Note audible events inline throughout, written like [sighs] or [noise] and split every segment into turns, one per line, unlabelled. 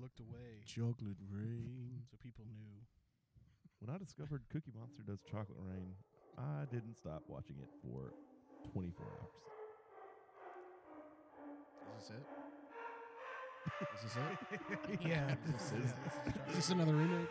looked away
Chocolate rain.
so people knew.
When I discovered Cookie Monster does chocolate rain, I didn't stop watching it for 24 hours.
Is this it? Is this it?
[laughs]
[laughs]
yeah,
this is-
yeah,
Is this another remake?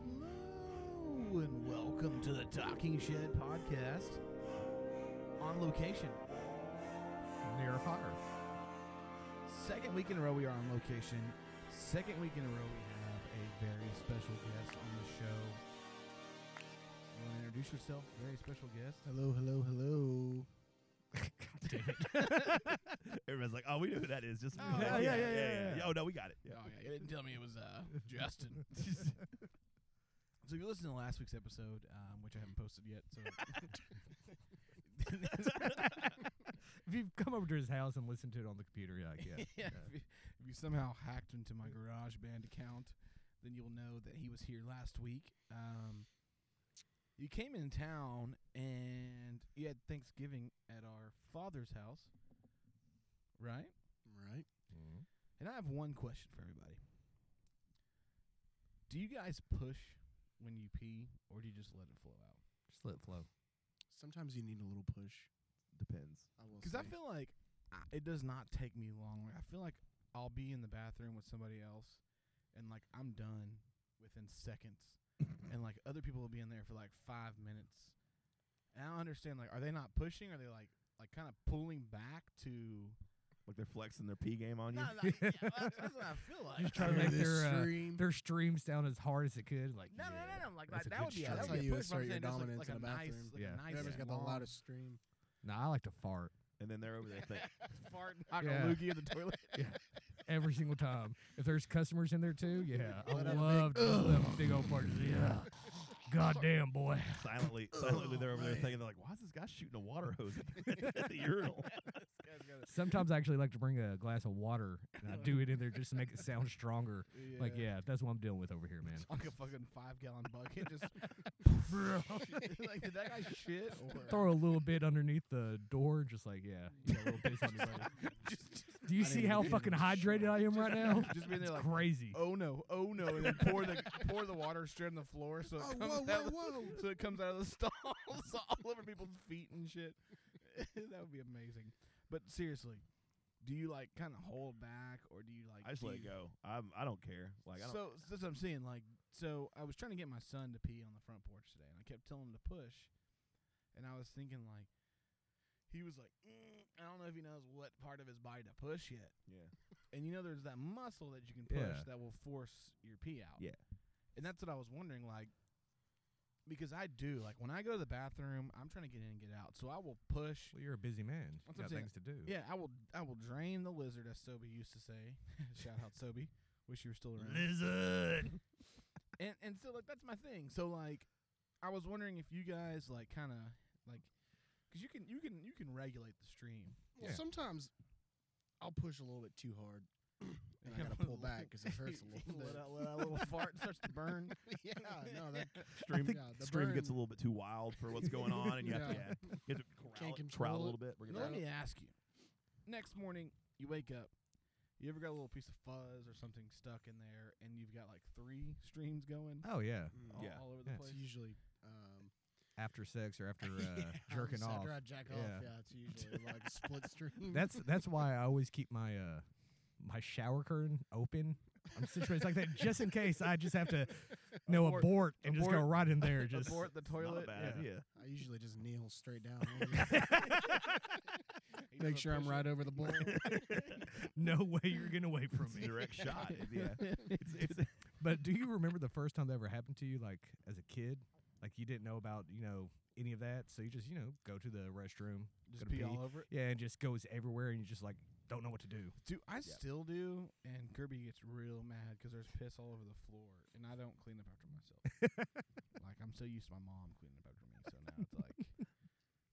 Hello and welcome to the Talking Shed podcast on location.
Near a fire.
Second week in a row we are on location. Second week in a row we have a very special guest on the show. You want to introduce yourself? Very special guest.
Hello, hello, hello.
[laughs] Everybody's like, oh, we know who that is. Just
Oh, yeah, yeah, yeah, yeah, yeah.
Oh, no, we got it.
Oh yeah, you didn't tell me it was uh, Justin. so if you listened to last week's episode, um, which I haven't posted yet, so
If you've come over to his house and listened to it on the computer, you're like, yeah,
[laughs] yeah, if, you, if you somehow hacked into my GarageBand account, then you'll know that he was here last week. Um, you came in town and you had Thanksgiving at our father's house, right?
Right.
Mhm.
And I have one question for everybody. Do you guys push when you pee, or do you just let it flow out?
just let it flow.
Sometimes you need a little push.
Depends.
I will.
Because I
say.
feel like I- it does not take me long. Like, I feel like I'll be in the bathroom with somebody else, and like I'm done within [laughs] seconds, and like other people will be in there for like five minutes. And I don't understand. Like, are they not pushing? Are they like like kind of pulling back to?
Like they're flexing their P game on you.
No, no, yeah, that's, that's what I feel like.
[laughs] Just try to
Hear
make
this
their uh,
stream.
their stream sound as hard as it could. Like,
No, no,
yeah.
no, no. Like,
that's
like
a
that
good
would be a,
shot.
that
That's
would
how
be
you
a push. but I'm
assert your
saying just, like,
dominance
like
in
a
the
nice,
bathroom.
like
Yeah.
a nice,
Whoever's got the
long
loudest stream.
Nah, I like to fart
[laughs] And then they're over there thinking,
fart, knock
Yeah.
a loogie in the toilet. [laughs]
every single time. If there's customers in there too,
[laughs]
yeah, I
Let out a
love to just let a big old fart. Yeah, goddamn boy.
silently, silently, they're over there thinking, they're like, why is this guy shooting a water hose at the, [laughs] at the urinal?
Sometimes I actually like to bring a glass of water and I do it in there just to make it sound stronger. Like, yeah, that's what I'm dealing with over here,
[laughs]
man.
like a fucking five gallon bucket. Just [laughs] like did that guy shit [laughs] or
Throw [laughs] a little bit underneath the door, just like, yeah, you got a little piss on
[laughs]
your buddy.
just, just
Do you see
didn't
how
even
fucking hydrated I am
[laughs]
right now?
just being there like
[laughs]
Crazy.
oh no oh no and then pour the pour the water straight on the floor so it
Oh,
comes
whoa,
out
whoa,
of
whoa.
the, so it comes out of the [laughs] stalls all over people's feet and shit. [laughs] that would be amazing. But seriously, do you like kind of hold back or do you like
I just
do
let it
you-
go. I'm, I don't care. Like, I don't.
so that's what I'm saying. Like, so I was trying to get my son to pee on the front porch today, and I kept telling him to push, and I was thinking like, he was like, "Mm," I don't know if he knows what part of his body to push yet.
yeah.
And you know, there's that muscle that you can push
Yeah.
that will force your pee out.
Yeah.
And that's what I was wondering, like, because I do like when I go to the bathroom, I'm trying to get in and get out, so I will push.
Well, you're a busy man. You
That's what I'm
got
saying.
things to do.
Yeah, I will. I will drain the lizard, as Sobe used to say. [laughs] Shout out Sobe. Wish you were still around.
[laughs]
Lizard.
and and so like that's my thing. So like, I was wondering if you guys like kind of like, cause you can you can you can regulate the
[laughs]
stream. [laughs]
Well,
Yeah.
sometimes I'll push a little bit too hard, [clears throat] and I gotta pull back because it hurts a
[laughs]
little
let,
bit.
out, let out a little fart and starts to burn.
[laughs] yeah, no, that
Stream,
think- Yeah, the
stream gets a
burn-
little bit too wild for what's
[laughs]
going on, and you have
Yeah.
to, yeah, you have to corral,
Can't
it-
control
corral a
it.
little bit. Bring it
Now, let
down.
me ask you. Next morning, you wake up. You ever got a little piece of fuzz or something stuck in there, and you've got like three streams going
Oh yeah.
Mm,
all,
Yeah.
all over the
Yeah.
it's
place?
usually um,
After sex or after
[laughs]
[laughs]
uh, jerking
after
off.
I jack
Yeah.
off, yeah, it's usually like
[laughs]
split stream.
That's that's why I always keep my uh, my shower curtain open I'm situated like that just in case I just
[laughs]
have to no abort, and just go
abort-
right in there. Just
abort the
Not a
toilet. [laughs]
bad
yeah.
idea.
I usually just kneel straight down. and
He
Make
does a
sure I'm
push-up.
right over the bowl.
[laughs]
no way you're getting away from
It's a
me.
direct shot. It- Yeah.
[laughs]
It's, it's,
But do you remember the first time that ever happened to you, like as a kid? Like you didn't know about, you know, any of that. So you just, you know, go to the restroom.
Just
gonna
pee all over it.
Yeah, and just goes everywhere and you just like don't know what to do.
Dude, I still do, and Kirby gets real mad 'cause there's piss all over the floor, and I don't clean up after myself. like I'm so used to my mom cleaning up after me, so now it's like
it's,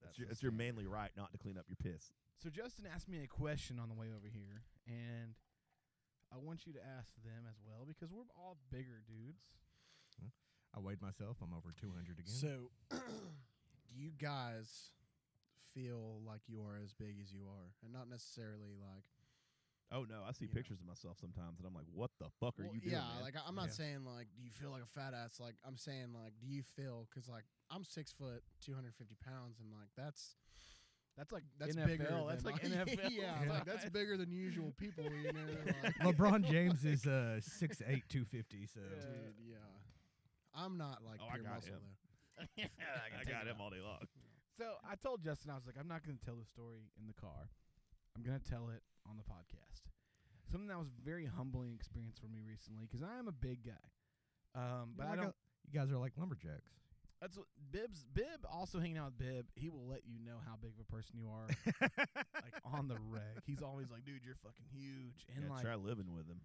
that's
your,
the
it's your
standard.
manly right not to clean up your piss.
So Justin asked me a question on the way over here, and I want you to ask them as well because we're all bigger dudes.
I weighed myself. I'm over 200 again.
[laughs] So, [clears throat] do you guys feel like you are as big as you are, and not necessarily like?
Oh no, I see
You know.
pictures of myself sometimes, and I'm like, "What the fuck are
Well,
you doing?"
yeah,
man? [laughs]
like [laughs] I- I'm not
Yeah.
saying like, do you feel like a fat ass? Like I'm saying like, do you feel? Because like I'm six foot, 250 pounds, and like that's
That's like
that's
NFL.
bigger.
that's
than
like
I- [laughs]
NFL.
yeah, it's like, that's bigger than usual people. You know, like,
LeBron James is uh six eight two fifty. So
Yeah.
dude, yeah. I'm not like
Oh, I
pure
got
muscle
him.
though.
I got him all day long.
So I told Justin, I was like, I'm not going to tell the story in the car. I'm going to tell it on the podcast. Something that was a very humbling experience for me recently because I am a big guy. Um, but I don't.
you guys are like lumberjacks.
That's what Bib's Bib also hanging out with Bib. He will let you know how big of a person you are, like on the reg. He's always like, dude, you're fucking huge, [laughs] and
yeah,
like
try living with him.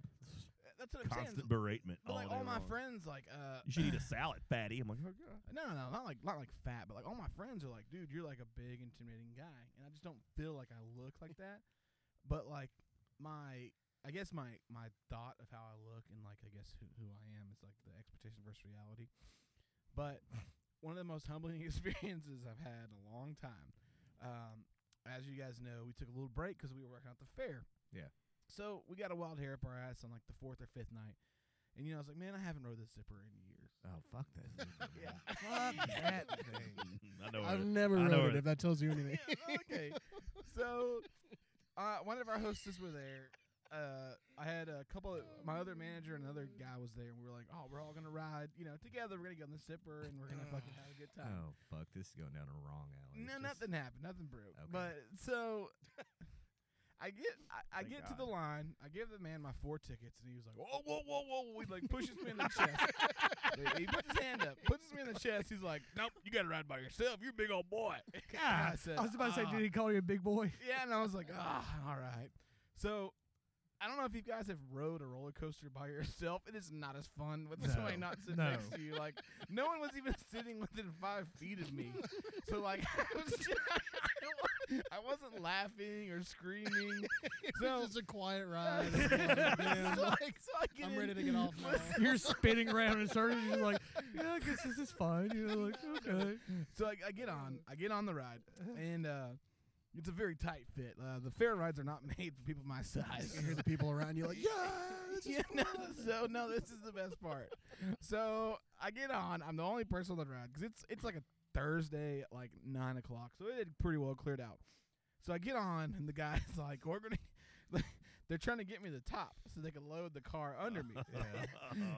that's what I'm saying.
Constant beratement.
But
all
like
day
all my
long.
friends, like uh,
you
[laughs]
should eat a salad, fatty. I'm like, oh god. [laughs]
no, no, no, not like not like fat, but like all my friends are like, dude, you're like a big intimidating guy, and I just don't feel like I look like that. But like my, I guess my my thought of how I look and like I guess who who I am is like the expectation versus reality. But one of the most humbling [laughs] experiences I've had in a long time. Um, as you guys know, we took a little break 'cause we were working out the fair.
Yeah.
So we got a wild hair up our ass on like the fourth or fifth night, and you know I was like, man, I haven't rode this zipper in years.
Oh fuck
[laughs]
that.
Yeah.
Fuck that thing.
[laughs]
I know.
I've
it.
never
I know
rode
it.
it. If that tells you anything.
Yeah, oh, okay. So, uh, one of our hostess were there. Uh, I had a couple. Of, my other manager and another guy was there, and we were like, "Oh, we're all gonna ride, you know, together. We're gonna go on the zipper, and we're gonna fucking have a good time."
Oh fuck, this is going down a wrong alley.
No,
Just-
nothing happened. Nothing broke.
Okay.
But so I get I, I
Thank
get to the
God.
line. I give the man my four tickets, and he was like, "Whoa, whoa, whoa, whoa!" He like pushes me in the
[laughs]
chest. He- he puts his hand up, pushes me in the chest. He's like, "Nope, you gotta ride by yourself. You're a big old boy." And [laughs]
God,
said,
[laughs] I was about to say,
"Ah."
did he call you a big boy?
[laughs] Yeah, and I was like, ah, all right. So I don't know if you guys have rode a roller coaster by yourself. It is not as fun with
No,
somebody not sitting
no.
next to you. Like no one was even sitting within five feet of me. So like [laughs] I was just, I wasn't laughing
[laughs]
or screaming. So-
so it's a quiet [laughs]
so, [laughs]
ride.
like, so [laughs]
Yeah.
I get
I'm
in-
ready to get off now.
You're spinning around in circles. You're
[laughs]
like, yeah, I guess this is fine. You're like, okay.
So I, I get on, I get on the ride, and uh, it's a very tight fit. Uh, the fair rides are not [laughs] made for people my size.
You hear the people around you like,
[laughs]
yeah. this is
yeah, no, so no, this is the best part. So I get on. I'm the only person on the ride 'cause it's it's like a Thursday, at like nine o'clock. So it had pretty well cleared out. So I get on, and the guy's [laughs] like, "We're gonna." They're trying to get me to the top so they can load the car
[laughs]
under me. [laughs]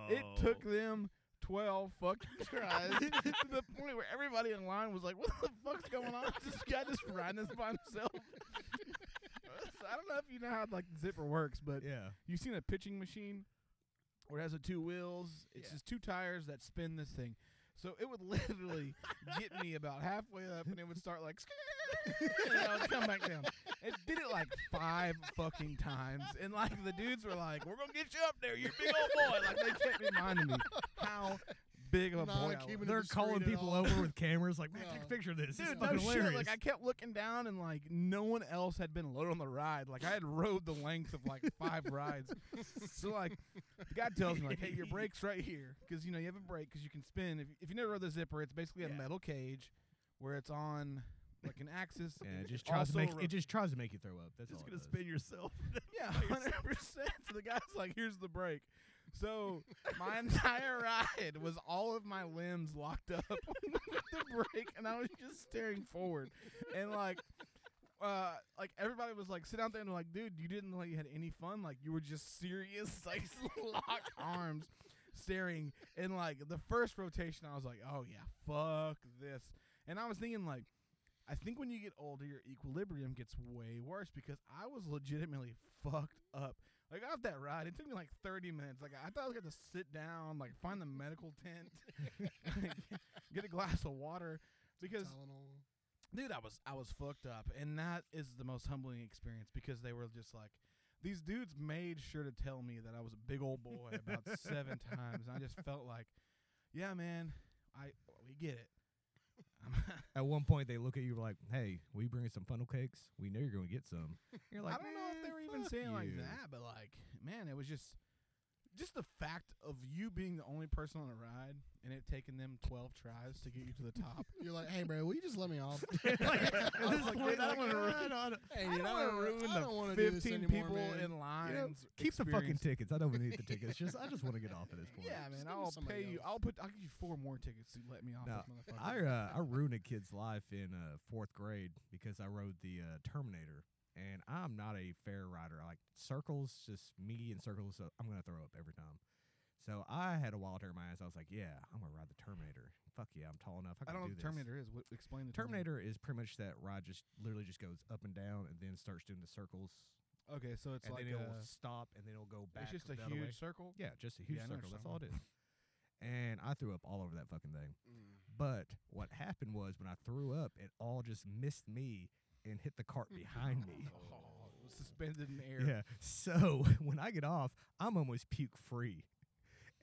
It took
[laughs]
Oh.
them. 12 fucking [laughs] tries to the point where everybody in line was like, What the fuck's going on? [laughs] This guy just riding this by himself. [laughs] so I don't know if you know how like the zipper works, but
Yeah.
you seen a pitching machine where it has the two wheels? It's
Yeah.
just two tires that spin this thing. So it would [laughs] literally get me about halfway up, and it would start like, [laughs] and I would come back down. It did it like five fucking times, and like the dudes were like, "We're gonna get you up there, you big old [laughs] boy!" Like they kept reminding me how big of a
Not
boy
a
I was.
human
They're
discreet
calling
at
people
all.
over with cameras, like, man, take a
No.
picture of this. this
Oh.
is
Dude, no
fucking hilarious.
shit. Like I kept looking down, and like no one else had been loaded on the ride. Like I had rode the length of like
[laughs]
five rides. So like the guy tells me like, hey, your brake's right here because you know you have a brake because you can spin. If, if you never rode the zipper, it's basically a
Yeah.
metal cage where it's on like an axis.
yeah, it just
It
tries to
also
make
ro-
it just tries to make you throw up. That's
Just
all it
gonna
does.
spin yourself.
[laughs]
[laughs]
Yeah, hundred percent. So the guy's like, "Here's the brake." So my entire ride was all of my limbs locked up [laughs] with the brake, and I was just staring forward, and like, uh, like everybody was was like, sit out there and like, dude, you didn't like you had any fun. Like you were just serious, [laughs] like locked arms, staring. And like the first rotation, I was like, oh yeah, fuck this. And I was thinking like, I think when you get older, your equilibrium gets way worse because I was legitimately fucked up. Like off that ride, it took me like 30 minutes. Like I thought I was gonna sit down, like find the medical tent, [laughs] get a glass of water, because
Tylenol.
dude i was i was fucked up and that is the most humbling experience because they were just like these dudes made sure to tell me that i was a big old boy about
[laughs]
seven times and i just felt like yeah man i we get it I'm, [laughs]
At one point, they look at you like, "Hey, will you bring us some funnel cakes? We know you're going to get some." You're like,
i don't know if they
"Man,
were even
fuck
saying like
eh,
you." [laughs]
that but like man it was just just the fact of you being the only person on a ride and it taking them 12 tries to get you to the
[laughs]
top
You're like, hey, bro, will you just let me off? [laughs]
Like, at
I was
this
like,
point, [laughs] I
"Hey,
don't wanna
like,
ruin-
I don't- hey,
i
dude,
don't
I
want to ruin
I don't
the
wanna do this
15
anymore,
people
man.
in lines
Keep the fucking
experience.
tickets. I don't
[laughs]
even need the tickets. Just, I just want to get off at this point.
Yeah, man,
give me
I'll
somebody
pay you.
else.
I'll put. I'll give you four more tickets to let me off
No,
this motherfucker.
I uh, I ruined a kid's life in uh, fourth grade because I rode the uh, Terminator, and I'm not a fair rider. I like circles, just me and circles. So I'm gonna throw up every time. So I had a wild hair in my ass. I was like, "Yeah, I'm gonna ride the Terminator. Fuck yeah, I'm tall enough.
I
I, can
don't know
do
what
this."
Terminator is. What, explain the
Terminator is pretty much that ride just literally just goes up and down and then starts doing the circles,
Okay, so it's
and
like
then it'll
a,
stop and then it'll go back.
it's just
the
a
other way.
huge circle.
Yeah, just a
Yeah,
huge
I know what you're
circle. That's all it
talking
is. And I threw up all over that fucking thing.
Mm.
But what happened was when I threw up, it all just missed me and hit the cart behind
[laughs]
me. [laughs]
Oh, suspended in air.
Yeah. So [laughs] when I get off, I'm almost puke free.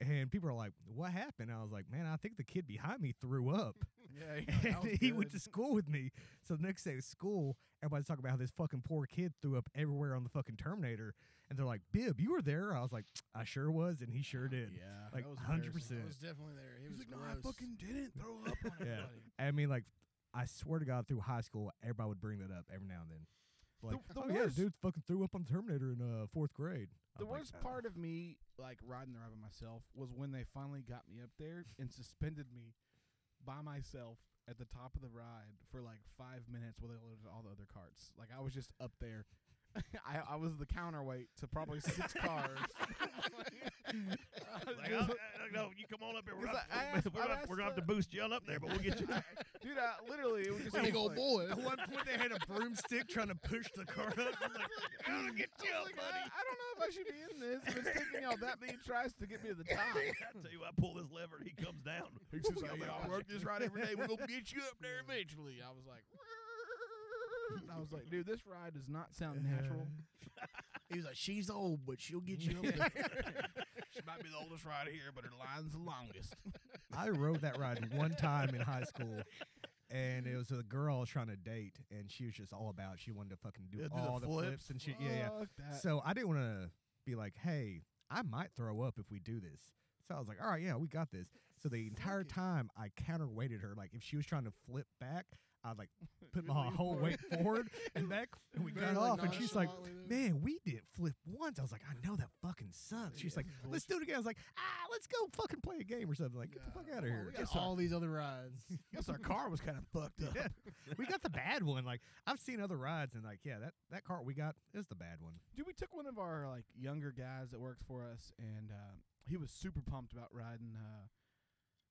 And people are like, "What happened?" I was like, "Man, I think the kid behind me threw up."
[laughs] yeah. yeah, Oh,
[laughs]
that
and
was
he went to
good.
school with me. So the next day at school, everybody's talking about how this fucking poor kid threw up everywhere on the fucking Terminator. And they're like, "Bib, you were there." I was like, "I sure was," and he sure did.
Ah, Yeah,
like
that was
100%.
embarrassing.
I was definitely there. He was
He's like, no,
gross.
I
[laughs]
fucking didn't throw up on
[laughs] Yeah.
everybody.
I mean, like, I swear to God, through high school, everybody would bring that up every now and then. Like,
the
oh yeah,
worst-
dude fucking threw up on Terminator in uh, fourth grade.
The
I'm like,
worst
"Ah."
part of me, like riding the ride by myself, was when they finally got me up there and suspended me by myself at the top of the ride for like five minutes while they loaded all the other carts. Like I was just up there. [laughs] I, I was the counterweight to probably [laughs] six cars. [laughs] I was
Like,
just-
"Oh, uh, [laughs] no, you come on up here. We're
Because
not,
I
we're
asked-
not- we're
I
not- we're
asked
gonna have to
the-
boost you on up there, but we'll get you.
dude, I, literally, it was just
Big
like-
old
[laughs]
boy.
At one point, they had a broomstick trying to push the car
[laughs]
up. I'm like,
Gotta get
I,
you
was
up,
like, "Ah." I,
buddy.
I don't know if I should be in this. If it's taking y'all that many tries to get me to the top.
[laughs] I tell you, I pull this lever and he comes down.
[laughs]
[laughs]
He
Woo,
says,
I'm
"Hey,
like,
I
"Oh,
work this ride every day. We're gonna get you up there
Mm.
eventually. I was like, and I was like, dude, this ride does not sound natural.
He was like, she's old, but she'll get you up there.
she might be the oldest ride here, but her line's the longest.
"Uh, I rode that
[laughs]
ride one time in high school. And it was a girl I was trying to date, and she was just all about. She wanted to fucking do
Yeah, do the
all the flips.
flips.
and shit. Yeah,
Fuck
yeah.
Uh,
that.
So I didn't want to be like, "Hey, I might throw up if we do this." So I was like, "All right, yeah, we got this." So the entire
Fuck it.
time I counterweighted her. Like if she was trying to flip back,
[laughs]
I'd like put
You
my
lean
whole
forward.
weight forward and back, and we got
Very, like,
off. And she's like,
nonchalantly there.
"Man, we did flip once." I was like, "I know that fucking sucks." She's like, "Let's do it again." I was like, "Ah, let's go fucking play a game or something." Like, get the
Yeah,
fuck out of
come on,
here.
We got all these other rides.
guess our car was kind of fucked up.
[laughs] Yeah. we got the bad one. Like I've seen other rides and like, yeah, that that cart we got is the bad one.
Dude, we took one of our like younger guys that works for us, and uh, he was super pumped about riding uh,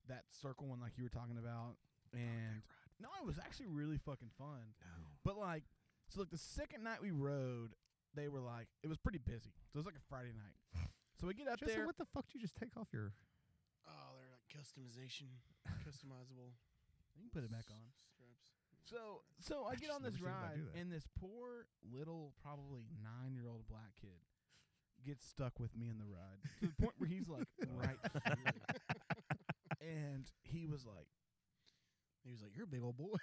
that circle one, like you were talking about. And no, it was actually really fucking fun.
No.
But like, so like the second night we rode, they were like, it was pretty busy. So it was like a Friday night. So we get out
Justin,
there.
what the fuck did you just take off your? [laughs]
Oh, they're like
[laughs]
customization, customizable.
you can put it back
s-
on.
Straps.
So so I,
I
get
just
on this
never seen anybody
ride,
do that.
and this poor little, probably nine year old black kid gets stuck with me in the ride to the point where he's
[laughs]
like
Oh.
right here. And he was like,
He was like, "You're a big old
[laughs]
boy."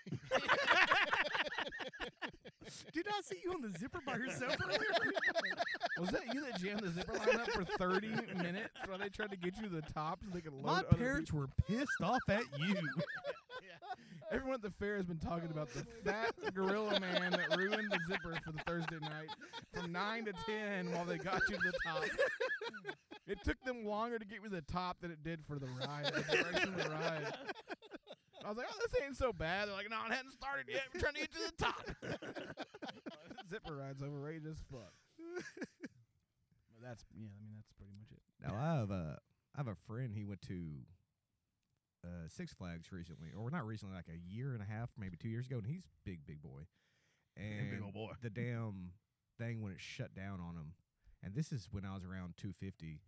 Did I see you on the zipper by yourself
[laughs]
earlier?
"Was that you that jammed the zipper line up for thirty minutes while they tried to get you to the top so they could load?"
My
other
parents were pissed off at you.
Everyone at the fair has been talking about the fat gorilla man that ruined the zipper for the Thursday night from 9 to 10 while they got you to the top. It took them longer to get me to the top than it did for the ride. The duration of the ride. I was like, oh, this ain't so bad. They're like, no, it hadn't started yet. We're trying to get to the top. [laughs] zipper ride's overrated as fuck. But that's yeah. I mean, that's pretty much it.
Now I have a I have a friend. He went to uh, Six Flags recently, or not recently, like a year and a half, maybe two years ago, and he's big, big boy.
[laughs]
And
big old boy.
the damn thing when it shut down on him, and this is when I was around 250,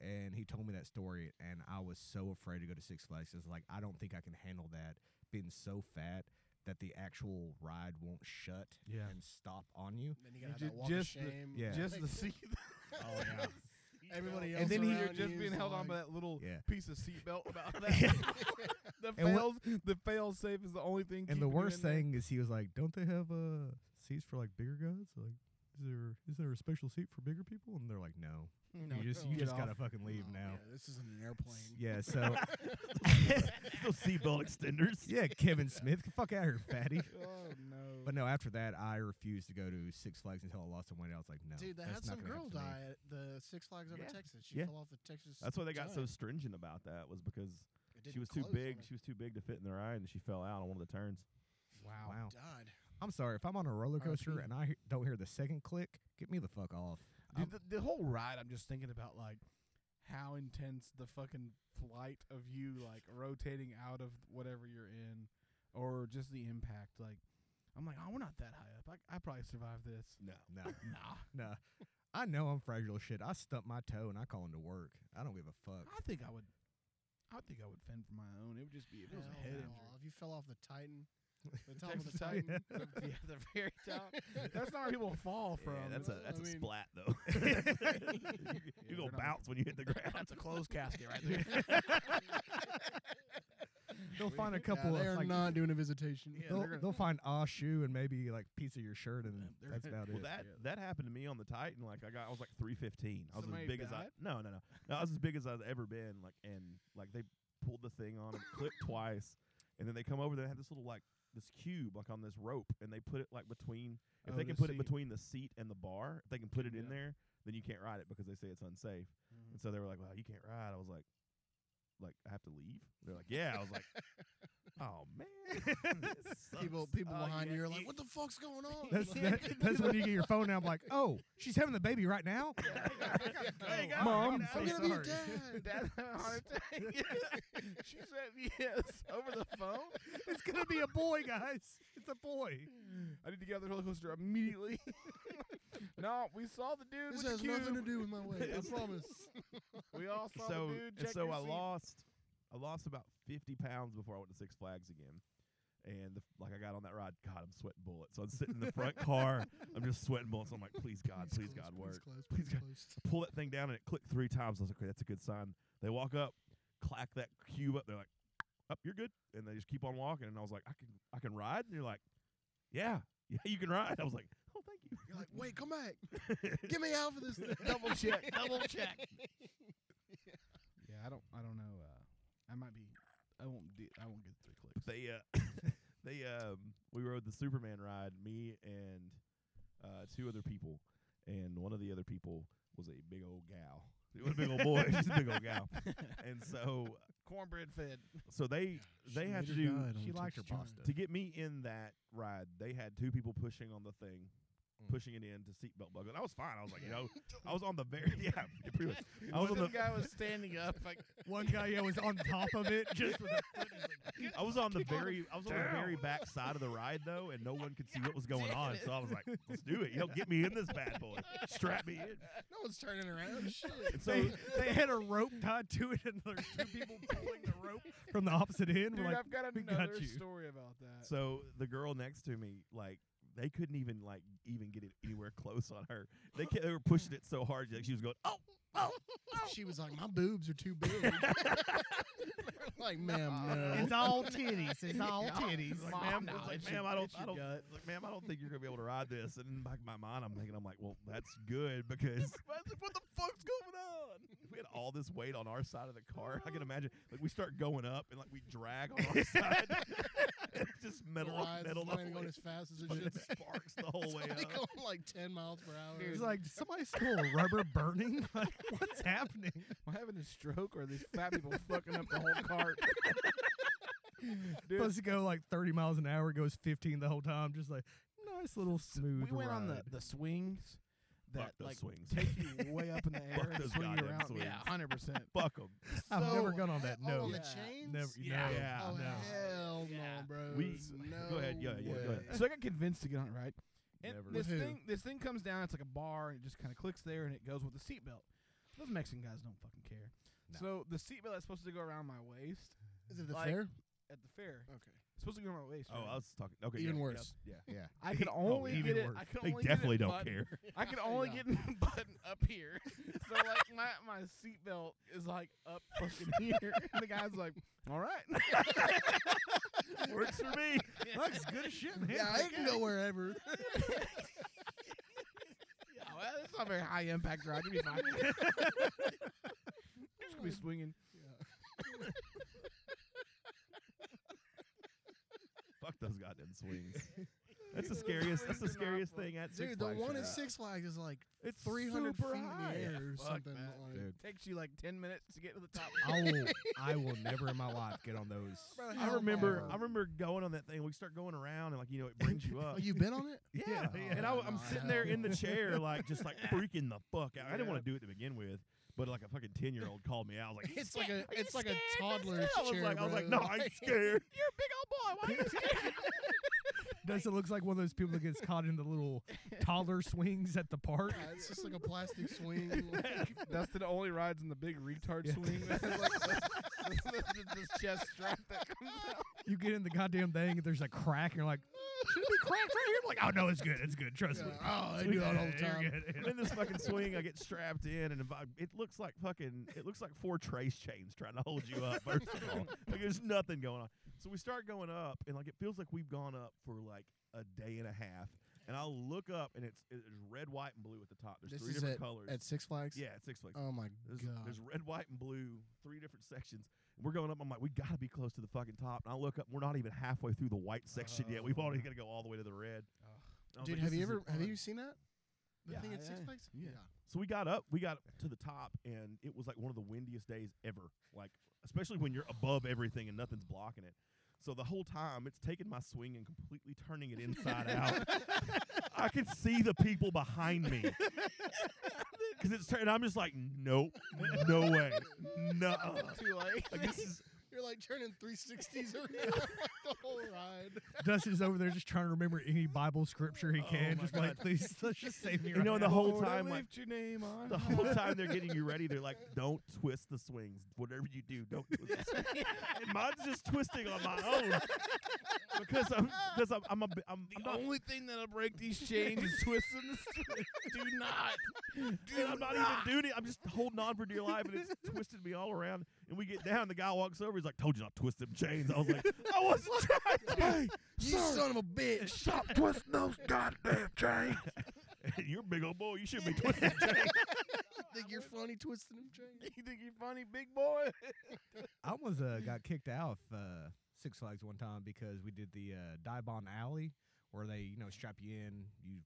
and he told me that story, and I was so afraid to go to Six Flags. It's like I don't think I can handle that being so fat that the actual ride won't shut
Yeah.
and stop on you.
Then you gotta have
ju-
that walk of
just the-
shame.
yeah.
Just
[laughs]
the seat.
Oh
[laughs]
yeah.
Everybody else
and then
around
you're just
you
being
is
held on
like-
by that little
Yeah.
piece of seatbelt about that. the [laughs]
And
fails, the fail safe is the only thing.
And the
keeping you
worst
in there.
thing is, he was like, "Don't they have uh, seats for like bigger guys? Like, is there is there a special seat for bigger people?" And they're like, "No,
No,
you just
no.
you
Get
just
off.
gotta fucking leave
Oh,
now."
Yeah, this isn't an
[laughs]
airplane. [laughs]
Yeah, so
[laughs] Those seatbelt extenders.
[laughs] yeah, Kevin Smith, get the fuck out here,
[laughs]
fatty.
Oh no.
But no, after that, I refused to go to Six Flags until I lost some weight. I was like, "No,
Dude, they had
that's not
some
gonna
girl
happen
die at the Six Flags over
Yeah.
Texas. She
Yeah.
fell off the Texas.
That's why they got so
giant.
stringent about that was because
It didn't
she was too
close on
big.
her.
She was too big to fit in their eye, and she fell out on one of the turns.
to
wow.
me." Wow,
died.
I'm sorry if I'm on a roller coaster
R.I.P..
and I he- don't hear the second click, get me the fuck off.
Dude, the, the whole ride, I'm just thinking about like how intense the fucking flight of you like rotating out of whatever you're in, or just the impact. Like, I'm like, oh, we're not that high up. I, I probably survived this.
No,
[laughs]
no, nah, nah. I know I'm fragile as shit. I stump my toe and I call into work. I don't give a fuck.
I think I would. I would think I would fend for my own. It would just be if it was a
Hell
head
no.
injury.
If you fell off the Titan, the top of
Texas
the
Titan.
Titan.
yeah, the very top. That's not where people fall from.
[laughs] Yeah, that's a
It's-
that's
I
a
mean-
splat though. [laughs] you
they're
you go
not-
bounce when you hit the ground.
[laughs] that's a closed casket right
[laughs]
there.
They'll find a
Yeah,
couple
they
of
are
like,
not doing a visitation.
Yeah,
they'll,
they're gonna-
they'll find a shoe and maybe like piece of your shirt, and
Yeah, they're
that's
gonna-
about
Well,
it.
that that happened to me on the Titan. Like I got, I was like three fifteen. I was
Somebody
as big as I.
died?
No, no, no, no. I was as big as I've ever been. Like and like they pulled the thing on, it clipped twice, and then they come over. They had this little like this cube like on this rope, and they put it like between. If
Oh,
they can
the
put
seat.
it between the seat and the bar, if they can put it in
Yeah.
there, then you can't ride it because they say it's unsafe. And so they were like, "Well, you can't ride." I was like, "Like I have to leave?" They're like, "Yeah." I was
[laughs]
like, "Oh man." [laughs] this sucks."
People, people
Oh,
behind
yeah,
you are like, "What the fuck's going on?"
[laughs] That's, that,
[laughs]
that's when you get your phone and I'm like, oh, she's having the baby right now.
Hey, guys, I'm
Mom, I'm
I'm
so
gonna be a
sorry.
[laughs]
dad.
[laughs] Dad had a heart attack. [laughs] she said yes over the phone.
It's gonna be a boy, guys. It's a boy.
I need to get out of the roller coaster immediately. [laughs] no, we saw the dude.
This
with
has
the cube.
nothing to do with my weight. I promise.
We all saw
so
the dude.
and
check
so
your
I
seat.
lost I lost about fifty pounds before I went to Six Flags again. And the, f- like I got on that ride, God, I'm sweating bullets. So I'm sitting in the front
[laughs]
car, I'm just sweating bullets. I'm like, please God, please, God, work. Please,
Please
God.
close.
Pull that thing down and it clicked three times. I was like, okay, that's a good sign. They walk up, clack that cube up. They're like, up, you're good. And they just keep on walking. And I was like, I can, I can ride. And you're like, yeah, [laughs] yeah, you can ride. I was like, oh, thank you.
You're like, wait, come back.
[laughs]
Get me out for this thing.
Double check.
[laughs]
Double check. yeah, I don't. I don't know. Uh, I might be. I won't. Do, I won't get three clicks.
they uh [laughs] they um we rode the Superman ride, me and uh two other people, and one of the other people was a big old gal. It was a big old [laughs] boy. She's a big old gal. And so
Cornbread [laughs] fed.
so they they
She
had to
later
do
died on
She liked her
Texas
pasta.
Giant.
to get me in that ride, they had two people pushing on the thing,
Mm.
pushing it in to seatbelt buckle. And I was fine. I was like, you know, I was on the very [laughs] yeah, pretty much. I was on the
guy [laughs] was standing up. Like
One guy yeah, was on top of it, just with a foot.
I was on the
Kick on
very I was on the very back side of the ride though, and no one could see what was going on. So I was like, "Let's do it! You know, get me in this bad boy, strap me in."
No one's turning around. Shit.
And so
They, they had a rope tied to it, and there's two people pulling the rope from the opposite end.
Dude,
We're like,
I've got
"We got
another
you."
story about that.
so the girl next to me, like, they couldn't even like even get it anywhere close on her. They kept, they were pushing it so hard, like she was going, "Oh, oh!"
She was like, my boobs are too big. [laughs] like, ma'am, no.
it's all titties. It's all
Yeah.
titties.
Like,
Like, ma'am,
no,
it's like,
it's
ma'am,
your-
I don't,
it's
I
your
don't, [laughs]
gut.
it's like, ma'am, I don't think you're gonna be able to ride this. And in the back of my mind, I'm thinking, I'm like, well, that's good because what the fuck's going on? [laughs] We had all this weight on our side of the car. I can imagine, like, we start going up and like we drag on our side. [laughs] It's just metal,
the ride's
metal, the
not even
whole
going
way-
as fast as
[laughs]
it
fucking
should.
sparks the whole
[laughs] It's
way
only
up.
going like 10 miles per hour.
Dude,
He's like, somebody stole rubber burning. [laughs] Like, what's happening?
Am I having a stroke or are these fat people fucking up the [laughs] whole cart? Dude,
Mm. Supposed to go like 30 miles an hour, goes 15 the whole time. Just like, nice little smooth.
we went on the,
ride.
the swings that
Fuck those
like
swings.
take you way up in the air and
those
swing you
goddamn
around.
swings.
Yeah, hundred percent.
[laughs] Fuck them.
I've never
So,
gone on that.
all
No,
on the
Yeah.
chains?
never.
Yeah.
no,
Yeah.
Oh
no.
hell
Yeah.
no, bro.
We- [laughs]
no
go ahead, yeah, yeah, go
way.
ahead.
So I got convinced to get on it right. And
Never.
this
With who?
thing this thing comes down, it's like a bar and it just kinda clicks there and it goes with the seatbelt. Those Mexican guys don't fucking care.
No.
So the seatbelt that's supposed to go around my waist
Is it the
Like-
fair?
at the fair.
Okay.
It's supposed to go around my waist.
Oh,
right?
I was talking. Okay,
Even
yeah,
worse.
Yeah,
Yeah.
I could
Oh,
only
even
get it.
worse.
I could
they
only
definitely
get it
don't
button-
care.
[laughs]
[laughs]
I can only
Yeah.
get the button up here. [laughs] So like my my seatbelt is like up fucking [laughs] here. And the guy's like, All right.
[laughs] Works for
[laughs]
me.
Looks good as
[laughs]
shit, man.
Yeah, it can go wherever.
Yeah, well, it's not a very high impact ride. You'll be
[laughs]
fine. You're just gonna be swinging.
Fuck those goddamn swings.
[laughs]
That's the scariest. That's the
swings are not
scariest
fun.
thing at Six
Dude, the
Flags
one
for
at
that.
Six Flags is like
It's
300 feet
super
in the
high.
air or
fuck
something.
that,
like-
dude.
Takes you like ten minutes to get to the
[laughs]
top.
I will. I will never in my life get on those.
Bro,
I
hell
remember.
[laughs] no.
I uh, remember going on that thing. We start going around and like you know it brings you
Oh,
up.
you been on
[laughs]
it?
Yeah,
Yeah.
and I,
Oh,
am
no,
sitting there in the
hell.
chair like just
[laughs]
like freaking the fuck out. I didn't
Yeah.
want to do it to begin with. But like a fucking ten year old called me out. I was like,
It's like a
"Are you
it's like a
scared, Miss
toddler's
Hill?"
chair.
I was like, I was like, no,
bro. [laughs]
I'm scared.
You're a big old boy. Why are you
[laughs]
scared?
Does it look like one of those people that gets caught in the little toddler swings at the park?
[laughs] Yeah, it's just like a plastic
[laughs]
swing. like-
That's the only rides in the big retard
Yeah.
swing. [laughs]
[laughs]
It's like this, this, this chest strap that comes
[laughs]
out.
You get in the goddamn thing, and there's a crack, and you're like, should it be cracked right here? I'm like, oh no, it's good, it's good. Trust me.
Yeah, Oh, I
We
do
got
that all the
it, you're
time.
good.
I'm in this fucking swing. I
[laughs]
get strapped in, and if I, it looks like fucking. It looks like four trace chains trying to hold you up. First of
[laughs]
all, like there's nothing going on. So we start going up, and like it feels like we've gone up for like a day and a half. And I'll look up, and it's it's red, white, and blue at the top. There's
This
three
is
different
at,
colors.
at Six Flags.
yeah, it's Six Flags.
Oh my
There's,
god.
there's red, white, and blue, three different sections. And we're going up. I'm like, we got to be close to the fucking top. And I look up. We're not even halfway through the white section yet. We've
Oh.
already got to go all the way to the red. And I was
Dude,
like,
have
oh, this
you
isn't
ever have
fun.
you seen that? The
Yeah,
thing at Six
yeah,
Flags.
yeah.
So we got up. We got to the top, and it was like one of the windiest days ever. Like, especially when you're above everything and nothing's blocking it. So the whole time, it's taking my swing and completely turning it inside out. [laughs] I could see the people behind me. [laughs] Cause it's turning, I'm just like, nope, no way, no.
Too late.
Like this is
[laughs] You're like turning 360s [laughs] around like the whole ride.
Dustin's over there just trying to remember any Bible scripture he
Oh
can.
my
just
God.
like, please, let's just save me.
You know,
right
and the
now."
whole
Lord, I
time, like-
lift your name on.
the whole time they're getting you ready. They're like, don't twist the swings. Whatever you do, don't twist. The swings. And mine's just twisting on my own because I'm because I'm I'm, a, bi- I'm, I'm
The
not,
only thing that'll break these chains is twisting
[laughs]
the string. Do not. Do
and I'm not even doing it. I'm just holding on for dear life, and it's twisted me all around. And we get down. The guy walks over. He's like, "Told you not to twist them chains." I was like, "I wasn't trying." to."
You son of a bitch.
Stop twisting those goddamn chains. [laughs] You're a big old boy. You should be twisting chains.
Think you're funny twisting them chains?
[laughs] You think you're funny, big boy?
I
[laughs]
almost uh, got kicked out of uh, Six Flags one time because we did the uh, dive on alley where they, you know, strap you in, you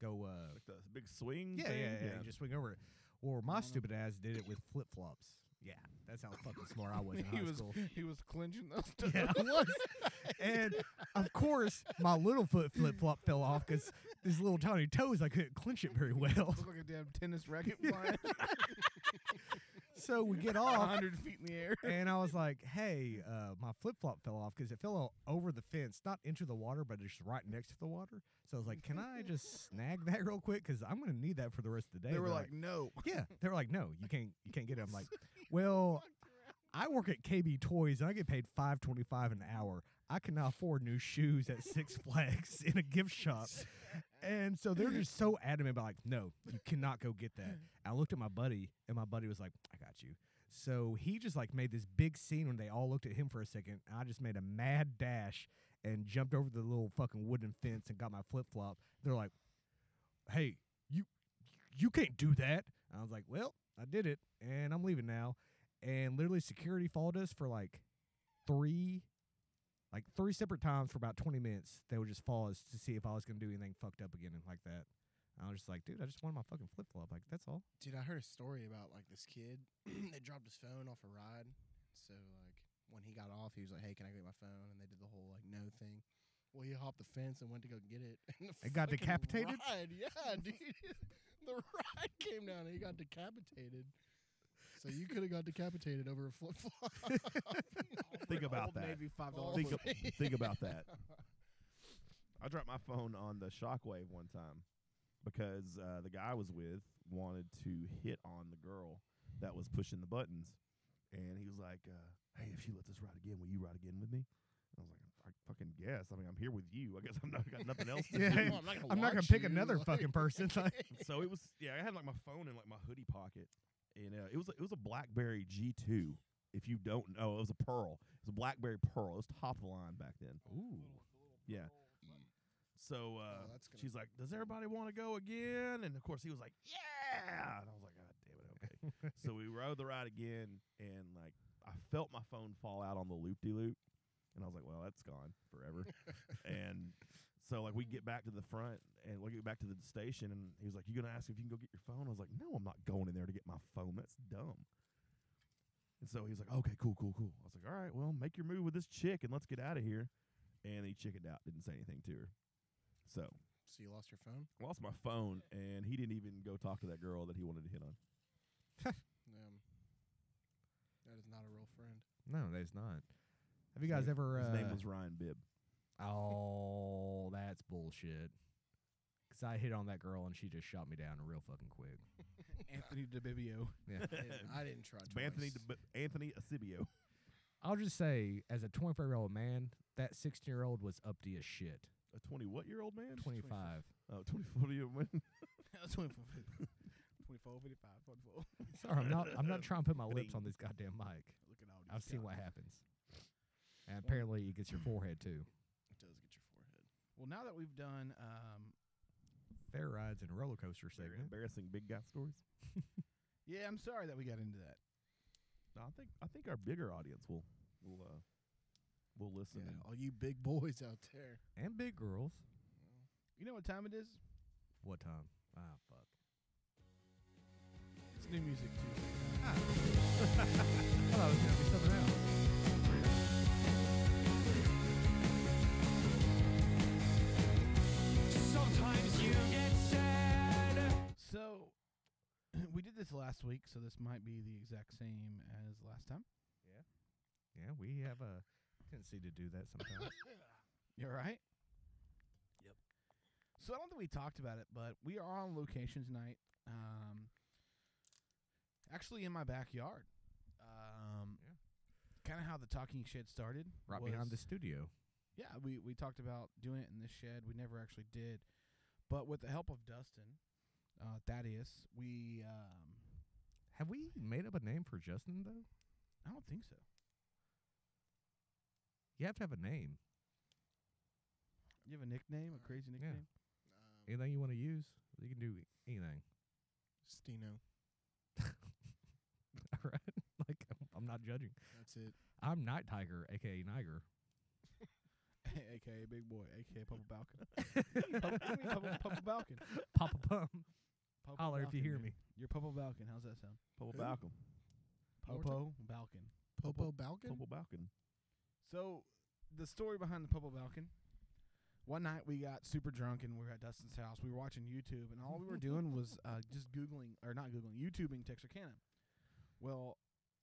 go, uh,
Like the big swing.
yeah, yeah,
thing?
yeah, you just swing over it. Or my
Mm-hmm. Wanna-
stupid ass did it with flip flops. Yeah, that's how fucking smart I
[laughs]
was in
he
high
was
school. [laughs]
he was clenching
[laughs]
those. Two.
Yeah, I was. and of course, my little foot flip flop fell off because these little tiny toes I couldn't clinch it very well. [laughs]
Look like a damn tennis racket
[laughs]
flying
So we get
a
Oh.
off,
hundred feet in the air.
and I was like, "Hey, uh, my flip flop fell off because it fell o- over the fence, not into the water, but just right next to the water." So I was like, "Can I just snag that real quick? Because I'm gonna need that for the rest of the day."
They were
They're
like, no.
"Yeah." [laughs] They were like, "No, you can't. [laughs] You can't get it." I'm like, "Well, I work at KB Toys and I get paid five twenty five an hour. I cannot afford new shoes at [laughs] Six Flags in a gift shop. And so they're just so adamant about like, no, you cannot go get [laughs] that. I looked at my buddy and my buddy was like, I got you. So he just like made this big scene when they all looked at him for a second. I just made a mad dash and jumped over the little fucking wooden fence and got my flip flop. They're like, Hey, you you can't do that. I was like, Well, I did it and I'm leaving now and literally security followed us for like three like three separate times for about 20 minutes they would just follow us to see if i was going to do anything fucked up again and like that i was just like dude i just wanted my fucking flip-flop like that's all
Dude, I heard a story about like this kid [clears throat] that dropped his phone off a ride. So like when he got off, he was like, "Hey, can I get my phone?" And they did the whole like no thing. Well, he hopped the fence and went to go get it. [laughs] And the
It got
fucking
decapitated?
Ride, yeah, [laughs] dude. the ride came down and he got decapitated. So you could have got decapitated over a flip [laughs] flop.
Think about
Old
that.
Navy five
Oh.
dollars.
Think, a- think about that. I dropped my phone on the shockwave one time because uh, the guy I was with wanted to hit on the girl that was pushing the buttons, and he was like, uh, "Hey, if she lets us ride again, will you ride again with me?" And I was like, "I fucking guess. I mean, I'm here with you. I guess I'm not got nothing else to
[laughs]
Yeah.
do."
I'm not gonna,
I'm not gonna
watch
pick
you,
another
like-
[laughs]
fucking
[laughs]
person. Like,
so it was yeah i had like my phone in like my hoodie pocket and uh, it was it was a blackberry g2 if you don't know it was a pearl it was a blackberry pearl it was top of the line back then
ooh,
yeah so uh,
Oh, that's gonna-
she's like does everybody want to go again and of course he was like yeah and i was like god damn it okay so we rode the ride again and like i felt my phone fall out on the loop-de-loop and i was like well that's gone forever and so like we get back to the front and we get back to the station and he was like, You gonna ask if you can go get your phone? I was like, No, I'm not going in there to get my phone. That's dumb. And so he was like, Okay, cool, cool, cool. I was like, All right, well, make your move with this chick and let's get out of here. And he chickened out, didn't say anything to her. So
So you lost your phone?
I lost my phone and he didn't even go talk to that girl that he wanted to hit on.
Um, that is not a real friend.
no, that's not. Have you guys
name-
ever?
His
Uh,
[laughs]
name was Ryan Bibb.
oh, that's bullshit. 'Cause I hit on that girl and she just shot me down real fucking quick.
Anthony [laughs] DeBibio.
Yeah.
I
[laughs]
didn't- I didn't try. Twice.
Anthony De- Anthony Acibio.
I'll just say, as a 24 year old man, that 16 year old was up to his shit.
[laughs] A twenty what year old man?
25.
Oh, 24 year old [laughs] man.
That's 24, [laughs] 24, 55, 44.
Sorry, I'm not. [laughs] I'm not trying to put my lips on this goddamn mic.
Look at all these
I've seen what
guys.
happens. And apparently, it gets your forehead too.
It does get your forehead.
Well, now that we've done um,
Fair rides and roller coaster
Very Embarrassing big guy stories.
Yeah, I'm sorry that we got into that.
No, I think I think our bigger audience will will uh, will listen.
Yeah,
and-
all you big boys out there.
and big girls.
You know what time it is?
What time? Ah, fuck.
It's new music
Um,
too.
I thought it was gonna be something else.
Sometimes you get sad.
So [clears throat] we did this last week, so this might be the exact same as last time.
Yeah, we have a tendency to do that sometimes.
You're right. Yep. So I don't think we talked about it, but we are on location tonight. Um, actually, in my backyard. Um,
Yeah.
kind of how the talking shed started.
[laughs] right behind the
was-
studio.
Yeah, we, we talked about doing it in this shed. We never actually did. But with the help of Dustin, uh, Thaddeus, we. Um,
Have we made up a name for Justin though?
I don't think so.
You have to have a name.
You have a nickname, a crazy
Yeah. [laughs]
nickname?
Um,
Anything you want to use, you can do anything. [laughs]
Stino.
All right. Like I'm- I'm not judging.
That's it.
I'm Night Tiger, aka
[laughs]
Niger.
AKA Big Boy, [laughs] AKA Papa Balkan. Papa, [laughs] Papa, Papa Balkan.
Papa Pum.
Papa
Holler if
Balkan,
you hear
dude.
me.
You're Popo Balkan. How's that sound?
Popo
Who?
Balkan.
One more
Popo Balkan.
Popo Balkan?
Popo Balkan.
So, the story behind the Popo Balkan. One night we got super drunk and we were at Dustin's house. We were watching YouTube, and all we were doing was uh, just Googling, or not Googling, YouTubing Texarkana. Well,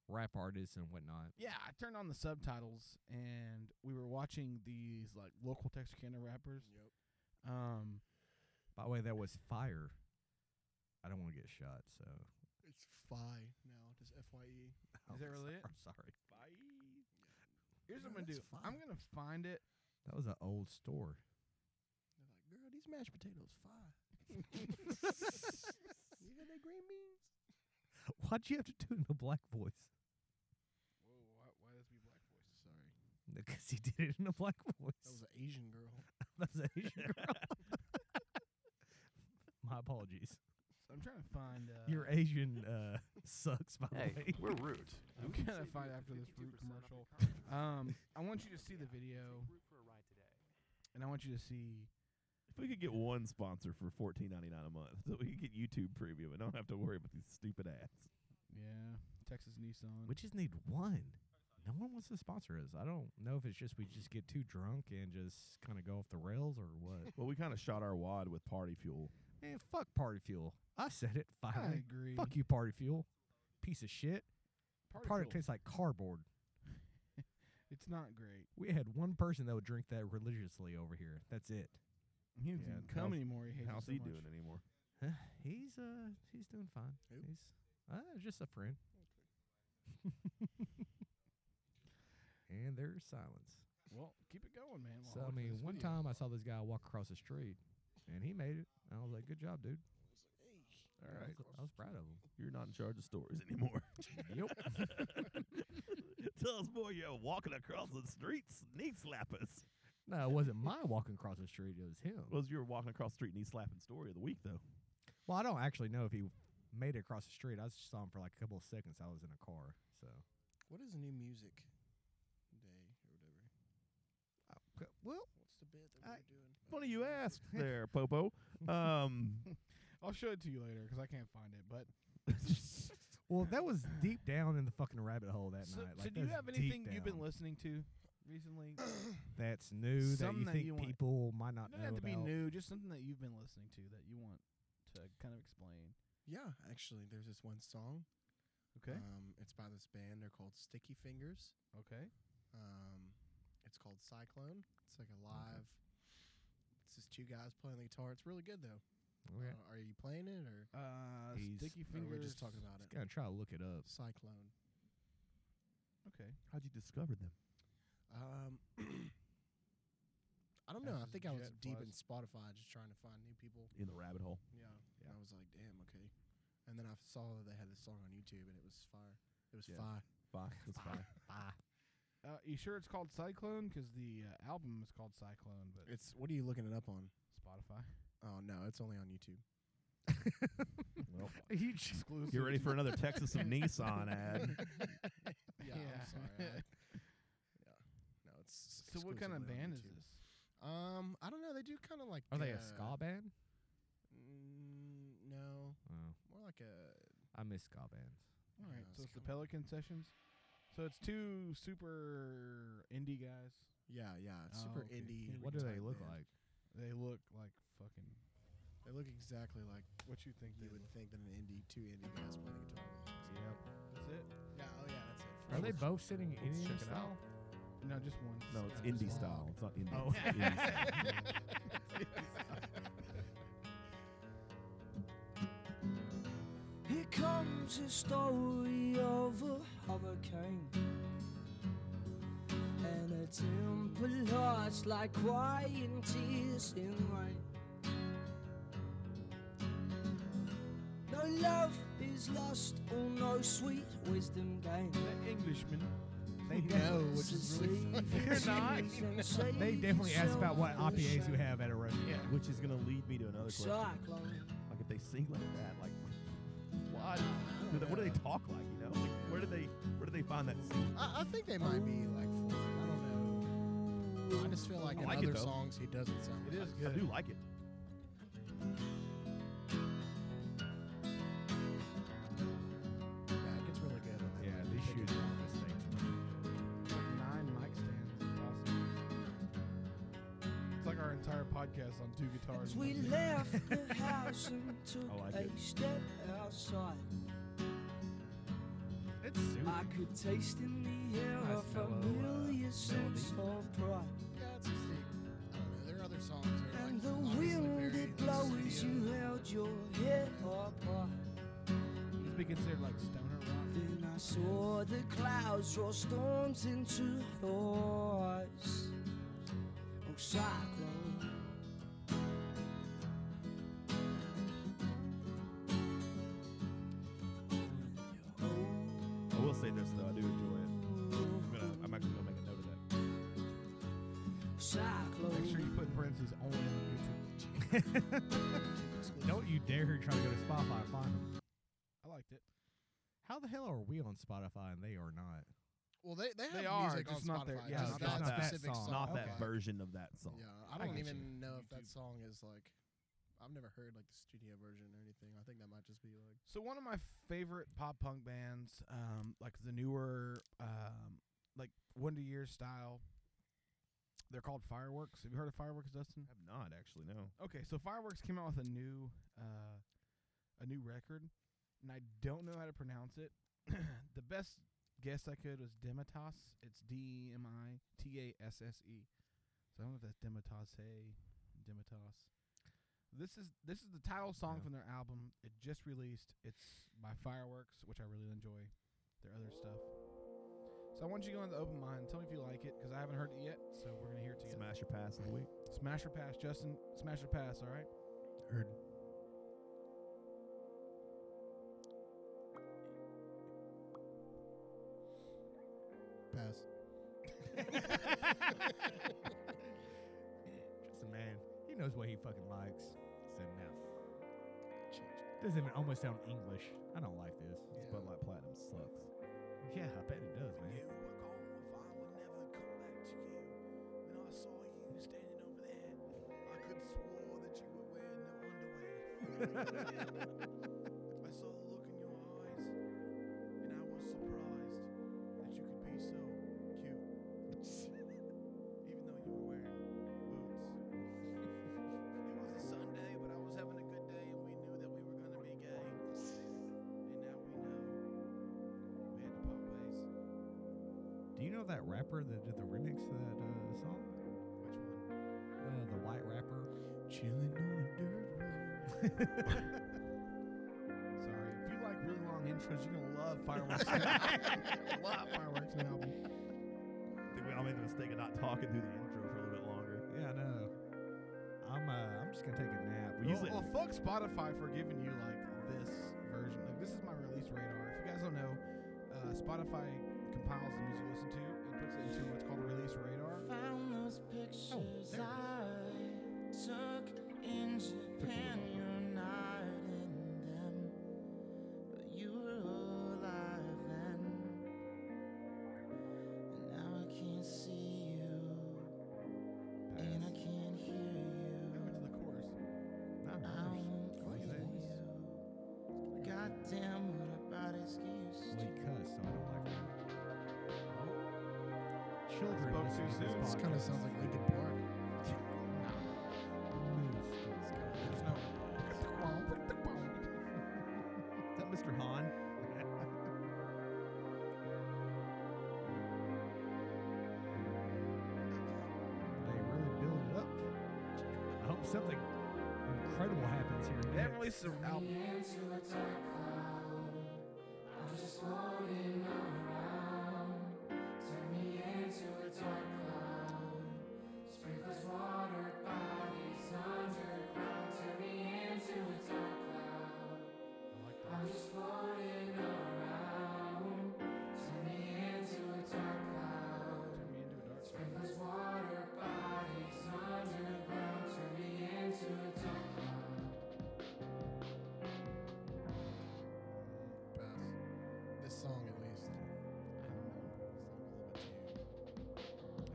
Rap artists and whatnot.
yeah, I turned on the subtitles and we were watching these like local Texarkana rappers.
Yep.
Um,
By the way, that was fire. I don't want to get shot, so.
It's Phi now. Just F Y E.
Is that really it?
[laughs] I'm sorry.
here's what I'm
No,
gonna do.
that's
I'm
fine.
gonna find it
That was an old store. [laughs]
They're like, girl, these mashed potatoes Phi.
[laughs]
you got that green beans?
Why'd you have to do it in a black voice? [laughs]
Whoa, why, why does he black voice?
Sorry.
Because he did it in a black voice.
That was an Asian girl.
[laughs] That was an
[laughs]
Asian girl. [laughs] My apologies.
So I'm trying to find. Uh,
Your Asian uh, [laughs] sucks, by the way.
we're rude.
I'm trying to find after this root
[laughs]
commercial. Um, I want
[laughs]
you to see the video, and I want you to see.
If we could get one sponsor for fourteen ninety nine a month, [laughs] so we could get YouTube Premium and don't have to worry about these stupid ads.
Yeah, Texas Nissan.
We just need one. no one wants to sponsor us. I don't know if it's just we just get too drunk and just kind of go off the rails or
[laughs]
what.
Well, we kind of shot our wad with party fuel.
Man, fuck party fuel. I said it
I
finally.
agree.
Fuck you, party fuel. Piece of shit.
Party
Product
fuel.
tastes like cardboard.
It's not great.
We had one person that would drink that religiously over here. That's it.
He doesn't
Yeah,
even
how's-
come anymore. He hates
How's
it so
he
much.
doing anymore?
He's uh he's doing fine.
Who?
He's uh, just a friend. [laughs] and there's silence.
Well, keep it going, man. while
So I
look for
mean,
this
one
video.
time I saw this guy walk across the street, and he made it. I was like, "Good job, dude."
All
I
right,
was, I was proud of him.
you're not in charge of stories [laughs] anymore.
Yep.
[laughs] Tell us more. You're walking across the streets, knee slappers.
no, it wasn't my walking across the street. It was him.
Well, you were walking across the street, knee slapping story of the week, though.
Well, I don't actually know if he made it across the street. I just saw him for like a couple of seconds. I was in a car, so
What is New Music Day or whatever?
Uh, well,
What's the bit that
I-
we're doing?
Funny you asked [laughs] there, Popo. Um,
I'll show it to you later 'cause I can't find it. But
well, that was deep down in the fucking rabbit hole that
so,
night.
so
Like,
do you
that's
have
deep
anything you've
down.
been listening to
[coughs]
recently?
that's new that
Something
you
that
think
you want-
people might not
It doesn't
know
have to
about?
be new. Just something that you've been listening to that you want to kind of explain.
Yeah, actually, there's this one song.
Okay.
Um, it's by this band. They're called Sticky Fingers.
okay.
Um, it's called Cyclone. It's like a live. It's just two guys playing the guitar. It's really good though.
Okay.
Uh, are you playing it or
Uh,
He's-
sticky
or
fingers.
we're just talking about it?
Gonna try to look it up.
Cyclone.
Okay.
[laughs] how'd you discover them?
Um, [clears throat] I don't
That's
know. I
just
think I was
jet
deep in
flies.
Spotify, just trying to find new people.
In the rabbit hole.
Yeah.
Yeah.
And I was like, damn, okay. And then I saw that they had this song on YouTube, and it was fire. It was
Yeah.
fire.
[laughs] Bye. That's fine.
[laughs]
Uh, you sure it's called Cyclone? 'Cause the uh, album is called Cyclone, but
It's what are you looking it up on?
Spotify.
[laughs] Oh no, it's only on YouTube.
Well,
You just-
Exclusive.
get [laughs] ready for another Texas and Nissan ad.
Yeah,
Yeah.
I'm
[laughs]
[laughs] sorry. I, yeah, no, it's.
So what kind of
exclusively on
band is
YouTube.
this?
Um, I don't know. They do kind of like.
Are they
uh,
a ska band?
Mm, no,
Oh,
more like a.
I miss ska bands.
All
Yeah,
right.
it's
so it's the
kinda-
Pelican Sessions. So it's two super indie guys.
Yeah, yeah, it's
Oh,
super
okay.
indie.
Yeah,
What do they
type
look
band.
like?
They look like fucking
They look exactly like
what you think they
you would think that an indie two indie guys play the guitar.
Yep.
That's it?
Yeah, oh yeah, that's it.
Are they both sitting
let's
Indian
check it
style?
out.
No, just one.
No, it's indie style. It's [laughs] not indie.
Oh.
It's indie style.
Here comes a story of a hurricane and a temple lost like crying tears in rain. No love is lost, or no sweet wisdom gained.
The Englishman.
They
[laughs] No,
[laughs]
which is really funny.
They're not. They definitely asked about what IPAs you
we
have at a restaurant.
Yeah, which is gonna lead me to another question.
Cyclone.
Like if they sing like that, like why? Do they, what do they talk like? You know, like where do they where do they find that? Scene?
I, I think they might be like foreign. I don't know. I just feel like
I
in
like it,
other
though.
songs he doesn't sound.
It
like
is
I
good.
do like it.
Yeah, it gets really good.
Yeah, they shoot a lot of mistakes.
It's like nine mic stands. It's awesome. It's like our entire podcast on two guitars.
As
and
we
one bass.
left the house and took
I like
a
it.
step outside,
It's super.
I could taste in the air
Nice
a
mellow, uh,
familiar sense of pride.
Yeah, it's just like, I don't know. There are other songs that are
And
like
the
obviously
wind
very,
it
like,
blows,
studio.
you held your head up high.
It'd be considered like stoner rock.
Then I saw the clouds draw storms into your eyes. Oh, cyclone. Oh,
I will say this though, I do enjoy it. I'm gonna I'm actually gonna make a note of that.
Cyclone.
Make sure you put in parentheses only on YouTube.
Don't you dare try to go to Spotify and find them.
I liked it.
How the hell are we on Spotify and they are
[laughs]
not?
Well, they they have
They are,
music
just
on
not their-
Spotify,
yeah,
just
it's
not
that
that
specific
song.
song.
Not
Oh, Okay.
that version of that song.
Yeah, I don't
get
even
you.
know if that
YouTube.
song is like. I've never heard like the studio version or anything. I think that might just be like.
So one of my favorite pop punk bands, um, like the newer um, like Wonder Years style. They're called fireworks. Have you heard of fireworks, Dustin?
I've not actually. No.
Okay, so fireworks came out with a new uh, a new record, and I don't know how to pronounce it. [clears throat] the best guess I could was Demitas. It's D E M I T A S S E. So I don't know if that's Demitas Hey, Demitas. This is this is the title song
Yeah.
from their album. It just released. It's by Fireworks, which I really enjoy. Their other stuff. So I want you to go in with an open mind. Tell me if you like it, 'cause I haven't heard it yet. So we're gonna hear it together.
Smash your pass of the week.
Smash or pass, Justin. Smash or pass. All right.
Heard.
Pass.
Just a man. He knows what he fucking likes. Said no. Doesn't even almost sound English. I don't like this.
This Bud Light Platinum sucks.
Yeah, I bet it does, man. Do you know that rapper that did the remix of that uh, song? Which one? Uh, the white rapper.
Chilling on a dirt road.
[laughs] Sorry. If you like really long intros, you're gonna
[laughs]
love fireworks. love fireworks now.
I think we all made the mistake of not talking through the intro for a little bit longer.
Yeah, I know. I'm. Uh, I'm just gonna take a nap.
We usually-
Well, fuck Spotify for giving you like this version. Like this is my release radar. If you guys don't know, uh, Spotify compiles the music you listen to and puts it into what's called a release radar.
Found those pictures I took in Japan. You're not in them, but you were alive then. And now I can't see you, and I can't hear
I went
you.
to the chorus.
I won't
Like
feel
that.
you. Goddamn, what about excuse?
Well, he cussed, so I don't like that. Children
Spoke too
listen to this
soon.
This kind of
podcast.
sounds like Linkin Park.
There's no.
Is that Mr. Han?
[laughs] They really build it up. I hope something incredible happens here.
They haven't released an album.
Pass. This song, at least.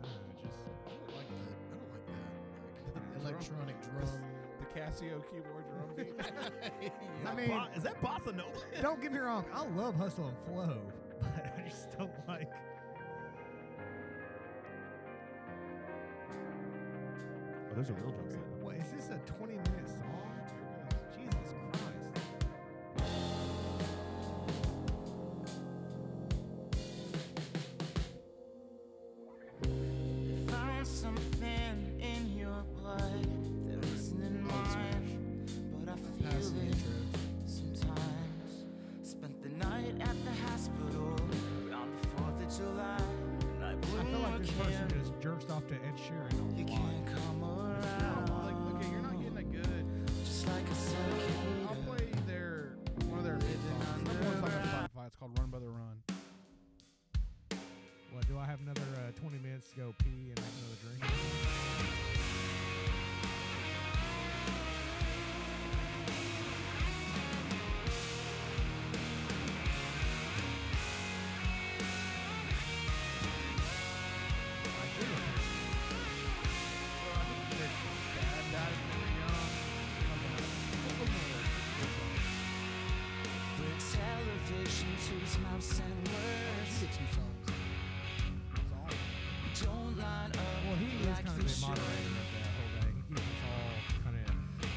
Uh, just
I don't like that. I don't like that.
[laughs] drum-
Electronic
The Casio keyboard drum
drum.
Is that
[laughs] beat.
I mean-
bo- is that bossa
[laughs]
nova? Oh,
don't get me wrong. I love Hustle and Flow, [laughs] but I just don't like.
Oh, there's a real drum set.
What is this? A 20 minute song? Jesus Christ!
Found something in your blood that isn't in mine, but I
Pass
feel
the
it
intro.
sometimes. Spent the night at the hospital around the 4th of July. And I
I
blew my
feel like
Mm,
this person
can.
just jerks off to Ed Sheeran
You
a lot.
can't come
like,
around.
okay, you're not getting a good.
Just like a
I'll
cicada.
play their one of their hit songs. Number one's like on Spotify. It's called Run Brother Run.
Well, do I have another uh, 20 minutes to go pee and have another drink?
Television sees my send words.
Two songs.
line up
Well, he is
like
kind of
fish
a moderator of that whole thing. He was all kind of.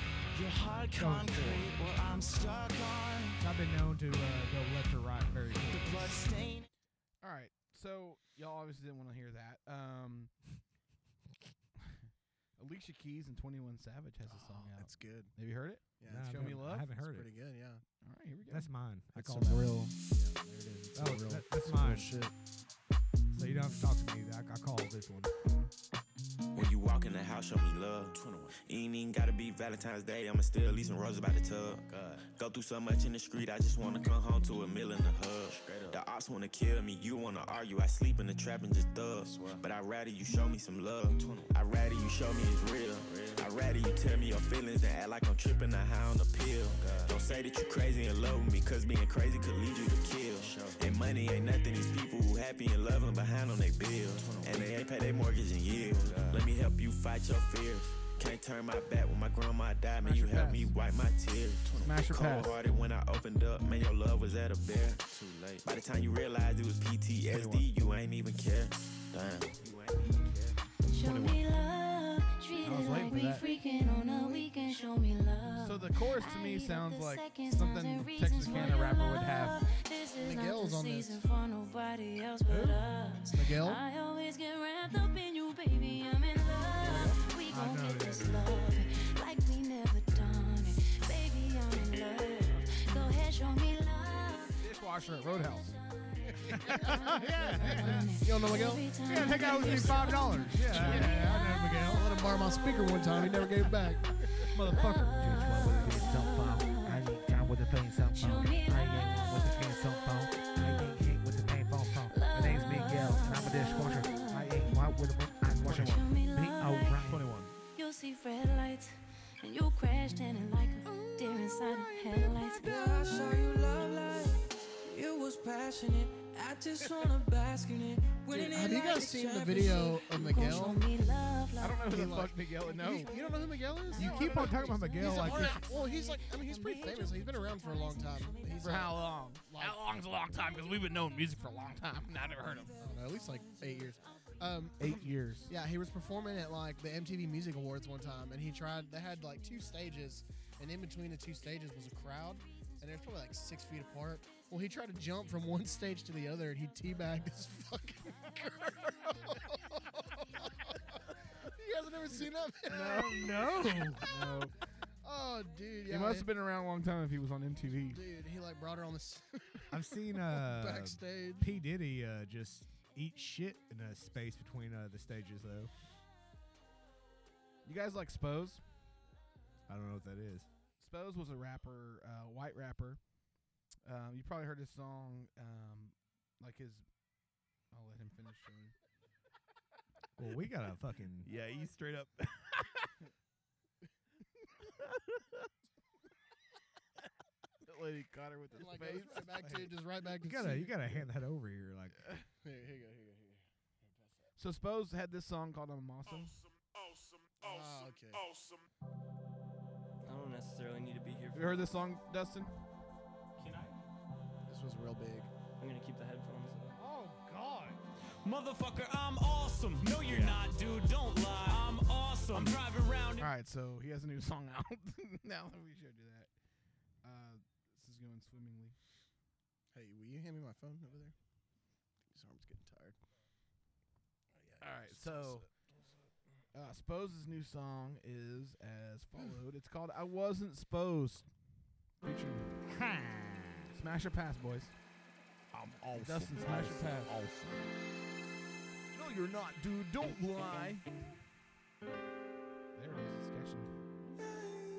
Your hard
Going
concrete, well, I'm stuck on
I've been known to uh, go left or right very
the
quick.
blood stain.
All right. So y'all obviously didn't want to hear that. Um, [laughs] Alicia Keys and Twenty One Savage has a song out.
That's good.
Have you heard it?
Yeah,
No,
that's
I
Show
haven't-
Me Love?
I haven't heard
pretty
it.
good. Yeah,
All right, here we go.
That's mine. I
that's
call
some
that.
real. Yeah, there it is. It's
Oh,
some real.
that- that's
some real
mine.
Shit.
So you don't have to talk to me. I, I call this one.
When you walk in the house, show me love. You ain't even gotta be Valentine's Day. I'ma still leave some roses by the tub. Go through so much in the street, I just wanna come home to a meal in the hub. The ops wanna kill me, you wanna argue. I sleep in the trap and just thug. But I'd rather you show me some love. I'd rather you show me it's real. I'd rather you tell me your feelings than act like I'm tripping or high on a pill. Don't say that you crazy and love me, cause being crazy could lead you to kill. And money ain't nothing, these people who happy and loving behind on their bill. And they ain't pay their mortgage in years. Let me help you fight your fears. Can't turn my back when my grandma died, man.
Smash
You
or
helped
pass?
me wipe my tears.
Smash or pass?
Cold hearted when I opened up, man. Your love was at a bear. Too late. By the time you realized it was PTSD, you ain't even care. Damn. You ain't even care.
Show me love, treat
was waiting
it like
for
we
that.
freaking on a weekend. Show me
Oh.
love.
So the chorus to
I
me
eat up
sounds
the
like
seconds, times
something
and reasons for
Texarkana
your
rapper would have.
love. This is
Miguel's
not
on
the
this.
season for nobody else but us.
It's Miguel.
I always get wrapped up in you, baby. I'm in love. We gon'
know
get
that.
this love like we never done it. Baby, I'm in love. Go ahead, show me love.
Dishwasher at Roadhouse.
You don't know Miguel?
Every time
Yeah, that guy owes me five dollars. Yeah.
Yeah, I know Miguel. I let him borrow my speaker one time. He never gave it back.
Motherfucker.
Show me My name's Miguel, and I'm a dishwasher. I ain't white with a I'm washing one. You'll see red lights, and you'll crash standing like a deer inside the headlights.
Did I show you love like it was passionate? I just wanna bask in it. Winning
Have
it
you
like
guys
a
seen the
championship.
video of
Gonna
Miguel?
show me love, love.
I don't know who the
He
fuck Miguel is. No.
You, you don't know who Miguel is?
You keep on talking about Miguel
He's
like
a-
this.
well, he's like, I mean, he's pretty famous. He's been around for a long time. He's
For
like,
how long?
Like-
how long's a long time? Because we've been knowing music for a long time. [laughs] and I never heard of him.
I don't know, at least like eight years. Um,
Eight years.
Yeah, he was performing at like the MTV Music Awards one time, and he tried. They had like two stages, and in between the two stages was a crowd, and there's probably like six feet apart. Well, he tried to jump from one [laughs] stage to the other, and he teabagged his fucking [laughs] girl. [laughs] you guys have never seen that? video?
No. no.
Oh, dude, yeah.
He must have been around a long time if he was on MTV.
Dude, he like brought her on the s-
[laughs]
[laughs]
I've seen uh,
backstage.
P Diddy uh, just eat shit in a space between uh, the stages, though.
You guys like Spose?
I don't know what that is.
Spose was a rapper, uh, white rapper. Um, you probably heard his song, um, like his. I'll let him finish soon.
Well, we got a fucking.
[laughs]
Yeah, he straight up.
That [laughs] lady caught her with his
Like, goes
face.
right
[laughs]
back to just right back
You
to
gotta, you
Here,
gotta hand that over here. Like,
here you go, here you go, here you go.
So Spose had this song called "I'm
Oh,
Awesome."
Ah, okay.
I don't necessarily need to be here.
Have
For
you heard this song, Dustin?
This was real big.
I'm gonna keep the headphones.
Oh God!
Motherfucker, I'm awesome. No, you're not, dude. Don't lie. I'm awesome. I'm driving around.
All right, so he has a new [laughs] song out now that we showed you that. Uh, this is going swimmingly.
Hey, will you hand me my phone over there? His arm's getting tired. Oh,
All right, so uh, Spose's new song is as followed. It's called "I Wasn't Supposed," featuring
[laughs]
Smash or Pass, boys.
I'm awesome.
Dustin, smash your pass.
Awesome.
No, you're not, dude. Don't lie. There it is. It's catching.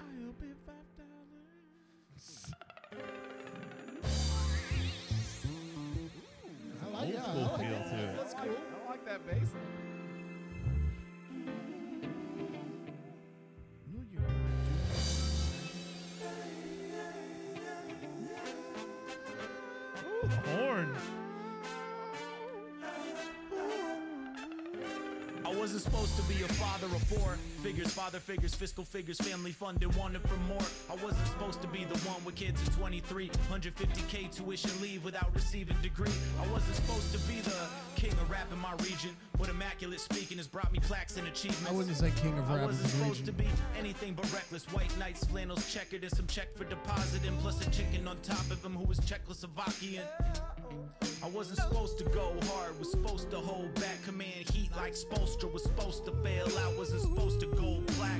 I'll be five dollars.
I like,
Old
yeah, I
school
like
feel
it.
to it.
That's cool.
I like that bass. No, you're not.
Ooh, the horns.
I was
wasn't supposed to be a father of four. Figures, father figures, fiscal figures, family funded, wanted for more. I wasn't supposed to be the one with kids at 23, 150k tuition leave without receiving degree. I wasn't supposed to be the king of rap in my region, but immaculate speaking has brought me plaques and achievements.
I wouldn't say king of
I
rap
wasn't
is
supposed
region.
to be anything but reckless. White knights, flannels checkered, and some check for deposit, and plus a chicken on top of him who was Czechoslovakian. I wasn't supposed to go hard, was supposed to hold back. Command heat like Spolstra was supposed to fail out, wasn't supposed to go black.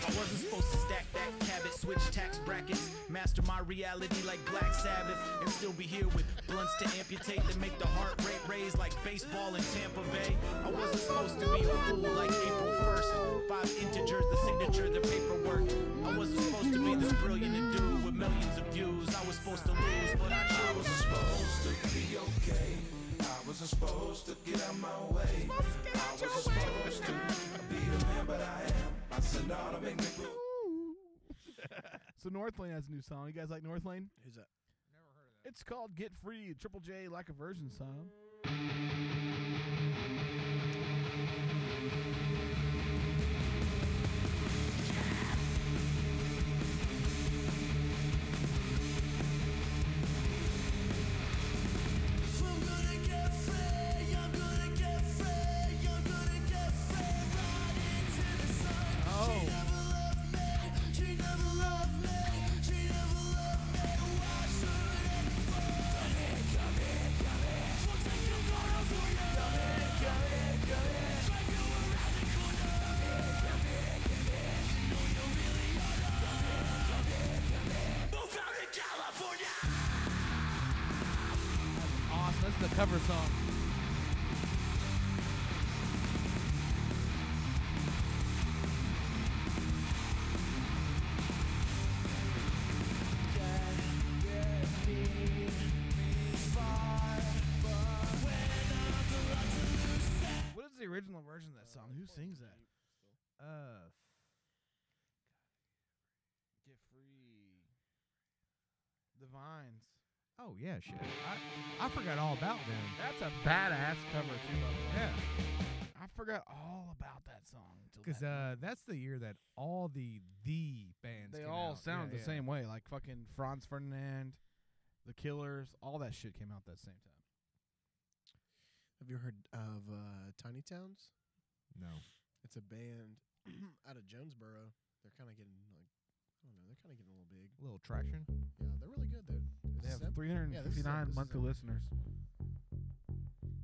I wasn't supposed to stack that cabbage, switch tax brackets, master my reality like Black Sabbath, and still be here with blunts to amputate that make the heart rate raise like baseball in Tampa Bay. I wasn't supposed to be a fool like April 1st. Five integers, the signature, the paperwork. I wasn't supposed to be this brilliant dude with millions of views. I was supposed to lose, but I chose.
supposed to be okay. I wasn't supposed to get out my way. I was supposed to be the man, but I am. I said, no, to make me blue.
so Northlane has a new song. You guys like Northlane?
Who's that?
Never heard of that. It's called "Get Free." Triple J, like a version song. Awesome. This is the cover song. What is the original version of that song? Who sings that?
Uh,
Get free. The Vines.
Oh yeah, shit. I, I forgot all about them.
That's a badass cover too. By the way.
Yeah,
I forgot all about that song. until
because
that
uh, that's the year that all the the bands
They
came
all
out.
sound
Yeah,
the
yeah.
same way, like fucking Franz Ferdinand, The Killers, all that shit came out that same time.
Have you heard of uh, Tiny Towns?
No.
It's a band [clears throat] out of Jonesboro. They're kind of getting like I don't know. They're kind of getting a little big.
A little traction.
Yeah, they're really good though.
They have
Sev- yeah, this is
359
them, this is
monthly
them.
listeners.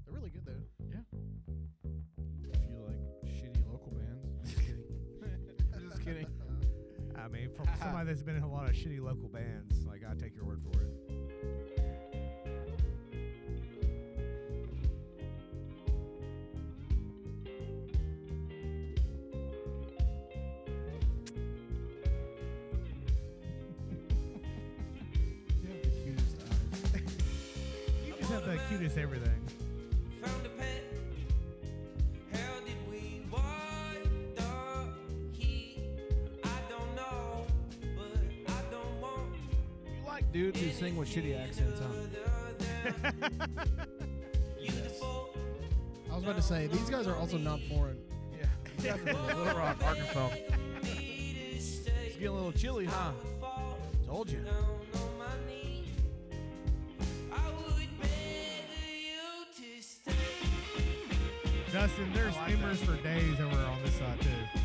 They're really good though. [laughs]
If you like shitty local bands, I'm just kidding. I'm just kidding.
I mean, [laughs] from somebody that's been in a lot of shitty local bands, like I take your word for it.
You have the cutest
uh,
eyes.
You just have the cutest everything.
Found a pet. How did we? What the he? I don't know, but I don't want
[laughs] You like dudes who sing with shitty accents, huh?
beautiful.
I was about to say these guys are also not foreign.
yeah. You guys are from [laughs] Little Rock, Arkansas. It's getting a little chilly, huh? Told you.
Dustin, there's embers for days over on this side too.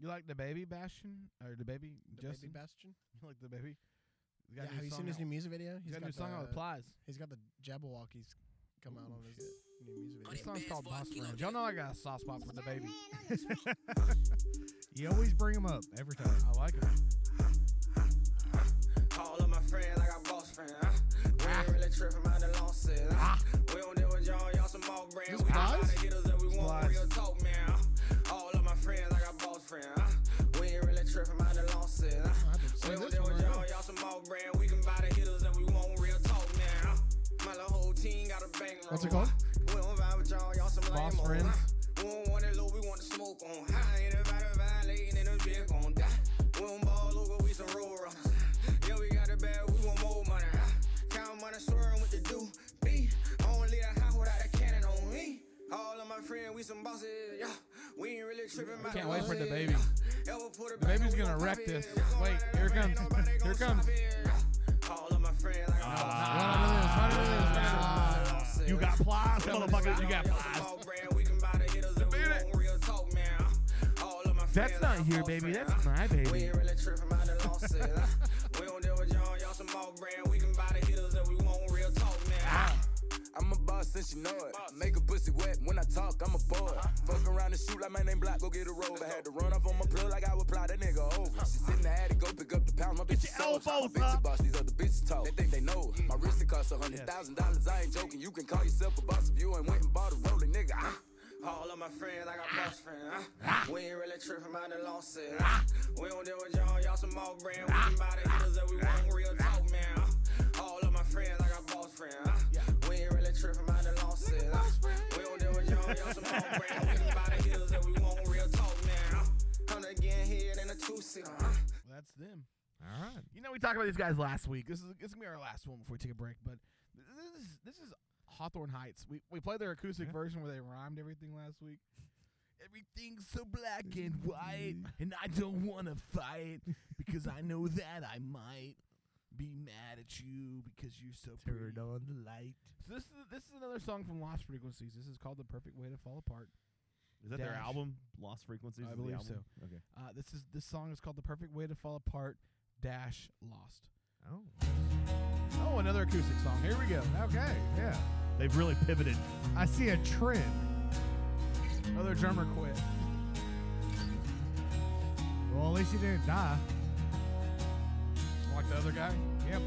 You like the baby Bastion or the baby
The
Justin?
Baby Bastion.
you like the baby? He's got
Yeah,
a new
have you
song
seen his
out.
new music video?
He's got a new
the,
song out with Plies.
He's got the Jabberwockies come out on his new music video.
This song's called Boss Range. Y'all know I got a soft spot for the baby.
[laughs] You always bring them up every time.
I like it.
All of my friends, I got boss friends. Huh? We ain't really tripping about the losses. Huh? We don't deal with y'all, y'all some more brands. We just trying to get us that we want real talk, man. Huh? All of my friends, I got boss friends. Huh? We ain't really tripping about the losses. Huh? We don't deal with y'all, y'all some more brand. We can buy the hitters that we want real talk, man. Huh? My little whole team got a bang
What's it called?
We don't vibe with y'all, y'all some
Boss
lame on,
friends?
huh? We don't want it low, we want the smoke on high. Ain't nobody violating and a bitch gon' die. We don't ball over, we some roll runners. Yeah, we got it bad, we want more money. huh? Count money, swearing what to do. some bosses. Yeah, we ain't really tripping about
Can't
the
wait for the
losses.
baby.
Yeah, we'll put it
The
back and
baby's
we
gonna
gon'
wreck
pop it.
this.
We gon'
Wait,
run it
here
back,
comes.
ain't nobody
Here
gon' stop
comes. Ah.
it. Yeah. All of my friends, like I'm
Run it in, run it in.
You got plies,
Coming
motherfucker.
inside,
You got
y'all
plies.
some more brand. We can buy the hitters if we want real talk, man. All of my friends,
That's not
like
your
I'm
baby.
boss,
That's
man.
my baby.
We ain't really tripping about the losses. [laughs] we don't deal with y'all, y'all some more brand. We can buy the hitters if we want real talk, man.
Ah.
I'm a boss since you know it. Make a pussy wet when I talk, I'm a boy. Fuck around and shoot like my name block, go get a robe. I had to run off on my plug like I would ply that nigga over. She sit in the attic, go pick up the pound, my bitch is sold. My bitch a boss, these other bitches talk. They think they know it. My wrist it cost a hundred thousand dollars, I ain't joking. You can call yourself a boss if you ain't went and bought a rolling nigga. Ah.
All of my friends, I got best friends. Huh? We ain't really tripping about the losses. Huh?
Ah.
We don't deal with y'all, y'all some old brand. We can buy the hitters that we want real talk, man. Huh? All of my friends, I got boss friends. Huh? We ain't really tripping about the losses. Huh? We don't deal with y'all, y'all some old brand. We can buy the hitters that we want real talk, man. Huh? Hundred again here and a two seat.
Uh-huh.
Huh?
That's them.
All right.
You know, we talked about these guys last week. This is this is gonna be our last one before we take a break. But th- this is this is Hawthorne Heights. We we played their acoustic version where they rhymed everything last
[laughs]
week. Everything's so black and white, and I don't want to
[laughs]
fight because I know that I might be mad at you because you're so pretty.
on the light.
So this is this is another song from Lost Frequencies. This is called "The Perfect Way to Fall Apart."
Is that their
Dash.
album? Lost Frequencies.
I
is the
believe so.
album? Okay.
Uh, this is this song is called "The Perfect Way to Fall Apart." Dash Lost.
Oh.
Oh, another acoustic song. Here we go. Okay. Yeah.
They've really pivoted.
I see a trend.
Other drummer quit.
Well, at least you didn't die.
Like the other guy? Yep.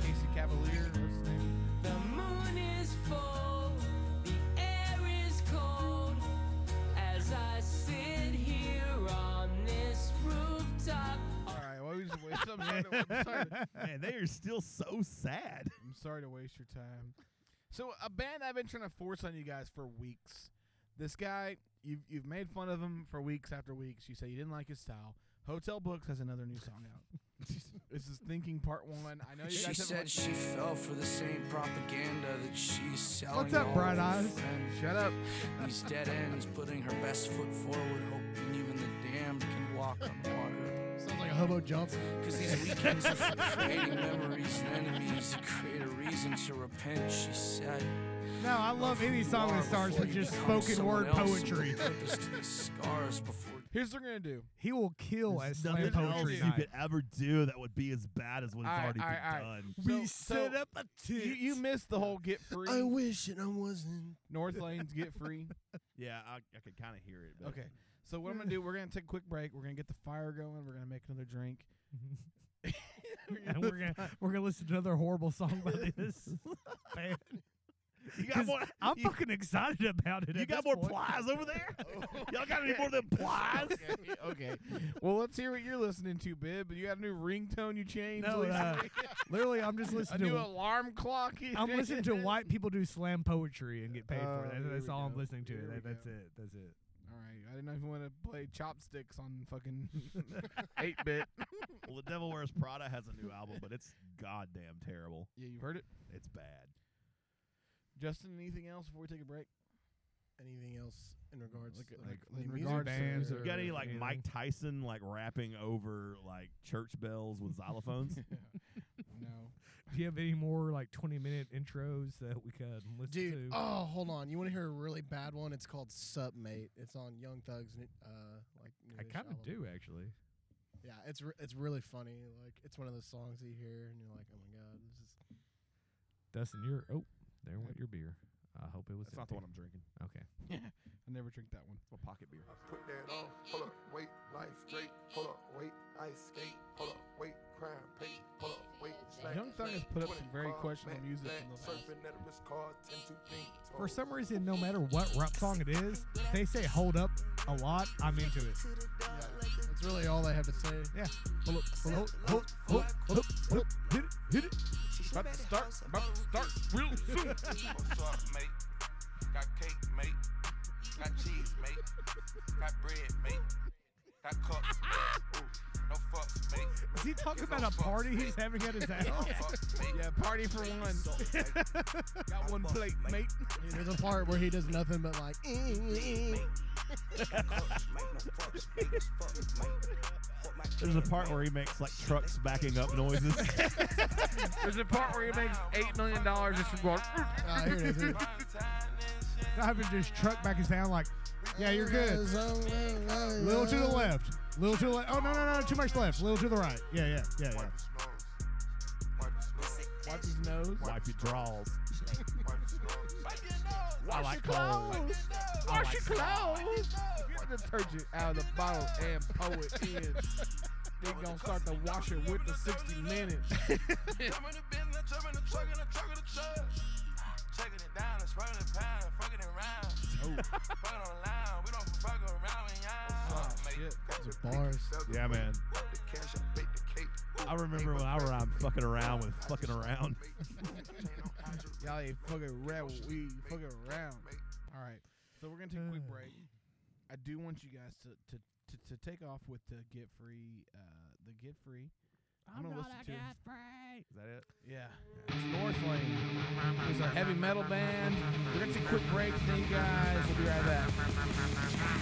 Casey Cavalier. What's his name?
The moon is full, the air is cold. As I sit here on this rooftop.
All right. Well, we just wasted. I'm sorry. To, [laughs] I'm, sorry to,
[laughs]
Man, they are still so sad.
I'm sorry to waste your time. So, a band I've been trying to force on you guys for weeks. This guy, you've you've made fun of him for weeks after weeks. You say you didn't like his style. Hotel Books has another new song out. this is Thinking Part One. I know you
She
guys. haven't
said
liked-
she fell for the same propaganda that she's selling.
What's up,
all
Bright
her
Eyes?
friends.
Shut up.
These dead ends putting her best foot forward, hoping even the damned can walk on water.
Sounds like a hobo jump.
Cause these weekends
[laughs]
are for creating memories and enemies to create a reason to repent, she said.
No, I love any song that starts with just spoken word poetry.
Here's what we're gonna do.
He will kill
There's
as
nothing
Oh, slam
else
poetry
you
night.
could ever do that would be as bad as what's
All right,
already
all
been
right, all right.
done.
We So- set so-
up a
You, you [laughs] missed the whole get free.
I wish and I wasn't.
North Lanes get free.
Yeah, I, I could kind of hear it. But
Okay. So what I'm gonna do? We're gonna take a quick break. We're gonna get the fire going. We're gonna make another drink.
And we're gonna we're gonna listen to another horrible song by this band.
You got
[laughs] 'Cause
more-
I'm
you-
fucking excited about it.
You
at
got
this
more
point. Oh,
plies over
[laughs]
there? [laughs] Y'all got any more of them plies?
okay, okay. [laughs] Well, let's hear what you're listening to, Bib. You got a new ringtone you changed
No, uh,
recently?
literally, I'm just
a
listening
new
to.
alarm clock. [laughs] you
I'm listening to
changed?
white people do slam poetry and get paid
Oh,
for it.
here
That's, that's
we
all I'm
go.
listening to.
Here we
That, that's
go.
it. That's it.
All right. I didn't even want to play chopsticks on fucking [laughs] eight bit.
Well, The Devil Wears Prada has a new album, but it's goddamn terrible.
Yeah, you've heard it,
It's bad.
Justin. Anything else before we take a break?
Anything else in regards
Like-
to
like-
any
in
music?
regards to
bands
music.
You got any like
anything.
Mike Tyson like rapping over like church bells with xylophones?
No.
Do you have any more like 20 minute intros that we could listen
Dude,
to?
oh, hold on. You want to hear a really bad one? It's called Sup Mate. It's on Young Thug's new, uh like
I
newish
kind of
album.
do actually.
Yeah, it's re- it's really funny. Like it's one of those songs that you hear and you're like, "Oh my god, this is
Dustin, your oh, there went your beer. I hope it was.
That's not the one I'm drinking.
I'm. Okay.
I never drink that one.
It's my pocket beer.
Put that on. Hold up, wait, life straight. Hold up, wait, ice skate. Hold up, wait, crime pay. Hold up, wait, slack.
Young Thug has put up some very
20
questionable
car,
music
back,
in the
back, Surfing at a risk card, 10 to think.
For some reason, no matter what rap song it is, if they say "hold up" a lot. I'm into it.
that's really all they have to say."
Yeah. Hold up, hold up, hold up, hold up, hold up, hold up. Hit it, hit it.
About to start. About to start real soon.
What's up, mate? Got cake, mate. Got cheese, mate. Got bread, mate. Got cups, mate. Ooh, no fucks, mate.
he talk about a party he's having at his house?
Yeah, party for one. Got one plate, mate.
There's a part where he does nothing but like.
[laughs] There's a part where he makes like trucks backing up noises.
[laughs]
There's a part where he makes eight million dollars just from going.
Ah, here it is, here it is.
I have to just truck back his down like, yeah, you're good.
[laughs]
Little to the left. Little to the left. Oh, no, no, no. Too much left. Little to the right. Yeah, yeah, yeah, yeah.
Wipe his nose.
Wipe your draws.
Wash
like
your
cold.
clothes.
I
Wash
like
your clothes. Get the detergent out of the bottle and pour it in. They gonna start the washer with the 60 minutes. Oh,
Bars.
Yeah, man. I remember when I rhymed fucking around with fucking around.
Y'all ain't fucking around. with We fucking around. All right. So we're gonna take a quick break. I do want you guys to to, to, to take off with the get free uh the get free. I'm, gonna listen to
Is that it?
Yeah. It's Northlane. It's a heavy metal band. We're gonna take a quick break. Thank you guys. We'll be right back.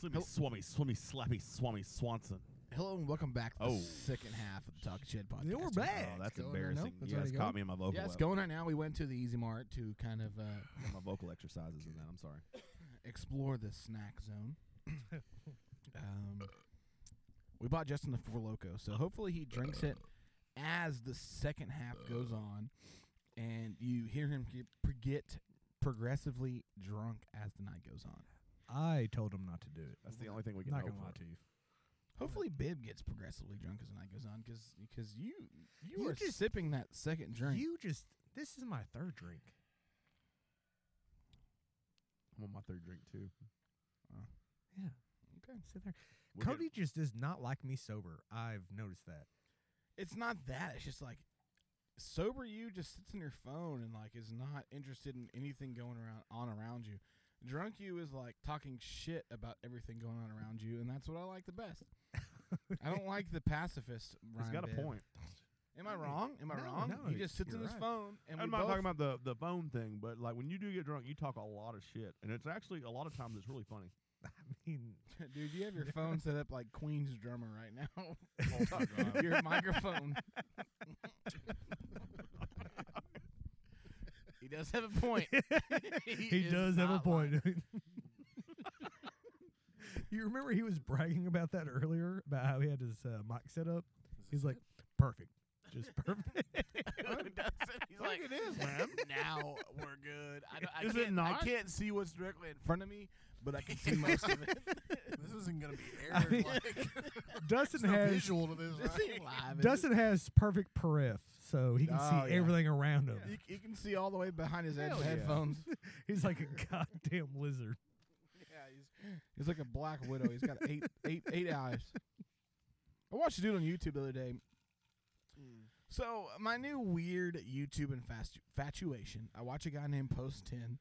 Swimmy, swummy, swimmy, slappy, swummy, Swanson.
Hello and welcome back to the
Oh.
second half of the Talking Shed podcast.
Yeah, we're back. Oh, that's embarrassing. You guys caught me in my vocal
Yeah, it's
up.
going right now. We went to the Easy Mart to kind of uh,
my vocal exercises in that. I'm sorry.
explore the snack
[laughs]
zone. um, we bought Justin the Four Loco, so hopefully he drinks it as the second half goes on, and you hear him get, pr- get progressively drunk as the night goes on.
I told him not to do it.
That's the only thing we can
Not
hope
gonna lie
for.
to you.
Hopefully, Bib gets progressively drunk as the night goes on, because you you,
You
are
just-
sipping that second drink.
You just. This is my third drink.
I'm on my third drink too.
Yeah.
Okay.
Sit there.
We're good.
Cody just does not like me sober. I've noticed that.
it's not that. It's just like sober you just sits on your phone and like is not interested in anything going around on around you. Drunk you is like talking shit about everything going on around you, and that's what I like the best. I don't like the pacifist. Ryan
He's got a
Bibb.
point.
Am I wrong? Am I
No,
wrong?
no,
he just sits
you're
on his
right.
phone, and we
I'm not
both-
talking about the, the phone thing, but like when you do get drunk, you talk a lot of shit, and it's actually a lot of times it's really
[laughs]
funny. I
mean,
dude,
[laughs]
you have your phone set up like Queen's drummer right now. [laughs]
[laughs]
your microphone. he does have
[laughs]
a point.
[laughs] He
is
does have a
not lying.
[laughs] point. you remember he was bragging about that earlier about how he had his uh, mic set up. He's like, perfect, just
[laughs]
perfect.
Who does it? He's like,
it is, man.
[laughs] Now we're good. I, don't- I
Is it
can't,
not?
I can't see what's directly in front of me, but I can [laughs] see most of it.
This isn't gonna be
[laughs]
I
aired.
mean,
like,
Dustin
there's no
has
visual to this.
This
right?
ain't live. is
Dustin
it?
has perfect periph, so he can
Oh,
see
yeah.
everything around him.
You, you can see all the way behind his head-
Hell yeah.
[laughs] headphones.
He's like a [laughs] goddamn lizard.
He's like a black widow. He's got eight, eight, eight eyes. I watched a dude on YouTube the other day. Mm. So my new weird YouTube infatu- infatuation. I watch a guy named Post Ten,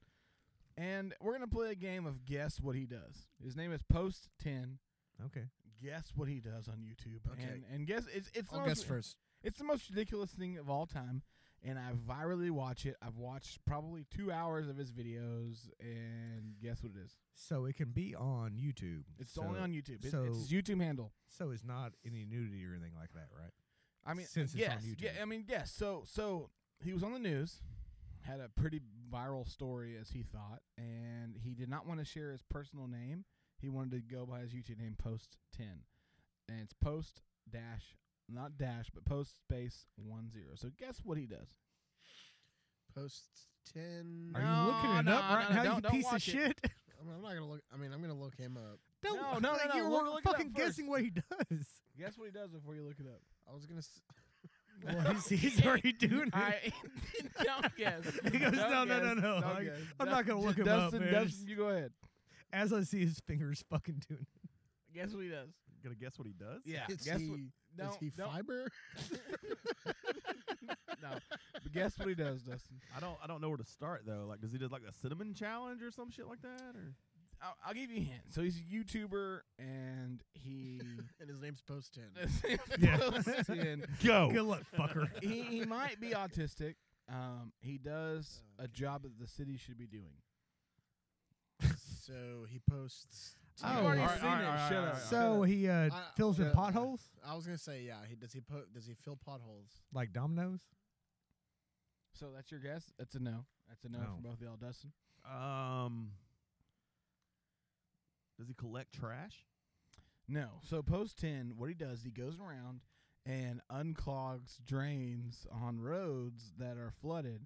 and we're gonna play a game of guess what he does. His name is Post Ten.
Okay.
Guess what he does on YouTube.
Okay.
And, and guess it's it's the
I'll
most-
guess first.
It's the most ridiculous thing of all time, and I virally watch it. I've watched probably two hours of his videos, and guess what it is.
So it can be on YouTube.
It's
so,
only on YouTube. It-
so
it's YouTube handle.
So it's not any nudity or anything like that, right?
I mean,
since
yes,
it's on YouTube.
yeah. I mean, yes. So, so he was on the news, had a pretty viral story as he thought, and he did not want to share his personal name. He wanted to go by his YouTube name, Post Ten, and it's Post Dash, not Dash, but Post Space One Zero. So, guess what he does?
Post ten.
Are you No, looking it no, up right no, now, you don't- don't piece of watch it. shit?
[laughs]
I'm, I'm not gonna look. I mean, I'm gonna look him up.
Don't- No, no, no, no,
You
look-
were
look it up
fucking guessing
first.
what
he
[laughs]
does.
Guess what he does before you look it up.
I was gonna. S-
Well, he's,
[laughs]
he's already doing it.
All right, [laughs] don't guess.
[laughs] He goes,
Don't
no, no, no,
guess. Don't
no. Like,
guess.
I'm
Du-
not gonna look him
Dustin,
up, man.
Dustin, you go ahead.
As I see his fingers fucking doing it.
Guess what he does.
Gonna guess what he does?
Yeah.
Is
guess
he,
what?
is
don't-
he
don't-
fiber?
no. But [laughs] guess what he does, Dustin.
I don't I don't know where to start though. Like, does he do like the cinnamon challenge or some shit like that? Or
I'll, I'll give you a hint. So he's a YouTuber, and
[laughs]
he [laughs]
and his name's Post Ten.
yeah.
[laughs]
[laughs]
Go. Good luck, fucker.
he, [laughs] he might be autistic. Um, he does a job that the city should be doing.
So he posts.
Oh, I've already alright, seen alright, it. alright, Shut alright, up.
So alright. he, uh, fills in
yeah,
potholes?
I was gonna say yeah. He does he po- does he fill potholes?
Like dominoes?
So that's your guess. That's a no. That's a no
No.
from both of y'all, Dustin.
Um, does he collect trash?
No. So post ten, what he does, he goes around and unclogs drains on roads that are flooded.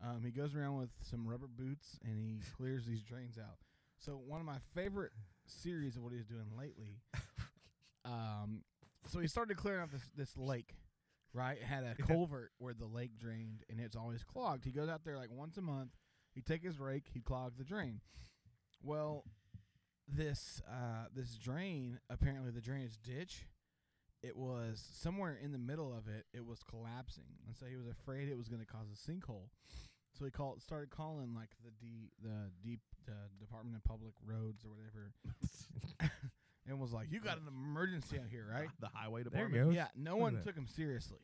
Um, he goes around with some rubber boots and he clears these drains out. So one of my favorite series of what he's doing [laughs] lately. Um, so he started clearing out this this lake, right? It had a
Yeah.
culvert where the lake drained and it's always clogged. He goes out there like once a month. He'd take his rake, he'd clog the drain. Well, this uh, this drain apparently the drainage ditch it was somewhere in the middle of it it was collapsing and so he was afraid it was going to cause a sinkhole so he called started calling like the D, the deep the department of public roads or whatever [laughs] and was like you got an emergency out here right
the highway
There
department.
he goes. Yeah, no one took him seriously.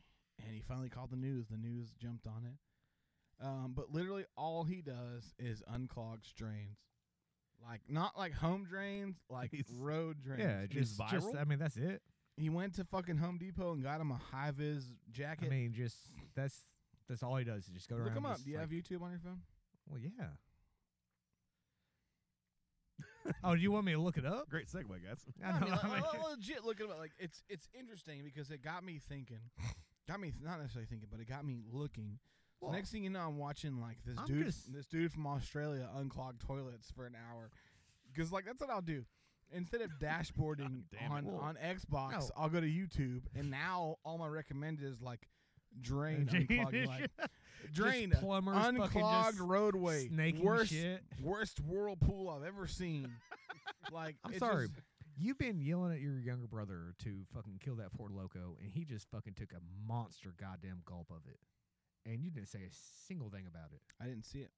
And he finally called the news. The news jumped on it. Um, but literally all he does is unclogs drains. Like not like home drains, like road drains.
Yeah, just, just I mean that's it.
He went to fucking Home Depot and got him a high vis jacket.
I mean, just that's that's all he does is just go around.
Look him
and
up.
just,
Do you
like-
have YouTube on your phone?
Well, yeah. [laughs] oh, do you want me to look it up?
Great segue, guys.
No, I mean,
know,
like,
[laughs] I mean-
le- legit. Look at it. Like it's it's interesting because it got me thinking. Got me th- not necessarily thinking, but it got me looking. So
Well,
next thing you know, I'm watching like this
I'm
dude,
just-
this dude from Australia, unclog toilets for an hour, because like that's what I'll do. Instead
[laughs]
of dashboarding
damn it.
on
Well,
on Xbox,
no.
I'll go to YouTube, and now all my recommended is like [laughs]
[laughs]
drain
Drain
unclogging,
is-
like
Just
drain
plumbers fucking just
unclogged roadway,
snaking
worst
shit.
worst whirlpool I've ever seen.
[laughs]
like
I'm
it's
sorry.
just-
You've been yelling at your younger brother to fucking kill that Ford Loco, and he just fucking took a monster goddamn gulp of it, and you didn't say a single thing about it.
I didn't see it.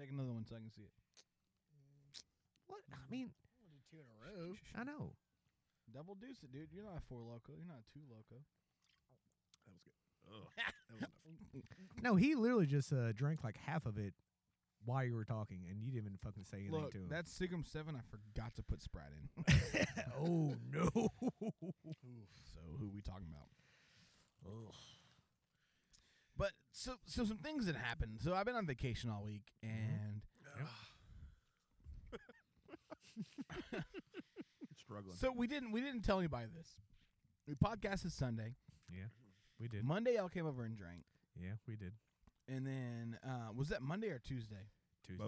Take another one so I can see it.
What I mean,
Two in a row.
I know.
Double deuce it, dude. You're not a four loco. You're not a two loco.
That was good. Ugh. that was enough.
No, he literally just uh, drank like half of it while you were talking, and you didn't even fucking say anything
Look,
to him.
that Signum Seven, I forgot to put Sprite in.
[laughs]
[laughs]
oh no!
so who we talking about? But so so some things that happened. So I've been on vacation all week, and
Struggling.
so we didn't we didn't tell anybody this. We podcasted Sunday.
Yeah, we did.
Monday, y'all came over and drank,
yeah, we did.
and then uh, was that Monday or Tuesday?
Tuesday.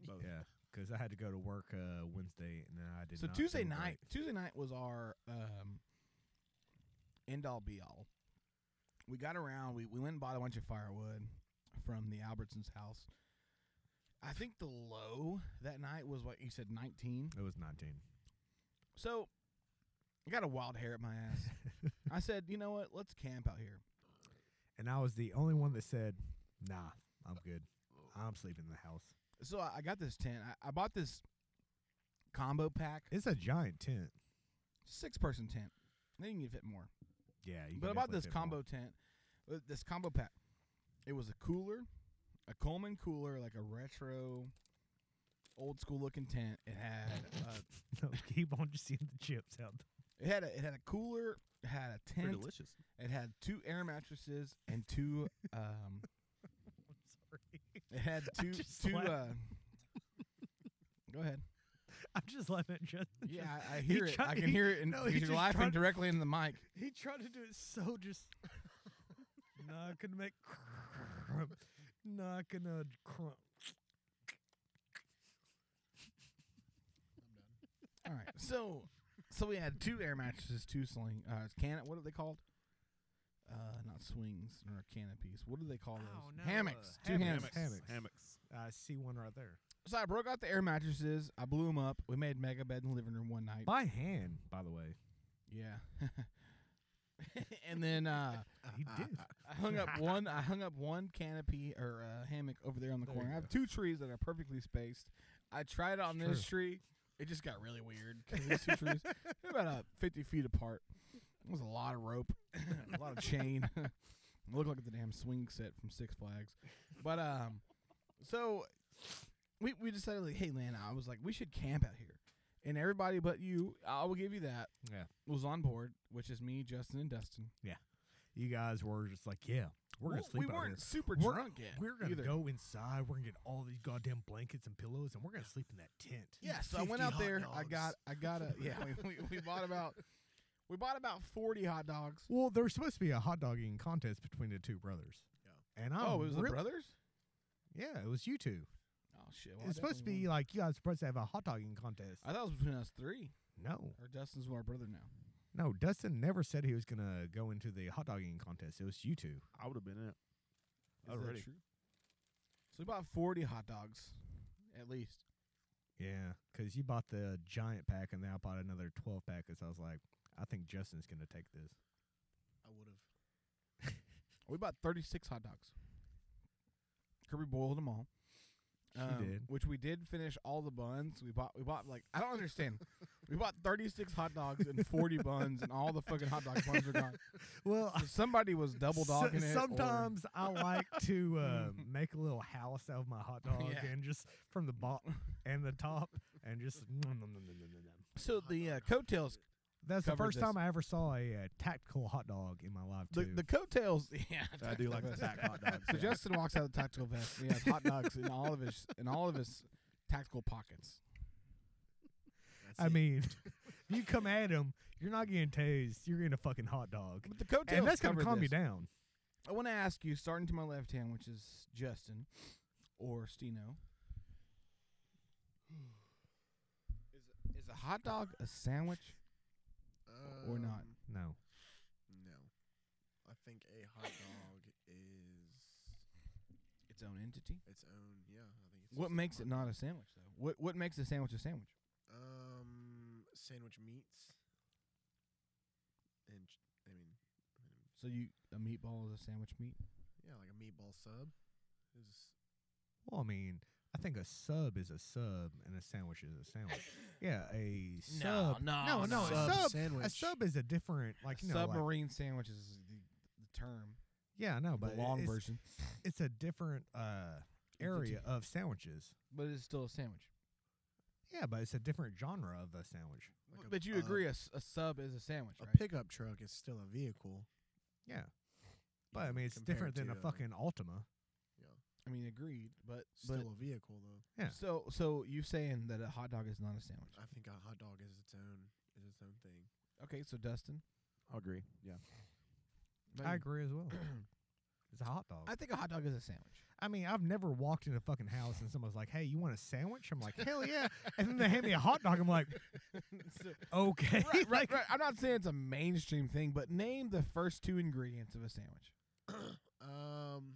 Both.
Yeah, because I had to go to work uh, Wednesday, and I did.
so
not
Tuesday
celebrate.
night, Tuesday night was our um, end all be all. We got around. We we went and bought a bunch of firewood from the Albertsons house. I think the low that night was what you said, nineteen.
it was nineteen.
So I got a wild hair at my ass.
[laughs]
I said, you know what? Let's camp out here.
and I was the only one that said, "Nah, I'm good. I'm sleeping in the house."
So I, I got this tent. I, I bought this combo pack,
It's a giant tent.
six person tent. I think you can fit more.
Yeah, you
but
can
I bought
definitely
this
fit more. [laughs]
combo tent, uh, this combo pack. It was a cooler, a Coleman cooler, like a retro, old school looking tent. It had a,
No, keep on just seeing the chips out.
it had a, it had a cooler. It had a
They're
tent.
delicious.
It had two air mattresses and two.
[laughs]
Um, [laughs]
Sorry.
it had
I
two
just
two.
laughed.
Uh, go ahead.
[laughs] I'm just laughing at Justin.
Yeah, I, I
[laughs] He
hear it.
tried-
I can
he-
hear it, and
no, he
because
just
you're laughing
tried-
directly into the mic.
He tried to do it so just. [laughs] no, I couldn't make. [laughs] Crump. No, I couldn't uh, crump.
All right, so so we had two air mattresses, two sling, uh, can what are they called? Uh, not swings nor canopies. What do they call those?
Oh, no,
hammocks.
uh,
two hammocks.
hammocks. Hammocks.
Hammocks.
I see one right there.
So I broke out the air mattresses. I blew them up. We made mega bed in the living room one night.
By hand, by the way.
Yeah. [laughs] and then uh,
He did.
[laughs] I hung up one. I hung up one canopy or uh, hammock over there on the
There
corner.
you
I have
go.
two trees that are perfectly spaced. I tried it on
It's
this tree. It just got really weird 'cause these two trees they're about uh, fifty feet apart. It was a lot of rope, [laughs] a lot of chain. [laughs] It looked like the damn swing set from Six Flags. But um, so we we decided like, hey, Lana, I was like, we should camp out here, and everybody but you, I will give you that,
Yeah.
was on board, which is me, Justin, and Dustin.
You guys were just like, yeah, we're going
Well,
to sleep
We
out
weren't
here.
super
We're-
drunk yet.
We're going
either.
to go inside. We're going to get all these goddamn blankets and pillows, and we're going to sleep in that tent.
Yeah, so I
50
went out
hot
there. I
dogs.
got, I got a yeah. [laughs] We, we, we bought about, we bought about forty hot dogs.
Well, there's supposed to be a hot dog eating contest between the two brothers. Yeah. And I'm
oh, it was
real-
the brothers.
Yeah, it was you two.
Oh shit! well, I
it's supposed to be
definitely won.
like you guys are supposed to have a hot dog eating contest.
I thought it was between us three.
no,
Or Dustin's our brother now.
no, Dustin never said he was gonna go into the hot dog eating contest. It was you two.
I would have been in it.
Is
Already.
that true? So we bought forty hot dogs, at least.
Yeah, because you bought the giant pack and then I bought another twelve pack. Because I was like, I think Justin's gonna take this.
I would have.
We bought thirty six hot dogs. Kirby boiled them all. um,
did.
Which we did finish all the buns. We bought we bought like I don't understand. we bought thirty six hot dogs and forty
[laughs]
buns, and all the fucking hot dog buns are gone.
Well,
So somebody was double
so-
dogging it. or-
Sometimes I like
[laughs]
to uh, make a little house out of my hot dog
Yeah.
and just from
[laughs]
the bottom and the top and just. [laughs] nom, nom, nom, nom, nom, nom, nom.
so the uh, coattails,
That's the
Covered
first
this.
time I ever saw a uh, tactical hot dog in my life.
the,
too.
the coattails. [laughs] Yeah,
I do [laughs] like the
vest.
sack hot dogs.
So
yeah.
Justin walks out of the tactical vest. And he has hot dogs in all of his in all of his tactical pockets. [laughs]
I mean, you come at him, you're not getting tased. You're getting a fucking hot dog,
But the coattails
and that's gonna
covered
calm you
this.
down.
I want to ask you, starting to my left hand, which is Justin or Stino. Is, is a hot dog a sandwich
Um,
or not?
No,
No. I think a hot dog is
Its own entity.
its own. Yeah, I think it's.
What
just a
makes
hot
it not
dog.
a sandwich though? What what makes a sandwich a sandwich?
Um, sandwich meats. And ch- I mean, I mean,
So you a meatball is a sandwich meat.
yeah, like a meatball sub. Is
well, I mean, I think a sub is a sub, and a sandwich is a sandwich. yeah, a sub.
no,
Oh, no, no,
no.
a
Sub
sub. A
sandwich.
sub is a different, like you know, like-
Submarine sandwiches is the, the term.
Yeah, I know, Oh, but
the long
it's-
version.
It's a different uh, area of sandwiches.
But it's still a sandwich.
Yeah, but it's a different genre of a sandwich.
But- but you agree a, s- a sub is a sandwich, right?
pickup truck is still a vehicle.
Yeah. But I mean, it's different than a fucking Altima.
I mean, agreed, but
Still
but
a vehicle, though.
Yeah.
So so you saying that a hot dog is not a sandwich?
I think a hot dog is its own is its own thing.
Okay, so Dustin,
I'll agree. Yeah.
I agree as well. it's a hot dog.
I think a hot dog is a sandwich.
[laughs] I mean, I've never walked in a fucking house and someone's like, "Hey, you want a sandwich?" I'm like, "Hell yeah!" And then they hand me a hot dog. I'm like, "Okay." [laughs]
right, right, right. I'm not saying it's a mainstream thing, but name the first two ingredients of a sandwich.
Um,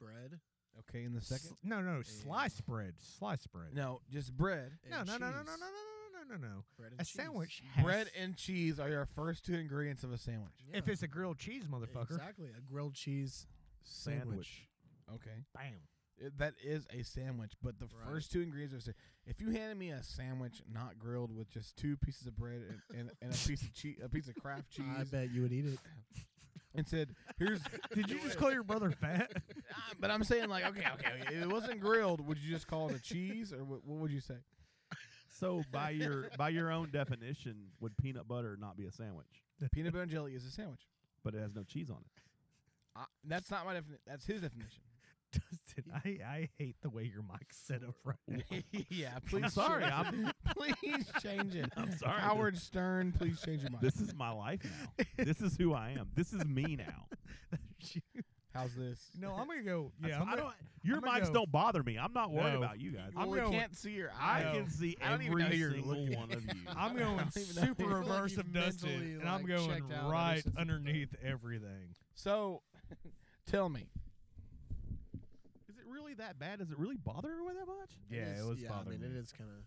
bread.
Okay, in the second.
S- no, no, slice bread, slice bread.
No, just bread.
No,
and
no, no, no, no,
cheese.
no, no, no, no, no.
Bread and
A
cheese.
sandwich has
Bread and cheese are your first two ingredients of a sandwich.
if it's a grilled cheese, motherfucker.
Exactly, a grilled cheese sandwich.
Okay.
Bam.
It- that is a sandwich, but the
Right.
first two ingredients are. sa- If you handed me a sandwich not grilled with just two pieces of bread and, and, and a piece of cheese, a piece of craft cheese,
I bet you would eat it.
and said, "Here's,"
[laughs] Did you just call your brother fat?
Ah, but I'm saying like, okay, okay, if it wasn't grilled. Would you just call it a cheese, or what, what would you say?
So by your by your own definition, would peanut butter not be a sandwich?
Peanut butter and jelly is a sandwich.
But it has no cheese on it.
I, that's not my definition. That's his definition.
Dustin, I, I hate the way your mic's set up right now.
yeah, please.
sorry,
change
I'm-
it. [laughs] please change it.
[laughs] I'm sorry.
Howard Stern. Please change your
[laughs]
mind.
This is my life now. this is who I am. This is me now.
How's this?
No, I'm gonna go.
That's
Yeah,
why
I'm
I
gonna,
don't. Your
I'm gonna
mics
go-
don't bother me. I'm not worried
No.
about you guys.
Well,
I'm
we
going-
can't see your
I
eyes.
can see
I don't even
every
know who you're
single
looking
one of you. [laughs]
I'm going
even know. I
super
feel
like
reverse
you
of Dustin,
mentally,
and I'm
like,
going
checked out ever
right
since the
underneath everything.
So, [laughs] tell me.
Is it really that bad? Does it really bother everyone that much?
Yeah, it was
yeah, I
bothering
mean, it
me.
is kind of.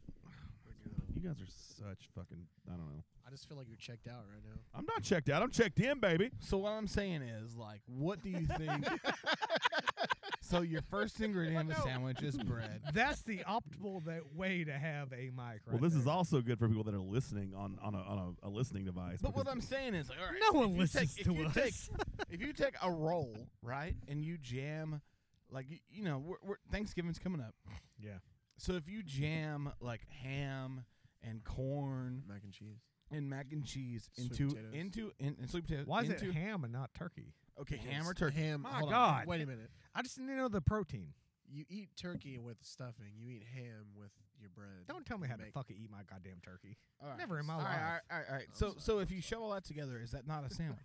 You guys are such fucking. I don't know.
I just feel like you're checked out right now.
I'm not checked out. I'm checked in, baby.
So what I'm saying is, like, what do you think? so your first ingredient of a sandwich is bread.
That's the optimal that way to have a mic. Right
well, this
there.
is also good for people that are listening on on a on a, a listening device.
But what
because
I'm saying is, like, all right,
No one
if you
listens
take,
to
if you
us.
Take, if you take a roll, right, and you jam, like, you, you know, we're, we're, Thanksgiving's coming up,
yeah.
so if you jam like ham and corn
Mac and cheese.
and mac and cheese
Sweet
into
potatoes.
into in, and sweet potatoes,
Why is
into,
it ham and not turkey?
Okay,
Yes.
ham or turkey.
Ham.
My
hold on,
God.
wait a minute.
I just need to know the protein.
You eat turkey with stuffing. You eat ham with your bread.
Don't tell me
You
how to
make-
fucking eat my goddamn turkey.
All right.
Never in my
All right,
life.
all right, all right, all right. So, so if you shove all that together, is that not a sandwich?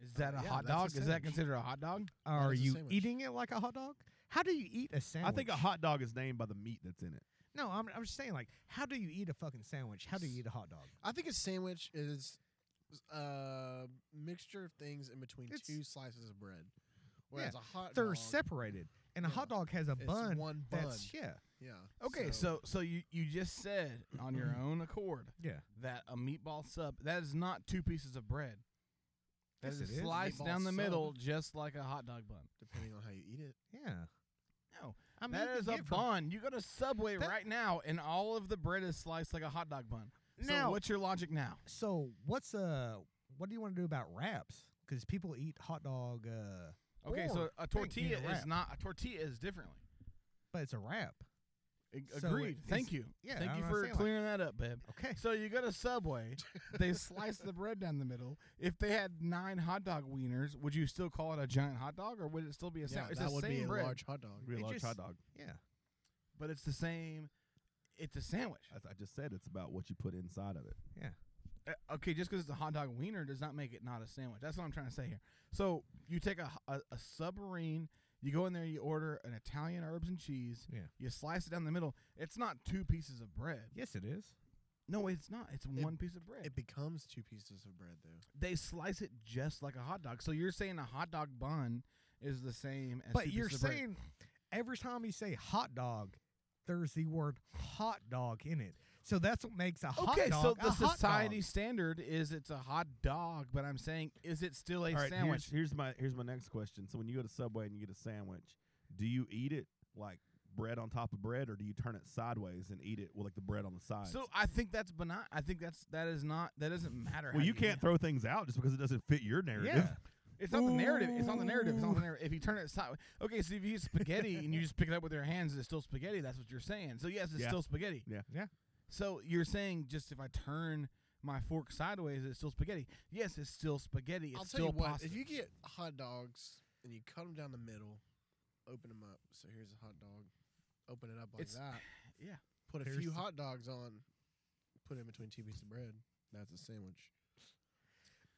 is that a
yeah,
hot
that's a
dog? Is that
sandwich.
considered a hot dog?
Are
is a
you
sandwich.
eating it like a hot dog? How do you eat a sandwich?
I think a hot dog is named by the meat that's in it.
No, I'm, I'm just saying, like, how do you eat a fucking sandwich? How do you eat a hot dog?
I think a sandwich is a mixture of things in between
It's-
two slices of bread. Whereas a hot
They're
dog,
separated, and a hot
Yeah.
dog has a
It's
bun.
one
That's
bun.
yeah,
yeah.
Okay, so so you you just said on your
Mm-hmm.
own accord
yeah.
that a meatball sub that is not two pieces of bread. That
Yes,
is
it is.
sliced
Meatball
down the
sub.
middle just like a hot dog bun.
depending on how you eat it,
Yeah.
No,
I mean, you
that
can
is a
get from-
bun. You go to Subway
That-
right now, and all of the bread is sliced like a hot dog bun.
Now-
so what's your logic now?
So what's uh what do you want to do about wraps? Because people eat hot dog. uh
Okay, so
or
a
thing in
tortilla
wrap,
is not a tortilla is differently.
but it's a wrap.
Ag-
So it
Agreed. Thank
is-
you.
yeah,
Thank
I'm
you
not
for
saying, like-
clearing that up, babe.
Okay.
So you go to Subway, they slice the bread down the middle. If they had nine hot dog wieners, would you still call it a giant hot dog, or would it still be a
yeah,
sandwich? It's
that
the
would
same
be a
bread,
large hot dog.
Real
It
large
just-
hot dog.
Yeah.
but it's the same. It's a sandwich.
Uh,
As I just said, it's about what you put inside of it.
Yeah.
Uh, Okay, just because it's a hot dog wiener does not make it not a sandwich. That's what I'm trying to say here. So you take a, a, a submarine, you go in there, you order an Italian herbs and cheese,
Yeah.
you slice it down the middle. It's not two pieces of bread.
Yes, it is.
No, it's not. It's one piece of bread.
It becomes two pieces of bread though.
they slice it just like a hot dog. So you're saying a hot dog bun is the same as two
But you're
pieces of bread.
saying every time you say hot dog, there's the word hot dog in it. So that's what makes a hot
okay,
dog.
so
a
the
hot dog.
society standard is it's a hot dog, but I'm saying is it still a
All right,
sandwich?
Here's, here's my here's my next question. So when you go to Subway and you get a sandwich, do you eat it like bread on top of bread, or do you turn it sideways and eat it with like the bread on the sides?
So I think that's benign. I think that's that is not that doesn't matter.
well,
how
you can't
eat
[laughs]
it.
throw things out just because it doesn't fit your narrative.
Yeah.
It's not the narrative. It's not the narrative. It's not the narrative. If you turn it side, okay. So if you use spaghetti and you just pick it up with your hands, it's still spaghetti. That's what you're saying. So yes, it's
Yeah.
still spaghetti.
Yeah.
Yeah.
So you're saying just if I turn my fork sideways, it's still spaghetti. Yes, it's still spaghetti. It's
I'll tell
still
you what.
pasta.
If you get hot dogs and you cut them down the middle, open them up. So here's a hot dog. Open it up like
It's-
that.
[sighs] yeah.
Put a
Here's
few
the-
hot dogs on. Put it in between two pieces of bread. That's a sandwich.
[laughs]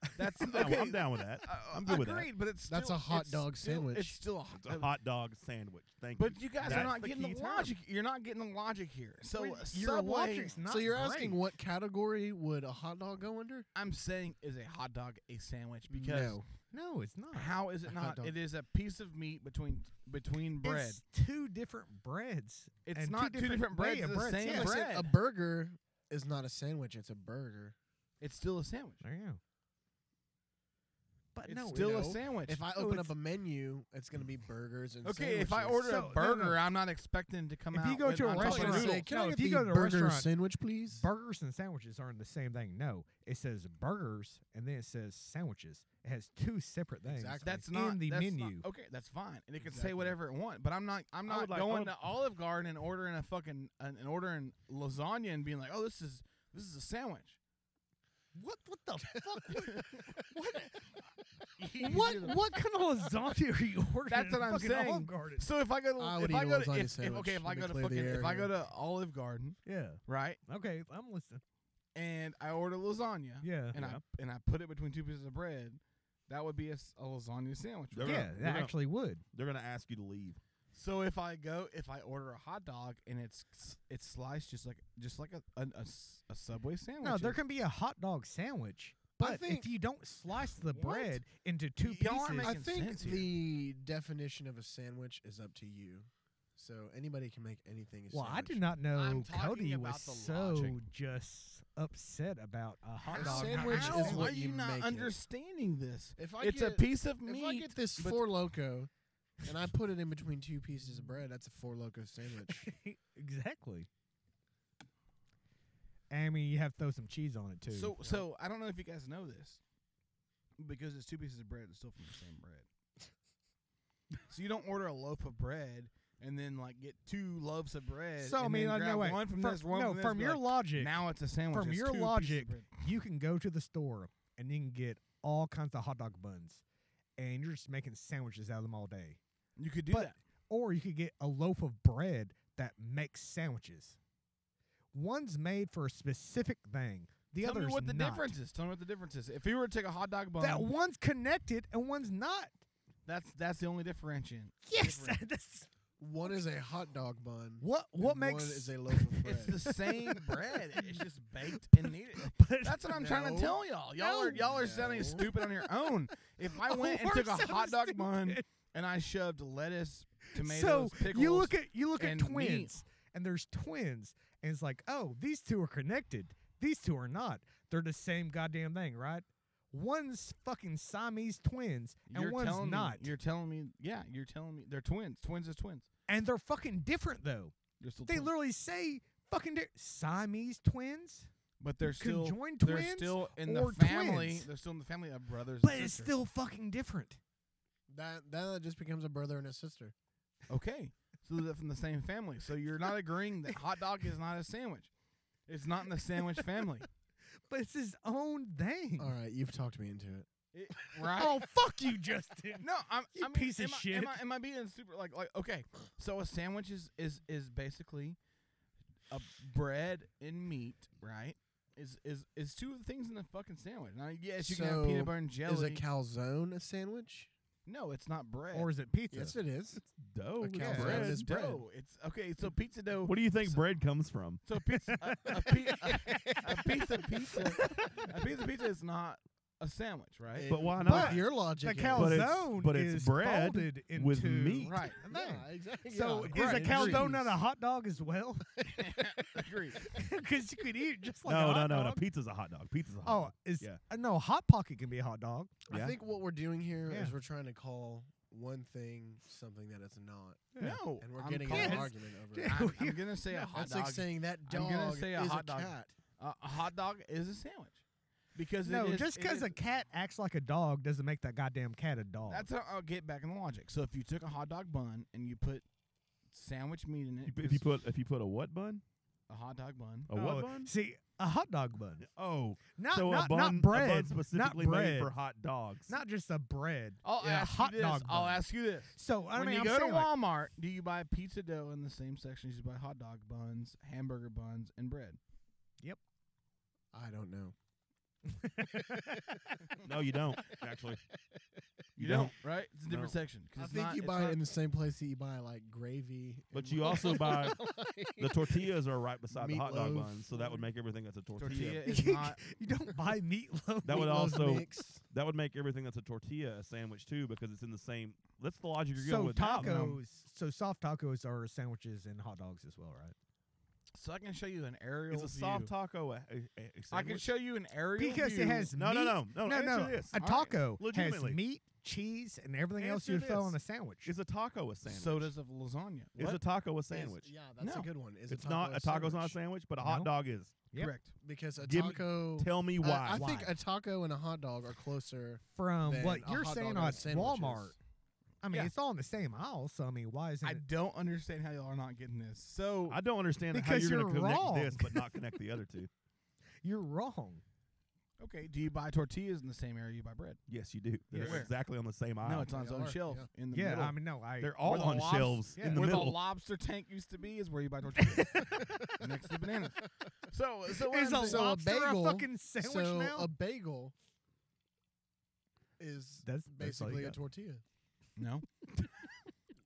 [laughs]
That's Uh,
I'm down- I'm down with
[laughs]
that. I'm good with that.
Agreed, but it's
That's
still-
a hot
it's
dog
still-
sandwich.
It's still a hot,
It's a hot dog sandwich. Thank you.
But you guys are
That's
not getting
key
the
term.
logic. You're not getting the logic here. So
Well,
a
your
Subway,
logic's
So you're asking what category would a hot dog go under?
I'm saying is a hot dog a sandwich because
No.
No, it's not.
How
[laughs]
is it
A hot
not?
dog.
It is a piece of meat between between bread.
It's two different breads.
It's
and
not two
two
different breads,
way of
it's the same
Yeah.
Like I said, A burger is not a sandwich. It's a burger.
It's still a sandwich.
There you go. But
It's
no,
still a
no.
sandwich.
If I
No,
open
it's-
up a menu, it's going to be burgers and
Okay, if I order
sandwiches.
a burger, I'm not expecting to come
If
out.
you go
with
to a
on top of
restaurant,
noodles.
no, if you
the
go to a
burger
restaurant,
sandwich, please?
Burgers and sandwiches aren't the same thing. No, it says burgers and then it says sandwiches. It has two separate things.
That's not
in the
that's
menu.
not- oh, okay, that's fine, and it can say
Exactly.
whatever it wants. But I'm not. I'm
I
not
would like- I
going
would-
to Olive Garden and ordering a fucking an, and ordering lasagna and being like, oh, this is this is a sandwich.
What what the fuck?
You
what
do the-
what kind of lasagna are you ordering?
That's
at
what I'm
fucking
saying.
Olive Garden?
So if I go to
I
if
would
I
eat a
go to
lasagna
if, if,
sandwich.
okay if I
Let me
go to
clear the
fucking
air
if I go
here.
to Olive Garden
Yeah.
right
Okay, I'm listening.
and I order lasagna
[laughs] Yeah.
and I and I put it between two pieces of bread, that would be a, s- a lasagna sandwich.
They're
right?
yeah,
gonna- they're
that
gonna-
actually would.
[laughs] They're gonna ask you to leave.
So if I go, if I order a hot dog and it's it's sliced just like just like a an- a, s- a Subway sandwich.
No, there
is-
can be a hot dog sandwich,
I
but
think-
if you don't slice the
What?
bread into 2
Y'all aren't
pieces,
I
making
think
sense here.
the definition of a sandwich is up to you. So anybody can make anything. A
well, I
sandwich.
did not know
I'm talking
Cody
about
was
the
so
logic.
just upset about a hot
A
dog.
sandwich
How
is
are
what
you,
you
not
make it.
understanding this?
If I
it's
get,
a piece of
if
meat.
I get this
but-
four loco, and I put it in between two pieces of bread, that's a four loco
[laughs]
sandwich.
[laughs] exactly. I mean, you have to throw some cheese on it too.
So so I don't know if you guys know this, because it's two pieces of bread. It's still from the same bread. so you don't order a loaf of bread and then like get two loaves of bread.
So, I
and
mean,
then
like,
grab
no way.
one uh, from
Fro-
this, one
no,
from, this,
from
be
your
like,
logic-
Now it's a sandwich.
from
it's
your
two pieces of
logic,
bread."
you can go to the store and you can get all kinds of hot dog buns, and you're just making sandwiches out of them all day.
you could do
but-
that.
Or you could get a loaf of bread that makes sandwiches. One's made for a specific thing. The
Tell
other's
me what the
not.
difference is. Tell me what the difference is. If you were to take a hot dog bun,
That one's connected and one's not.
that's that's the only differentiation.
Yes,
Different.
[laughs] that's
one is a hot dog bun.
what what
and one
makes [laughs]
is a loaf of bread.
It's the same bread. It's just baked and
[laughs]
kneaded.
But-
That's what I'm trying to
No.
tell y'all. Y'all are
No.
y'all are sounding
No.
stupid on your own. If
[laughs]
I went and
We're
took a
so
hot dog bun
stupid.
and I shoved lettuce,
so
tomatoes, pickles,
you look at you look at
and meat.
twins and there's twins and it's like oh these two are connected these two are not they're the same goddamn thing right one's fucking siamese twins and
you're
one's
telling me-
not
you're telling me. Yeah, you're telling me they're twins. Twins is twins.
and they're fucking different though
They're still
they
twins.
literally say fucking di- siamese twins
but they're still
conjoined
They're
twins
still in the
or
family.
twins.
They're still in the family of brothers.
but
and
it's
sisters.
still fucking different
that that just becomes a brother and a sister.
okay. So they're from the same family. So you're not agreeing that hot dog is not a sandwich. It's not in the sandwich family.
but it's his own thing
All right, you've talked me into it.
It, right?
oh fuck you
[laughs]
justin
No, I'm
You
I mean,
piece of
am I,
shit.
Am I, am I being super like like okay? So a sandwich is is is basically a bread and meat, right? Is is is two of the things in the fucking sandwich? Now, yes, you can have
So,
peanut butter and jelly.
Is a calzone a sandwich?
no, it's not bread.
or is it pizza
Yes, it is.
Dough.
A
it's
calzone
bread.
is bread.
dough. It's okay. So pizza dough.
What do you think
So-
bread comes from?
So a pizza, a, a, pi- a, a piece of pizza, a piece of pizza is not a sandwich, right?
But why
But
not?
your
the
logic. is-
But it's-
calzone
but it's
is
bread
folded into
with meat.
Right.
Yeah, exactly.
So
yeah,
is a
right,
calzone
cheese.
not a hot dog as well? [laughs]
Agreed.
Because you could eat it just like a
no, no,
hot
no, no.
dog.
Pizza's a hot dog. Pizza's a hot
Oh,
dog.
is
Yeah.
uh, no hot pocket can be a hot dog.
Yeah.
I think what we're doing here
Yeah.
we're trying to call one thing something that it's not,
No,
and we're
I'm
getting
calling-
an
Yes.
argument over it.
Yeah.
I'm, I'm gonna say a
[laughs]
hot
That's
dog.
like saying that
I'm
dog
gonna say a
is
hot
a
dog.
cat.
Uh, a hot dog is a sandwich because it
no,
is-
just
it
because
is-
a cat acts like a dog doesn't make that goddamn cat a dog.
That's how I'll get back in the logic. So if you took a hot dog bun and you put sandwich meat in it,
If you put if you put a what bun?
a hot dog bun,
A what bun?
See, a hot dog bun.
Oh,
Oh, Not
so
not,
a bun,
not
a
bread.
bun specifically
not bread.
made for hot dogs.
Not just a bread.
I'll
yeah,
ask
a hot
you this.
dog.
I'll
bun.
ask you this.
So I
when
mean,
you
I'm
go to
saying, like,
Walmart, do you buy pizza dough in the same section as you buy hot dog buns, hamburger buns, and bread?
I don't know.
no, you don't
[laughs]
actually.
You,
don't.
right? It's a different
No.
section. 'cause
I
it's
think
not-
you
it's
buy
not-
it in the same place that you buy like gravy.
But
and,
you
like- [laughs]
also
[laughs]
buy the
like-
tortillas are right beside the hot dog
Meatloaf.
buns, so that would make everything that's a tortilla.
Tortilla is not.
[laughs]
[laughs]
you don't buy meatloaf.
That would
meatloaf
also
mix.
that would make everything that's a tortilla a sandwich too, because it's in the same. That's the logic you're going
So
with. now.
tacos, so soft tacos are sandwiches and hot dogs as well, right?
So I can show you an aerial.
Is a
view.
soft taco a, a, a a
I can
sandwich?
show you an aerial
Because
view.
it has
No, no,
meat-
no, no,
no,
Oh, answer this.
A
All right.
taco has
Legitimately.
meat, cheese, and everything else
Answer
you throw on a
this.
sandwich.
Is a taco a sandwich?
sodas of lasagna.
Is
What?
a taco a
Is-
sandwich?
Yeah, that's
No.
a good one. Is
it's not a taco's not a sandwich, but a hot
No.
dog is.
Yep.
Correct.
because a
Give me-
taco.
Tell me
I-
why.
I, think
Why?
a taco and a hot dog are closer.
From
than
what
a
you're
hot
saying
dog and
on
sandwiches.
Walmart, I mean,
Yeah.
it's all in the same aisle. So I mean, why isn't
I
it?
don't understand how y'all are not getting this. So
I don't understand how
Because
you're,
you're
going to connect
wrong.
this but not connect the other two.
You're wrong.
okay, do you buy tortillas in the same area you buy bread?
Yes, you do. They're
Yes. Where?
exactly on the same aisle.
no, it's on its
They
own
are,
shelf
yeah.
in the
Yeah,
middle.
I mean, no, I.
They're all
Where the
on
lobs-
shelves
yeah.
in the
where
middle.
the lobster tank used to be is where you
[laughs]
buy tortillas next to the bananas. So, so what
Is
I'm saying-
a
So a
lobster
bagel-
a fucking sandwich
so
now?
a bagel is
That's- that's all you
basically a
got.
tortilla.
[laughs]
no.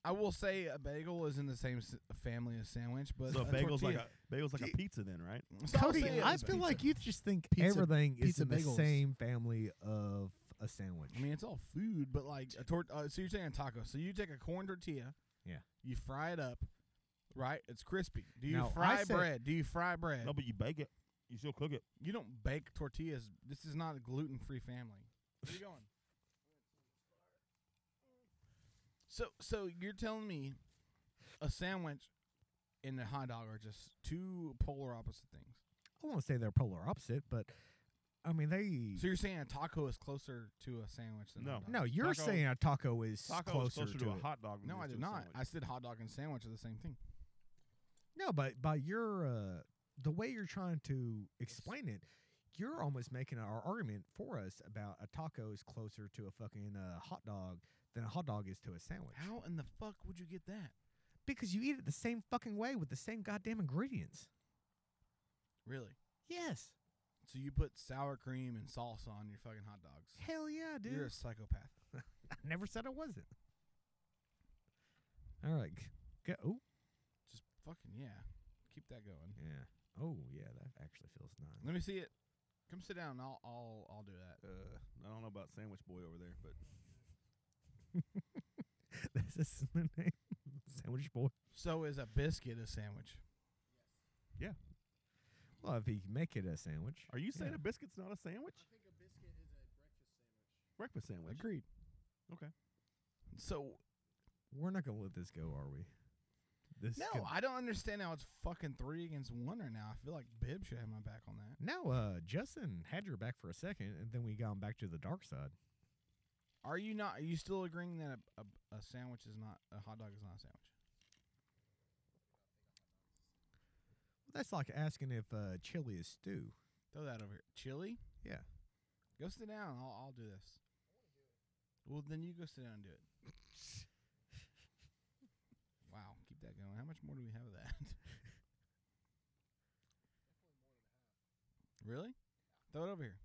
I will say a bagel is in the same s- family as sandwich, but
so
a
bagel's like
tortilla-
a bagel's like a pizza then, right?
So I'll say
Cody,
it
I
is
feel
pizza.
like you just think
Pizza-
everything is
pizza
in the
bagels.
same family of a sandwich.
I mean, it's all food, but like a tort. Uh, so you're saying a taco. So you take a corn tortilla.
Yeah.
You fry it up, right? It's crispy. Do you
No, I
fry
said-
bread? Do you fry bread?
No, but you bake it. You still cook it.
You don't bake tortillas. This is not a gluten-free family. Where you going? So, so you're telling me a sandwich and a hot dog are just two polar opposite things.
I won't say they're polar opposite, but I mean they.
So you're saying a taco is closer to a sandwich than a
No.
hot dog?
no, you're
Taco-
saying a taco is
Taco
closer,
is closer to, a
it.
hot dog. than
no,
it
I
is
did
to a
not.
sandwich.
I said hot dog and sandwich are the same thing.
No, but by your uh, the way you're trying to explain it, you're almost making our argument for us about a taco is closer to a fucking uh, hot dog than a hot dog is to a sandwich.
How in the fuck would you get that?
Because you eat it the same fucking way with the same goddamn ingredients.
Really?
Yes.
So you put sour cream and salsa on your fucking hot dogs?
Hell yeah, dude.
You're a psychopath.
I never said I wasn't. All right. g- Go. Oh,
Just fucking yeah. Keep that going.
yeah. Oh, yeah. That actually feels nice. [laughs]
Let me see it. Come sit down. I'll I'll I'll do that.
Uh, I don't know about sandwich boy over there, but
That's his name. [laughs] Sandwich boy.
So is a biscuit a sandwich?
Well, if he can make it a sandwich.
are you saying
Yeah.
a biscuit's not a sandwich? Breakfast sandwich.
Agreed.
Okay.
So
We're not gonna let this go, are we? This
no,
could-
I don't understand how it's fucking three against one right now. I feel like Bib should have my back on that.
no. Uh, Justin had your back for a second, and then we got him back to the dark side.
Are you not? Are you still agreeing that a, a, a sandwich is not a hot dog is not a sandwich?
That's like asking if uh, chili is stew.
Throw that over here. Chili.
Yeah.
Go sit down. I'll I'll do this. Well, then you go sit down and do it. [laughs] wow, keep that going. How much more do we have of that? [laughs] really? Throw it over here.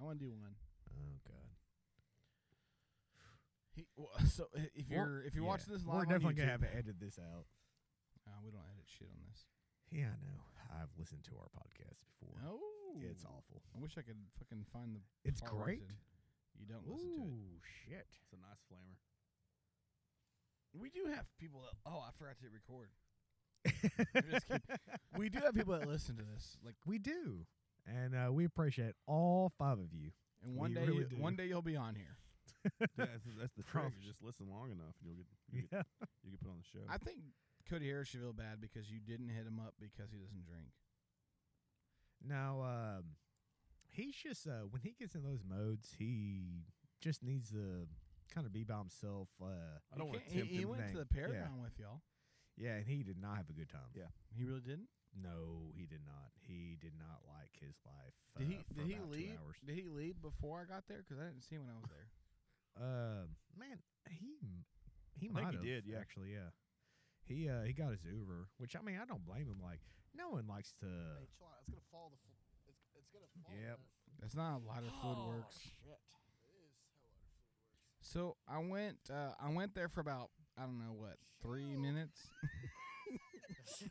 I want to do one.
Oh God.
He, well, so i- if
We're-
you're if you're
yeah,
watching this live,
we're
on
definitely
YouTube-
gonna have to edit this out.
Uh, we don't edit shit on this.
Yeah, I know. I've listened to our podcast before.
No,
It's awful.
I wish I could fucking find the.
It's
part where I
great.
said You don't listen to it.
Ooh, shit.
It's a nice flamer.
We do have people that. Oh, I forgot to hit record.
[laughs]
I'm just kidding. we do have people that listen to this. Like,
We do, and uh, we appreciate all five of you.
and one
We
day,
really
you-
do.
one day you'll be on here.
[laughs] that's, that's the trick.
Promise.
You just listen long enough, and you'll get you get,
Yeah.
you get put on the show.
I think Cody Harris should feel bad because you didn't hit him up because he doesn't drink.
Now, um, he's just uh, when he gets in those modes, he just needs to kind of be by himself. Uh,
I don't wanna He- tempt he him. went to the Paragon with y'all.
Yeah, and he did not have a good time.
Yeah,
he really didn't.
No, he did not. He did not like his life.
Did
uh,
he?
for
Did he
about two
leave?
hours.
Did he leave before I got there? Because I didn't see him when I was there. [gasps]
Uh, man, he m- he
I think
might
he did,
have,
yeah.
actually, yeah. He uh he got his Uber, which I mean I don't blame him. Like no one likes to.
Hey, chill out. It's gonna fall. The fl- it's, it's gonna fall.
Yep.
That's not how lighter fluid works.
Shit.
So I went. Uh, I went there for about I don't know what three minutes. [laughs]
[laughs]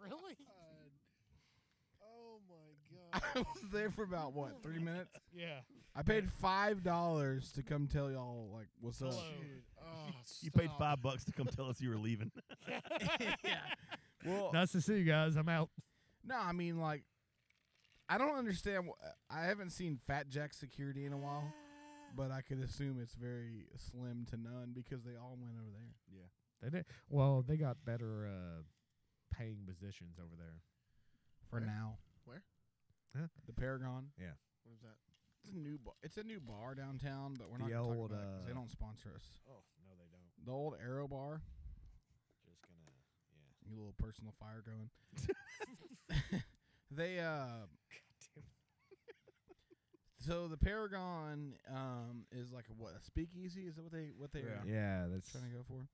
really? [laughs] Uh, oh my god.
I was there for about what three minutes.
Yeah.
I paid five dollars to come tell y'all like what's up.
Dude, oh,
You paid
stop.
five bucks to come tell us you were [laughs] leaving.
Well,
nice to see you guys. I'm out.
No, I mean like, I don't understand. wh- I haven't seen Fat Jack security in a while, but I could assume it's very slim to none because they all went over there.
Yeah.
They did well. They got better uh paying positions over there.
For now.
Where?
Huh?
The Paragon.
Yeah.
What is that?
It's a new bar. It's a new bar downtown, but we're
The
not gonna
old,
talk about it 'cause they
uh,
don't sponsor us.
Oh no, they don't.
The old Arrow Bar.
Just gonna
You little personal fire
[laughs]
going. [laughs] they uh So the Paragon um is like a, what a speakeasy is that what they what they are
Yeah, that's
trying to go for?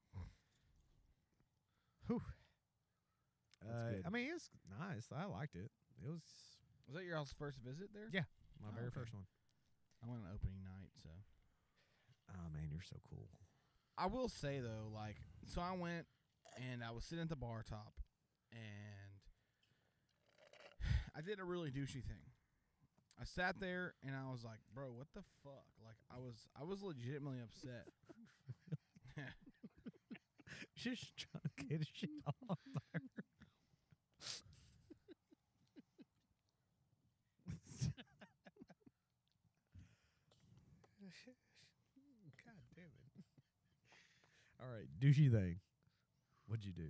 Uh, I mean, it's nice. I liked it. It was
Was that your all's first visit there?
Yeah, my
Oh,
very
okay.
first one.
I went on opening night, so
Oh man, you're so cool.
I will say though, like, so I went and I was sitting at the bar top, and [sighs] I did a really douchey thing. I sat there and I was like, "Bro, what the fuck?" Like, I was, I was legitimately upset.
Just trying to get his shit off there. God damn it. [laughs] All right, douchey thing. What'd you do?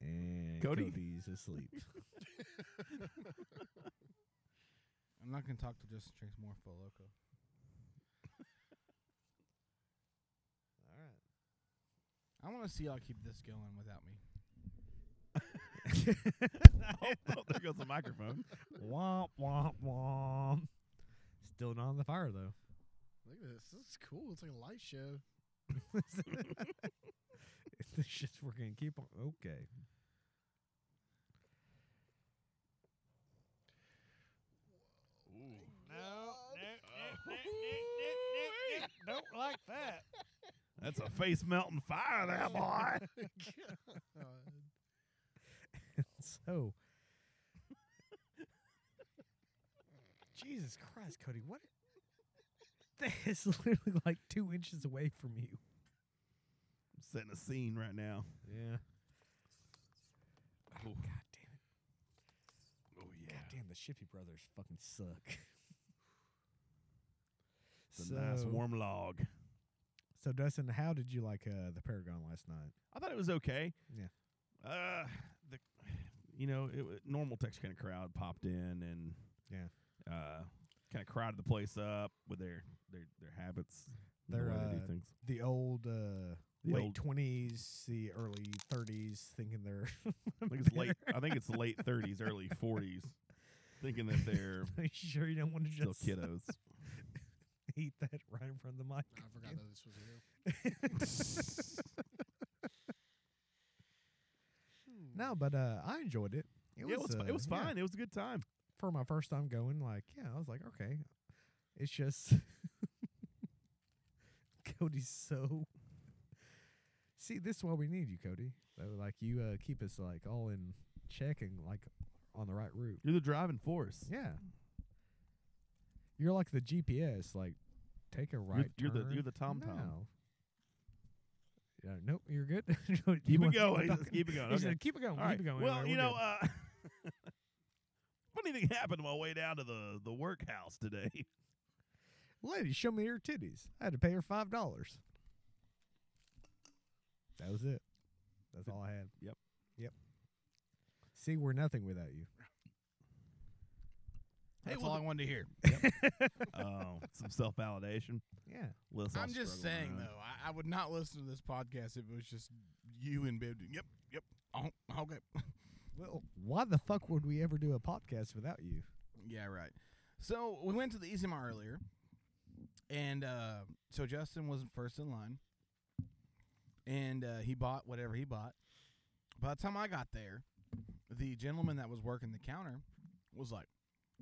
And
Cody?
Cody's asleep.
I'm not gonna talk to Justin Chase more
[laughs]
for loco.
All right.
I want to see y'all keep this going without me.
oh, there goes the microphone.
womp womp womp. Still not on the fire though. [laughs]
Look at this. This is cool. It's like a light show.
If this shit's we're gonna keep on okay.
No, no, no, no, no, no, don't like that.
That's a face melting fire there, boy.
[laughs] so Jesus Christ, Cody, what that is literally like two inches away from you.
I'm setting a scene right now.
Yeah.
Oh,
God damn it.
Oh yeah.
God damn the Shippy brothers fucking suck.
It's a nice
So-
warm log.
So Dustin, how did you like uh, the Paragon last night?
I thought it was okay.
Yeah.
Uh, the you know it, wa- normal Texas kind of crowd popped in and
Yeah.
uh, kind of crowded the place up with their their their habits, and
They're
the way they
uh,
do things.
the old uh,
The
late
old-
twenties, the early thirties, thinking they're. [laughs]
[laughs] I think it's late. I think it's late thirties, early forties, thinking that they're
Are [laughs] you sure you don't want to
still
just
kiddos.
[laughs] eat that right in front of the mic?
I forgot that Oh, this was real.
No, but uh, I enjoyed it. It
Yeah, it
was
was fi- it
uh,
was
yeah,
fine. It was a good time.
for my first time going. Like, yeah, I was like, okay, it's just [laughs] Cody's so. [laughs] See, this is why we need you, Cody. Though, like you uh, keep us like all in check and like on the right route.
You're the driving force.
Yeah. You're like the GPS, like take a right.
you're the-
turn.
you're the TomTom.
No. Yeah, nope, you're good. [laughs] You
Keep
wanna
it going. Let's
talking?
keep it going.
You
Okay.
said, keep it going.
All right.
Keep it going.
Well,
Anyway,
you
we're
know,
good.
uh, [laughs] funny thing happened on my way down to the the workhouse today.
lady, show me your titties. I had to pay her five dollars. That was it. That's all I had.
Yep.
Yep. See, we're nothing without you.
That's all I wanted to hear.
[laughs] Oh, some self validation.
Yeah.
Listen,
I'm just saying though, I, I would not listen to this podcast if it was just you and Bib. doing, Yep, yep. Oh, okay.
Well, why the fuck would we ever do a podcast without you?
Yeah, right. So we went to the E ECMR earlier, and uh, so Justin was first in line, and uh, he bought whatever he bought. By the time I got there, the gentleman that was working the counter was like,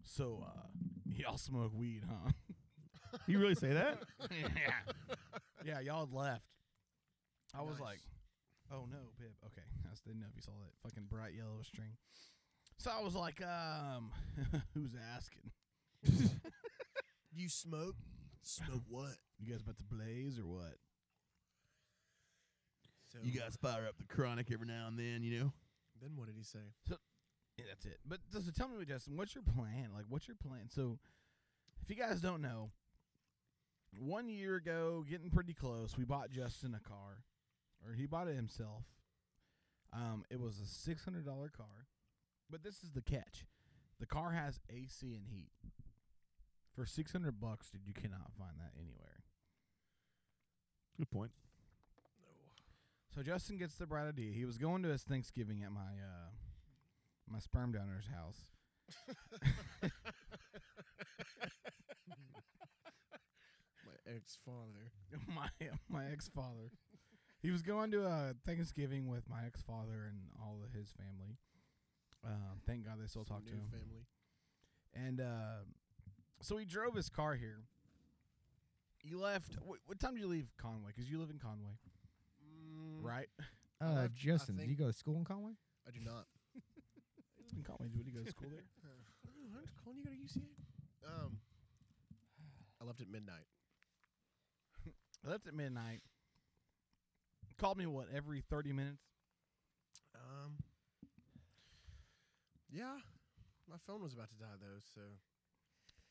"So, uh, y'all smoke weed, huh?"
You really say [laughs] that?
yeah, yeah. Y'all had left. I was
Nice.
like, "Oh no, Pip." Okay, [laughs] I just didn't know if you saw that fucking bright yellow string. So I was like, um, [laughs] who's asking?
You smoke? [laughs] Smoke what?
You guys about to blaze or what?
So
You guys fire up the chronic every now and then, you know.
Then what did he say?
So yeah, that's it. But so so tell me, Justin, what's your plan? Like, what's your plan? So, if you guys don't know, one year ago, getting pretty close, we bought Justin a car, or he bought it himself. Um, it was a six hundred dollar car, but this is the catch: the car has AC and heat. For six hundred bucks, dude, you cannot find that anywhere.
Good point.
So Justin gets the bright idea. He was going to his Thanksgiving at my uh, my sperm donor's house.
My ex father.
[laughs] my my ex father. He was going to a Thanksgiving with my ex father and all of his family. Um, thank God they still
Some
talk to
new
him.
family.
And uh, so he drove his car here. He left. Wh- what time did you leave Conway? Because you live in Conway,
Mm.
[laughs] right?
Uh, Justin, do you
think-
go to school in Conway?
I do not.
In Conway, do you go to school there?
I was [sighs] calling you go to UCA. Um, I left at midnight.
[laughs] I left at midnight. Called me what every thirty minutes.
Um, yeah, my phone was about to die though, so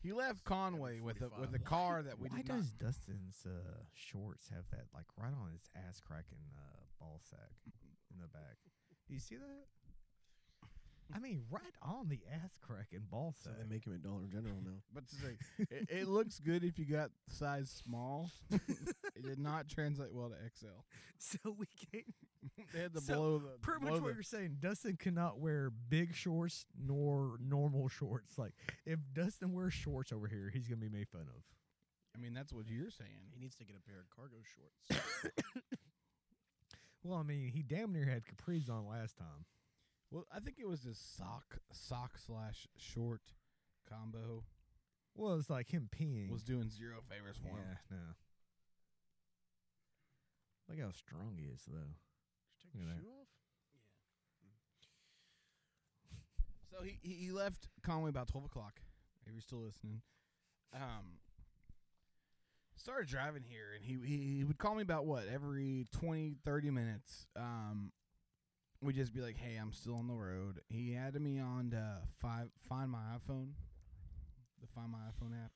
He left Conway with a with a
45.
car that we
Why
did
does Dustin's uh, shorts have that like right on his ass crack and uh, ball sack in the back? Do you see that? I mean, right on the ass crack and ball sack.
they make him at Dollar General now.
But to say, it, it looks good if you got size
[laughs]
small. it did not translate well to XL.
[laughs] So we can't.
[laughs] They had to
So,
blow the.
Pretty
blow
much
the-
what you're saying, Dustin cannot wear big shorts nor normal shorts. Like if Dustin wears shorts over here, he's gonna be made fun of.
I mean, that's what you're saying.
[laughs] He needs to get a pair of cargo shorts.
Well, I mean, he damn near had capris on last time.
Well, I think it was this sock sock slash short combo
Well, it's like him peeing.
was doing zero favors for him.
Yeah, no. Look how strong he is, though.
Take your
Look at that.
shoe off.
So he, he he left Conway about twelve o'clock. If you're still listening, um, started driving here, and he he, he would call me about what every 20, 30 minutes. Um, we'd just be like, "Hey, I'm still on the road." He had me on to five, find my iPhone, the Find My iPhone app,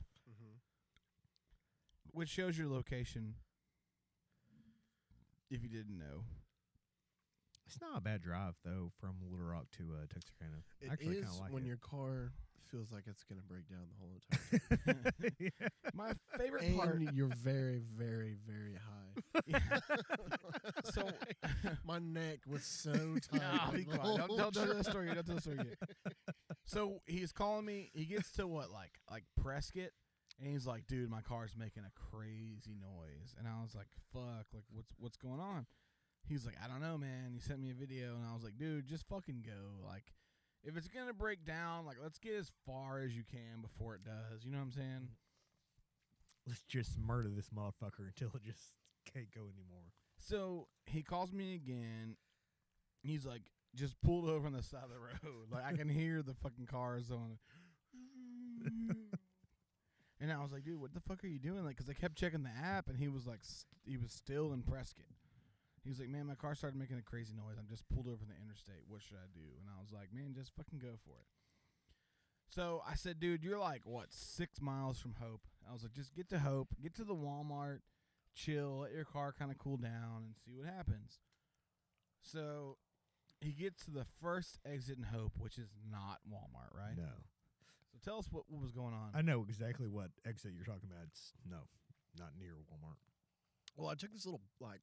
which shows your location. If you didn't know,
It's not a bad drive though from Little Rock to uh, Texarkana.
It
I Actually, kind
is
of like
when
it.
your car feels like it's gonna break down the [laughs] whole entire time.
my favorite
and
part.
you're very, very, very [laughs] high.
[laughs] so
my neck was [laughs] so tight.
Nah, be
the
quiet. Don't,
whole
don't, don't tell the
trip.
story. yet. Don't tell the story yet. So he's calling me. He gets to what like like Prescott, and he's like, "Dude, my car's making a crazy noise." And I was like, "Fuck! Like, what's what's going on?" He's like, "I don't know, man." He sent me a video, and I was like, "Dude, just fucking go. Like, if it's gonna break down, like, let's get as far as you can before it does. You know what I'm saying?"
Let's just murder this motherfucker until it just can't go anymore.
So he calls me again. and He's like, just pulled over on the side of the road. Like I can hear the fucking cars on. [laughs] And I was like, dude, what the fuck are you doing? Like, 'cause I kept checking the app, and he was like, st- he was still in Prescott. He was like, man, my car started making a crazy noise. I'm just pulled over on the interstate. What should I do? And I was like, man, just fucking go for it. So I said, dude, you're like, what, six miles from Hope? I was like, just get to Hope, get to the Walmart, chill, let your car kind of cool down, and see what happens. So he gets to the first exit in Hope, which is not Walmart, right?
No.
So tell us what, what was going on.
I know exactly what exit you're talking about. It's no, not near [laughs] Walmart.
Well, I took this little like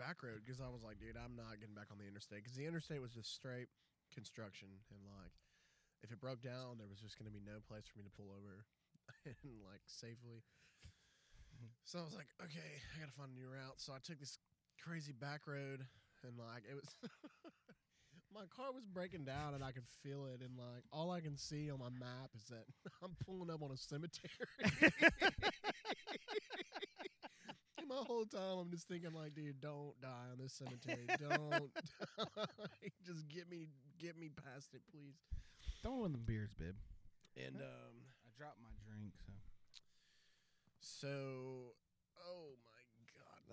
back road because I was like, dude, I'm not getting back on the interstate because the interstate was just straight construction and like if it broke down, there was just going to be no place for me to pull over [laughs] and like safely. So I was like, okay, I got to find a new route. So I took this crazy back road and like it was [laughs] my car was breaking down and I could feel it and like all I can see on my map is that [laughs] I'm pulling up on a cemetery. And [laughs] My whole time, I'm just thinking, like, dude, don't die on this cemetery. Don't, [laughs] die. just get me, get me past it, please.
Throwing in the beers, bib.
And um,
I dropped my drink, so
So, oh my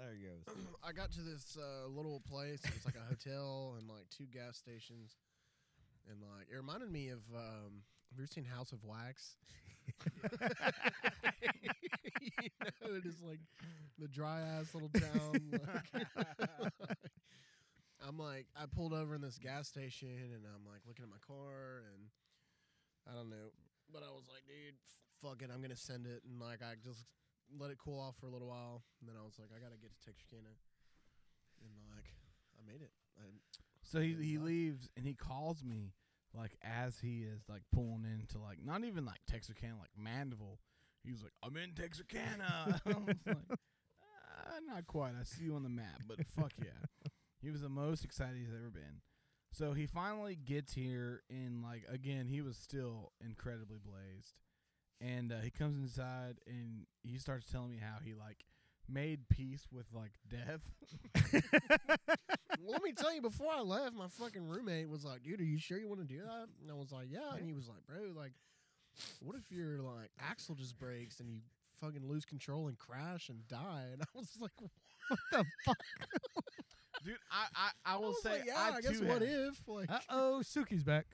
god, there goes.
[clears throat] I got to this uh, little place. It's like a hotel and like two gas stations, and like it reminded me of. Um, have you ever seen House of Wax? [laughs] you know, it is like the dry ass little town. Like [laughs] I'm like, I pulled over in this gas station, and I'm like looking at my car, and I don't know, but I was like, dude, fuck it, I'm gonna send it, and like I just let it cool off for a little while, and then I was like, I gotta get to Texarkana, and like I made it. I,
So he he leaves and he calls me like as he is like pulling into like not even like Texarkana like Mandeville. He was like, "I'm in Texarkana." [laughs] I was like, uh, "Not quite. I see you on the map, but fuck yeah." He was the most excited he's ever been. So he finally gets here and like again, he was still incredibly blazed. And uh, he comes inside and he starts telling me how he like made peace with like
[laughs]
death.
well, let me tell you, before I left, my fucking roommate was like, dude, are you sure you want to do that? And I was like, yeah. And he was like, bro, like, what if your like axle just breaks and you fucking lose control and crash and die? And I was [laughs] like, what the fuck?
Dude, I I, I will
was
say
like, yeah, I guess
too
what
had-
if, like-
oh, Suki's back.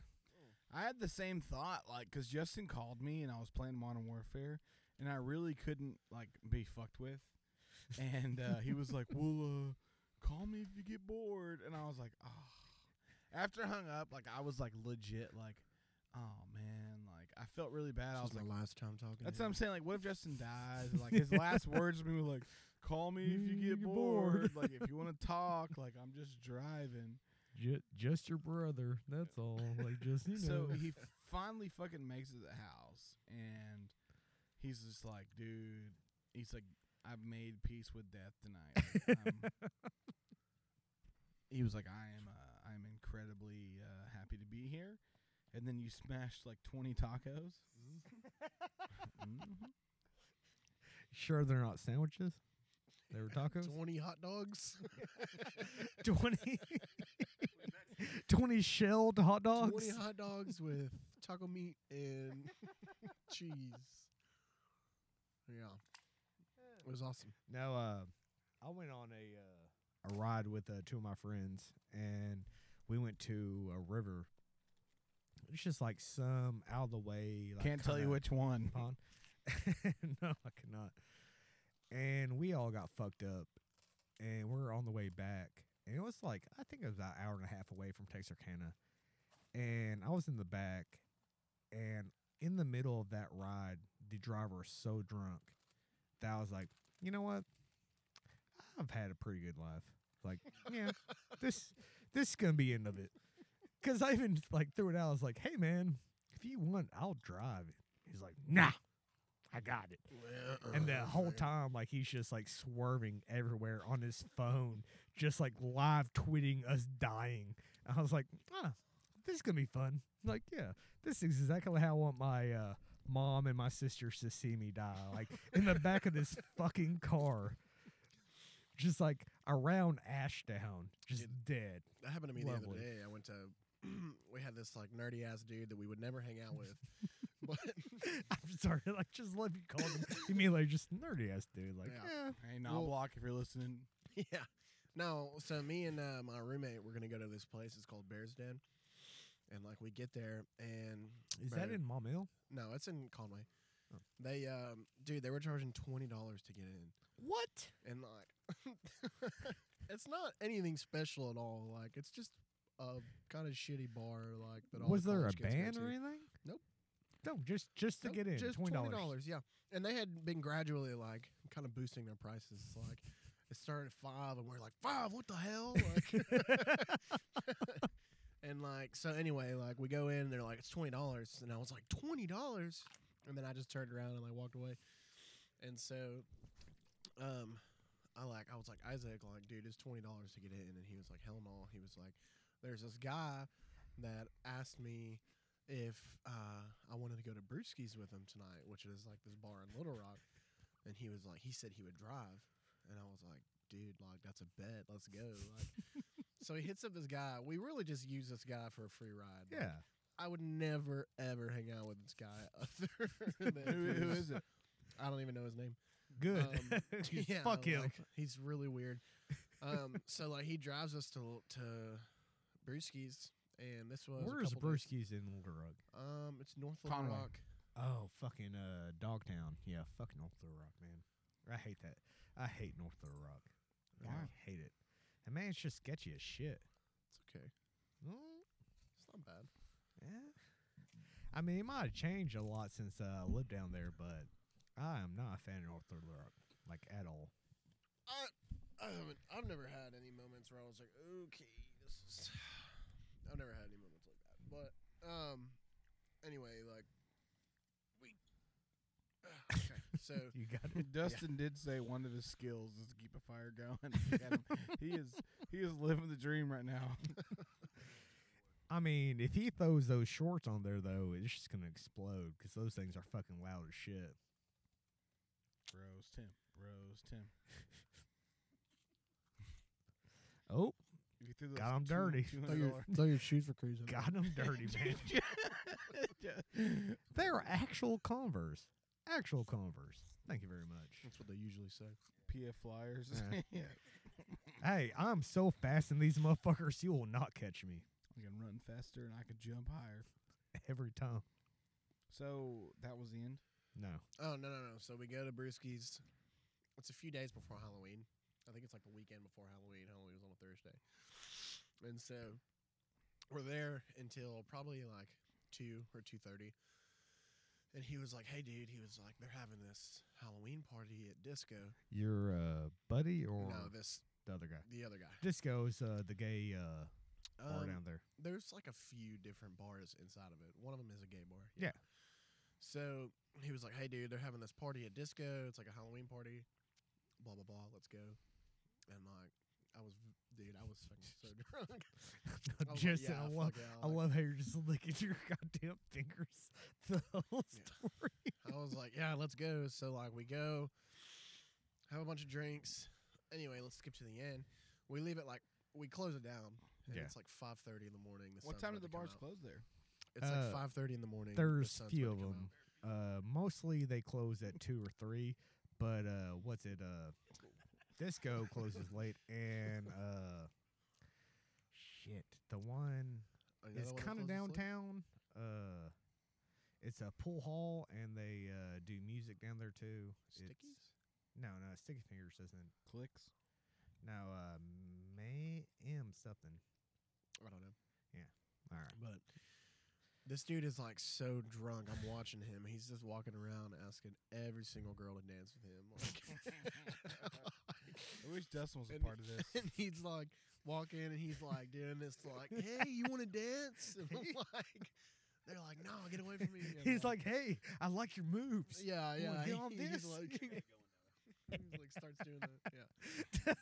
I had the same thought, like, because Justin called me and I was playing Modern Warfare, and I really couldn't like be fucked with, and uh, he was like, "Well, uh, call me if you get bored," and I was like, "Ah." After I hung up, like, I was like legit, like, "Oh man," like, I felt really bad. I was
This is
like,
my last time talking. to
That's
him.
what I'm saying. Like, what if Justin dies? and, Like, his last words to me were like, "Call me if [laughs] you get bored." like, if you want to talk, like, I'm just driving.
Just, your brother. That's all. Like just [laughs] you know.
So he finally fucking makes it to the house, and he's just like, dude, he's like, I've made peace with death tonight. Like, I'm-
[laughs]
he was like, I am, uh, I'm incredibly uh, happy to be here. And then you smashed like 20 tacos.
Mm-hmm.
Mhm.
sure they're not sandwiches. They were [laughs] tacos.
20 hot dogs.
[laughs] 20, 20 shelled hot dogs.
20 hot dogs with taco meat and cheese. Yeah. It was awesome.
No, uh, I went on a uh, a ride with uh, two of my friends, and we went to a river. It's just like some out of the way.
[laughs]
Like
Can't tell you
kinda
which one.
Pond. [laughs] no, I cannot. And we all got fucked up, and we're on the way back, and it was like I think it was about an hour and a half away from Texarkana, and I was in the back, and in the middle of that ride, the driver was so drunk that I was like, you know what? I've had a pretty good life. Like, yeah, this this is gonna be end of it. Cause I even like threw it out. I was like, hey man, if you want, I'll drive it. He's like, nah, I got it. And the
uh,
whole time, like he's just like swerving everywhere on his phone, just like live tweeting us dying. I was like, ah, this is gonna be fun. Like, yeah, this is exactly how I want my uh, mom and my sisters to see me die. Like in the back of this fucking car, just like around Ashdown, just dead. [laughs]
That happened to me the
Lovely.
other day. I went to [clears throat] we had this like nerdy ass dude that we would never hang out with. [laughs] but
I'm sorry, like just let me call him. You mean like just nerdy ass dude? Like, "Eh,
Yeah.
Hey,
Well-
Knobloch, if you're
[laughs]
listening.
yeah. No, so me and uh, my roommate we're gonna go to this place. It's called Bear's Den. And like we get there and
is that
bro,
in Mom Hill?
No, it's in Conway.
Oh.
They um dude, they were charging twenty dollars to get in.
What?
And like [laughs] it's not anything special at all. Like it's just a kind of shitty bar like that all
Was
the
there a
college kids go
band or
to.
anything?
Nope.
No, just just to
Nope,
get in,
just
twenty dollars.
dollars, yeah. And they had been gradually like kind of boosting their prices. It's like it started at five, and we're like five. What the hell? Like,
[laughs]
[laughs] and like so anyway, like we go in, and they're like it's twenty dollars, and I was like twenty dollars, and then I just turned around and I walked away. And so, um, I like I was like Isaac, like dude, it's twenty dollars to get in, and he was like hell no. He was like, there's this guy that asked me if uh, I wanted to go to Brewski's with him tonight, which is like this bar in Little Rock. And he was like, he said he would drive, and I was like, dude, like that's a bet, let's go.
[laughs]
Like, so he hits up this guy. We really just use this guy for a free ride. Like,
Yeah.
I would never ever hang out with this guy [laughs] other than
Who- [laughs] who is it?
I don't even know his name.
Good. [laughs]
[laughs]
Just fuck him.
Um, like, he's really weird. Um, [laughs] so like he drives us to to Brewski's, and this was a
Where's
couple days-
Brewski's in Little Rock?
Um, it's North Little
Conway.
Rock.
Oh, fucking uh, Dogtown. Yeah, fuck North Little Rock, man. I hate that. I hate North Little Rock.
Why?
I hate it. And man, it's just sketchy as shit.
It's okay. Mm-hmm. It's not bad.
Yeah. I mean, it might have changed a lot since uh, I lived down there, but I am not a fan of North Little Rock, like at all.
I, I haven't. I've never had any moments where I was like, okay, this is. I've never had any moments like that. But um, anyway, like we. [sighs] Okay, so
you got
Dustin did say one of his skills is to keep a fire going. [laughs] Look at him. he is he is living the dream right now.
I mean, if he throws those shorts on there, though, it's just gonna explode because those things are fucking loud as shit.
Rose Tim, Rose Tim.
Oh,
If you threw those
got 'em
two-
dirty.
$200 Throw [laughs] your-
[laughs] throw your shoes for cruising.
[laughs] Got 'em
[laughs]
dirty, man. they are actual Converse. Actual Converse. Thank you very
[laughs]
much.
That's what they usually say.
PF Flyers.
Yeah.
[laughs] yeah.
Hey, I'm so fast in these motherfuckers, you will not catch me
I can run faster and I can jump higher.
every time.
So that was the end.
No.
Oh no no no! So we go to Brewski's. It's a few days before Halloween. I think it's like the weekend before Halloween. Halloween was on a Thursday, and so we're there until probably like two or two thirty. And he was like, "Hey, dude," he was like, "They're having this Halloween party at Disco."
Your uh, buddy or
no, this
the other guy?
the other guy.
Disco's uh, the gay uh, bar
Um,
down there. [laughs]
There's like a few different bars inside of it. One of them is a gay bar.
Yeah.
So he was like, "Hey, dude, they're having this party at Disco. It's like a Halloween party. Blah blah blah. Let's go." And like, I was, dude, I was fucking so [laughs] drunk. I was like, oh,
Justin,
"Yeah,
I
fuck
love,
yeah,"
I
like-
love how you're just [laughs] licking your goddamn fingers [laughs] the whole story.
I was like, yeah, let's go. So like we go, have a bunch of drinks. Anyway, let's skip to the end. We leave it like we close it down. And
Yeah.
It's like five thirty in the morning. The
what
sun's
time
about
did the
to come
bars
out.
close there?
It's
Uh,
like five thirty in the morning. the
There's
sun's
few
about
of
to come out.
them. Uh, mostly they close at two or three, but uh, what's it? Uh, disco closes late, and uh, shit, the one
Another
it's
one that
kind of
closes late?
downtown. Uh, it's a pool hall, and they uh, do music down there too. It's,
Stickies?
no, no, Sticky Fingers doesn't.
Clicks.
No, uh, May M something.
I don't know.
All right.
But this dude is like so drunk. I'm watching him. He's just walking around asking every single girl to dance with him.
[laughs]
[laughs] Like,
I wish Dustin was a
And-
part of this. [laughs]
and he's like walking and he's like doing this like, hey, you want to dance? [laughs]
[laughs]
And I'm like, they're like, no, get away from me. I'm
He's like, hey, I like your moves.
yeah,
you
yeah. [laughs]
wanna get on
He's
this?
like,
[laughs]
he's like starts doing that. Yeah.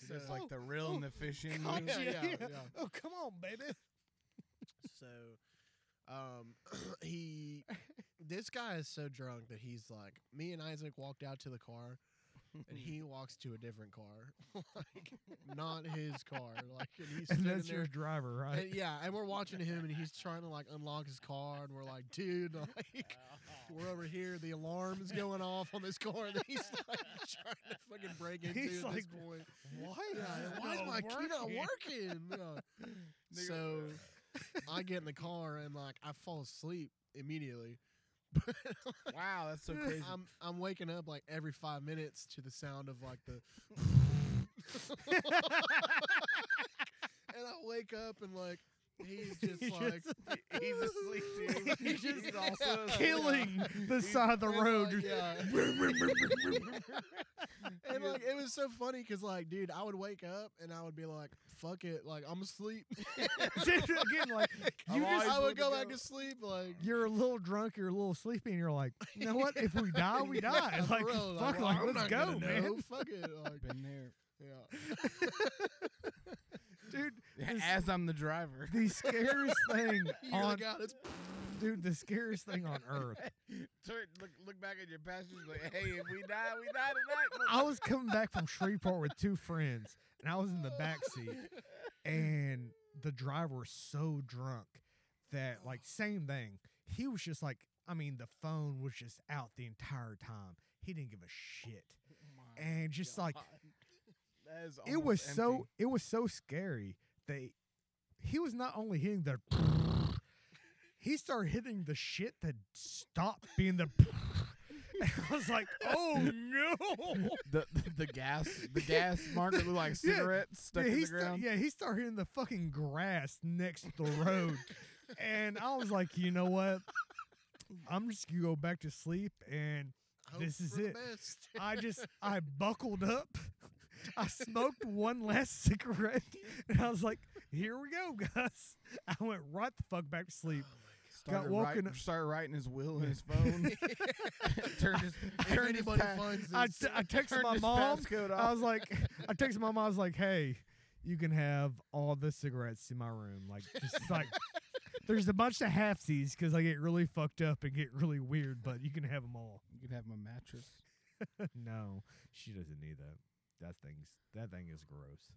It's just
So-
like the reel [laughs] and the fishing.
God,
moves.
yeah, yeah,
yeah.
yeah.
Oh, come on, baby.
So, um, [clears throat] he, this guy is so drunk that he's like, me and Isaac walked out to the car, and
[laughs]
he walks to a different car, [laughs] like not his car, like, and he's
[laughs] And
sitting
that's
there.
your driver, right?
and- yeah, and we're watching him, and he's trying to like unlock his car, and we're like, dude,
[laughs]
like, we're over here. The alarm is going off on this car that he's like trying to fucking break into
He's
at
like,
this point.
Why?
[laughs] Yeah, and why is my key not working? [laughs] Yeah. so [laughs] I get in the car and like I fall asleep immediately.
wow, that's so [laughs] crazy.
I'm I'm waking up like every five minutes to the sound of like the [laughs] and I wake up and like [laughs] He's just like [laughs]
he's asleep.
[laughs]
Dude. He's just [laughs] also
killing the side of the road.
Like,
Just-
and like it was so funny because like, dude, I would wake up and I would be like, "Fuck it," like I'm asleep.
[laughs] Again, like you just
I would go back to sleep. Like
you're a little drunk, you're a little sleepy, and you're like, you know what? If we die, we die.
[laughs] Yeah,
Like,
bro,
fuck, like,
I'm
let's
not gonna [laughs]
go,
know.
man.
Fuck it,
[laughs]
like
been there,
yeah.
dude. this-
As I'm the [laughs] driver,
[laughs]
the scariest thing
You
on
"Oh."
look out, it's-
dude, the scariest thing
[laughs]
on earth.
Turn, look, look back at your passengers. Like, hey, if we die, we die tonight. [laughs]
I was coming back from Shreveport with two friends, and I was in the back seat, and the driver was so drunk that like same thing. He was just like, I mean, the phone was just out the entire time. He didn't give a shit, and just like
[laughs] That is
it
Oh
was
almost
so
empty.
it was so scary that he was not only hitting the [laughs] he started hitting the shit that stopped being the [laughs] and I was like, oh no.
The the gas the gas marker looked like
[laughs] Yeah.
cigarettes stuck
yeah,
in
he
the
sta-
ground.
yeah, he started hitting the fucking grass next to the road. and I was like, you know what? I'm just gonna go back to sleep and
Hope
this is
for the
it.
best.
I just I buckled up. I smoked one last cigarette and I was like, here we go, guys. I went right the fuck back to sleep.
Started
Got woken
writing, started writing his will in his
[laughs]
phone. [laughs] turned his,
If
turned his
anybody
pa-
finds I t- [laughs] I texted
turned
my
his
mom.
passcode
I
off.
was [laughs] like, I texted my mom. I was like, hey, you can have all the cigarettes in my room. Like, [laughs] just like, there's a bunch of halfsies because I get really fucked up and get really weird, but you can have them all. [laughs]
You can have my mattress.
no, she doesn't need that. That thing's that thing is gross.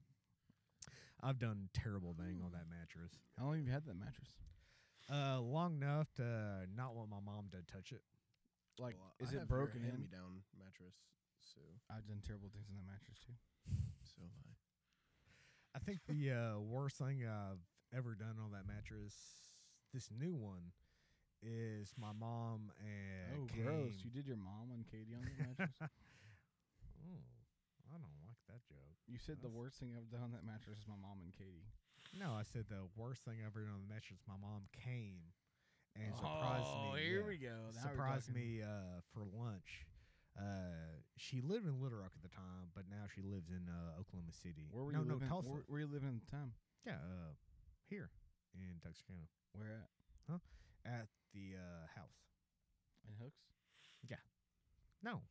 I've done terrible thing on that mattress.
How long have you had that mattress?
Uh, long enough to not want my mom to touch it.
Like,
Well,
is
I
it
have your
broken in?
hand-me-down mattress, so
I've done terrible things in that mattress too.
so am I.
I think the uh, worst thing I've ever done on that mattress, this new one, is my mom and
oh,
came.
gross! You did your mom on Katie on the mattress.
[laughs] Oh, I don't like that joke.
You said the worst thing I've done on that mattress is my mom and Katie.
No, I said the worst thing I've ever done on the mattress. My mom came and surprised me.
Oh, here
yeah,
we go. Now we're
surprised
talking.
me uh, for lunch. Uh, she lived in Little Rock at the time, but now she lives in uh, Oklahoma City.
Where were
no,
you
no,
living?
Tulsa.
Where were you living at the time?
yeah, uh, here in Texarkana.
Where at?
Huh? At the uh, house.
In Hooks?
Yeah. No. [laughs]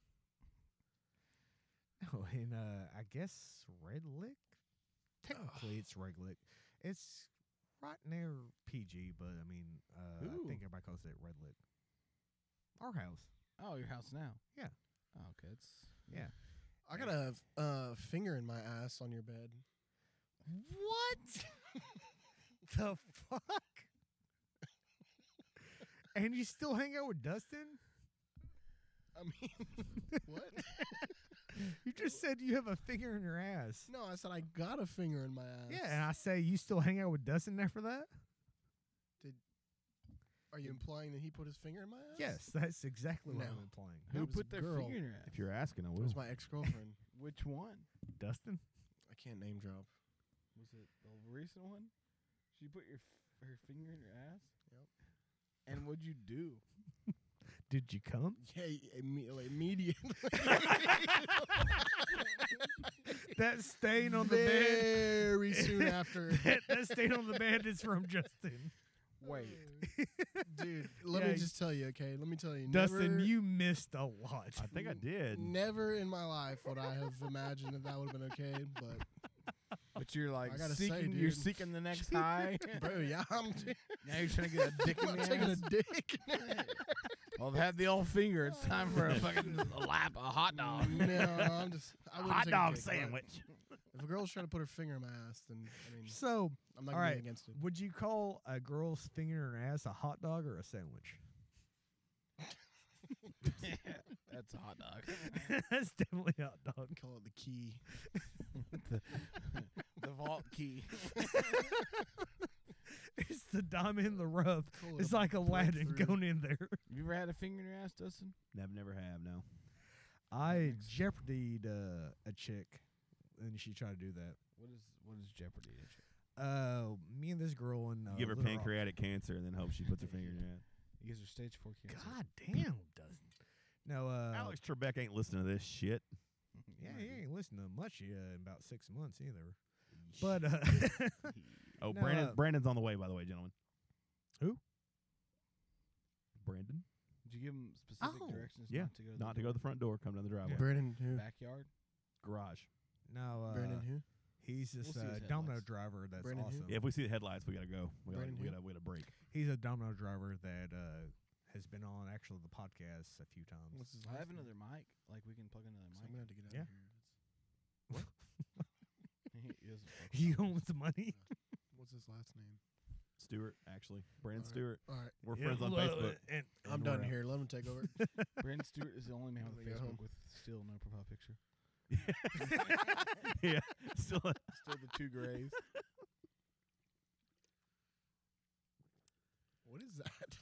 No, in uh, I guess Red Lick. Technically, it's Red Lick. It's right near PG, but I mean, uh, I think
Ooh.
everybody calls it Red Lick. Our house.
Oh, your house now.
Yeah.
Oh, okay. It's
Yeah.
I got a f- uh, finger in my ass on your bed.
What [laughs] the fuck? and you still hang out with Dustin?
I mean, [laughs] what?
You just said you have a finger in your ass.
No, I said I got a finger in my ass.
Yeah, and I say you still hang out with Dustin after that?
Are you implying that he put his finger in my ass?
Yes, that's exactly what I'm
No.
implying.
That
Who
was
put
a
their
girl.
finger in your ass?
If you're asking, I
It
will.
was my ex girlfriend.
Which one?
Dustin?
I can't name drop.
Was it the recent one? She put your f- her finger in your ass.
Yep.
And what'd you do?
Did you come?
Yeah, y- imme- like, immediately.
[laughs] That stain on the bed.
Very soon after.
that, [laughs] that stain on the bed is from Justin.
Wait.
Dude, let
Yeah,
me just tell you, okay? Let me tell you.
Dustin,
never,
you missed a lot.
I think I did.
Never in my life would I have imagined that that would have been okay, but
But you're like
I gotta say,
seeking. you're
dude.
seeking the next high.
bro, yeah, I'm,
now you're trying to get a dick in
I'm
the
taking
ass.
a dick.
Well, I've had the old finger. It's time for a fucking a lap, a hot
[laughs]
dog.
no, I'm just I
[laughs]
wouldn't
Hot
take a
dog
dick, but
sandwich.
If a girl's trying to put her finger in my ass, then I mean,
So,
I'm not
all
gonna be
right,
against it.
would you call a girl's finger in her ass a hot dog or a sandwich?
[laughs] That's a hot dog.
[laughs] That's definitely a hot dog.
call it the key.
the vault key.
It's the diamond in the rough.
Call it
It's like Aladdin
breakthrough.
going in there.
You ever had a finger in your ass, Dustin?
I've never have no.
I jeopardied uh, a chick, and she tried to do that.
What is what is Jeopardy?
Uh, me and this girl and uh,
Give her
Little Rock-
pancreatic cancer and then hope she puts her finger in your ass.
He gives her stage four cancer.
[laughs] God damn, doesn't. [laughs] No, uh,
Alex Trebek ain't listening to this shit.
Yeah, he ain't listened to much uh, in about six months either. But
[laughs]
uh,
[laughs]
[laughs]
Oh,
no,
Brandon,
uh,
Brandon's on the way, by the way, gentlemen.
Who?
Brandon.
Did you give him specific directions
yeah,
not to go? To
not to
the
go to the front door. Come down the driveway.
Brandon who?
Backyard.
Garage.
no, uh,
Brandon who?
He's this
We'll see
uh,
his
domino
headlights.
driver. That's
Brandon who?
awesome.
Yeah, if we see the headlights, we gotta go. We gotta,
Brandon
we
who?
gotta, we gotta break.
He's a domino driver that uh, has been on actually the podcast a few times.
What's his
I
last
have
name?
another mic. Like we can plug another
So
mic.
I'm gonna have to get out
Yeah.
of here.
[laughs] He doesn't fuck
[laughs] He
around.
owns the money.
What's his last name?
Stewart, actually, Brandon
All right.
Stewart.
All right.
We're
Yeah,
friends on
love
Facebook.
it. And uh,
I'm
we're
done
out.
here. Let him take over.
Brandon Stewart is the only man
I'm
with
gonna go
Facebook
home.
with still no profile picture.
[laughs] yeah, still. a-
[laughs] Still the two grays.
what is that?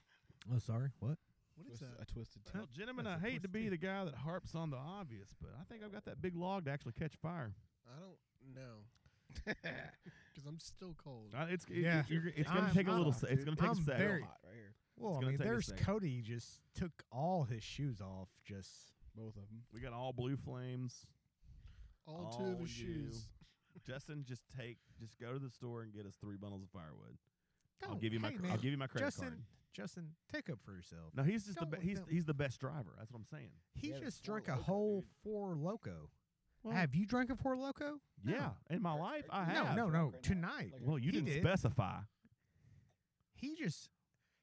Oh, sorry. What?
[laughs] What is
Twist-
that?
a twisted tail.
Well, gentlemen, I
That's a
hate to
twist
be
too.
the guy that harps on the obvious, but I think I've got that big log to actually catch fire.
I don't know. [laughs] Because I'm still cold.
Uh, it's it-
Yeah.
it- you're- it's gonna
I'm
take a little.
hot,
se- It's gonna
dude.
take
I'm
a second.
very-
hot right here.
Well, I
gonna
mean,
take a
there's
second.
Cody just took all his shoes off. Just
Both of them.
We got all blue flames.
All two of his
you.
shoes.
Justin, just take, just go to the store and get us three bundles of firewood. I'll
Don't-
give you my,
hey,
cr-
man,
I'll give you my credit
Justin,
card.
Justin, take up for yourself.
No, he's just the
don't
be-
let
he's
them-
he's the best driver. That's what I'm saying.
He
Yeah, the
just
Four
drank a
Loko,
whole
dude.
four loco.
Well,
have you drank a four loco?
yeah, in my life I
No,
have.
no, no.
Right now.
Tonight,
Like,
Well, you
He
didn't
did.
specify.
he just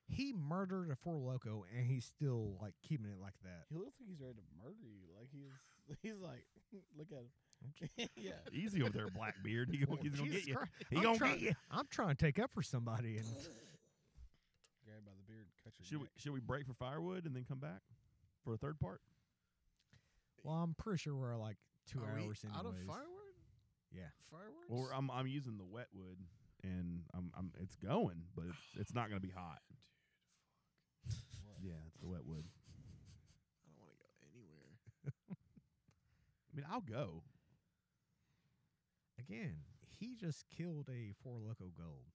he murdered a four loco, and he's still like keeping it like that.
He looks like he's ready to murder you. Like
[laughs]
he's he's like look at him. yeah.
Easy over there, Blackbeard. He gonna, [laughs]
Oh,
he's gonna
Jesus
get you.
Christ.
He
I'm
gonna
trying-
get you.
I'm trying to take up for somebody, and
Grab by the beard, and cut your
Should we
neck.
should we break for firewood and then come back for a third part?
well, I'm pretty sure we're like two
Are we
hours in.
out of firewood?
Yeah.
Fireworks?
Well, I'm I'm using the wet wood and I'm I'm it's going, but it's it's not gonna be
[sighs]
hot. Yeah, it's the wet wood.
I don't want to go anywhere.
[laughs] I mean, I'll go.
Again, he just killed a four loco gold.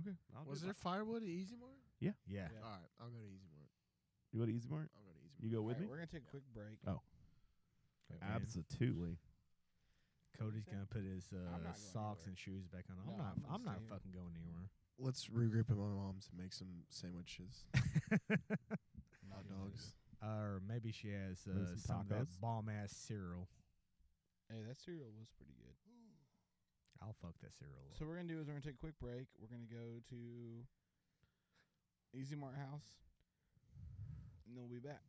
Okay. I'll
Was
do
there
it.
firewood at Easy Mart?
Yeah.
Yeah.
All right, I'll go to Easy Mart.
You go to Easy Mart?
I'll go to Easy
You
Mart.
go
All
with
right,
me?
We're gonna take a quick break.
Oh. Absolutely.
Cody's gonna put his
not
uh,
going
socks
anywhere.
and shoes back on. I'm
No,
not.
I'm gonna
I'm not
stay here.
fucking going anywhere.
Let's regroup at my mom's and make some sandwiches, [laughs]
I'm not
hot
gonna do
dogs.
or maybe she has
Maybe
uh,
some
some of that
tacos.
bomb ass cereal.
that. Hey, that cereal was pretty good.
I'll fuck that cereal. up.
So what we're gonna do is we're gonna take a quick break. We're gonna go to Easy Mart House, and then we'll be back.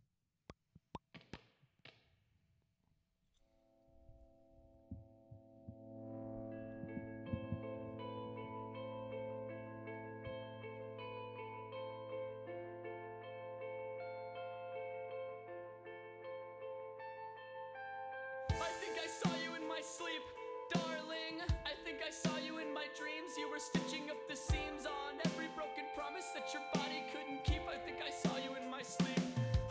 I think I saw you in my sleep, darling. I think I saw you in my dreams. You were stitching up the seams on every broken promise that your body couldn't keep. I think I saw you in my sleep.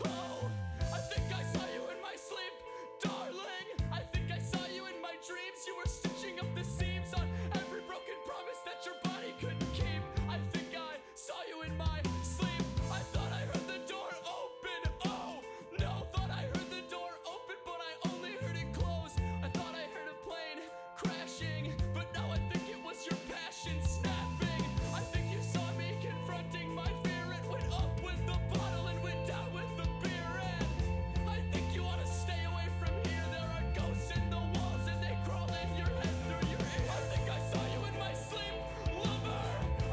Oh, I think I saw you in my sleep, darling. I think I saw you in my dreams. You were stitching up the seams on every broken promise that your body couldn't keep. I think I saw you in my sleep. I thought I heard the door open. Oh, no, thought I heard the door open, but I only heard it close. I thought I heard a plane crashing, but now I think it was your passion snapping. I think you saw me confronting my fear. It went up with the bottle and went down with the beer. And I think you ought to stay away from here. There are ghosts in the walls and they crawl in your head through your ear. I think I saw you in my sleep, lover.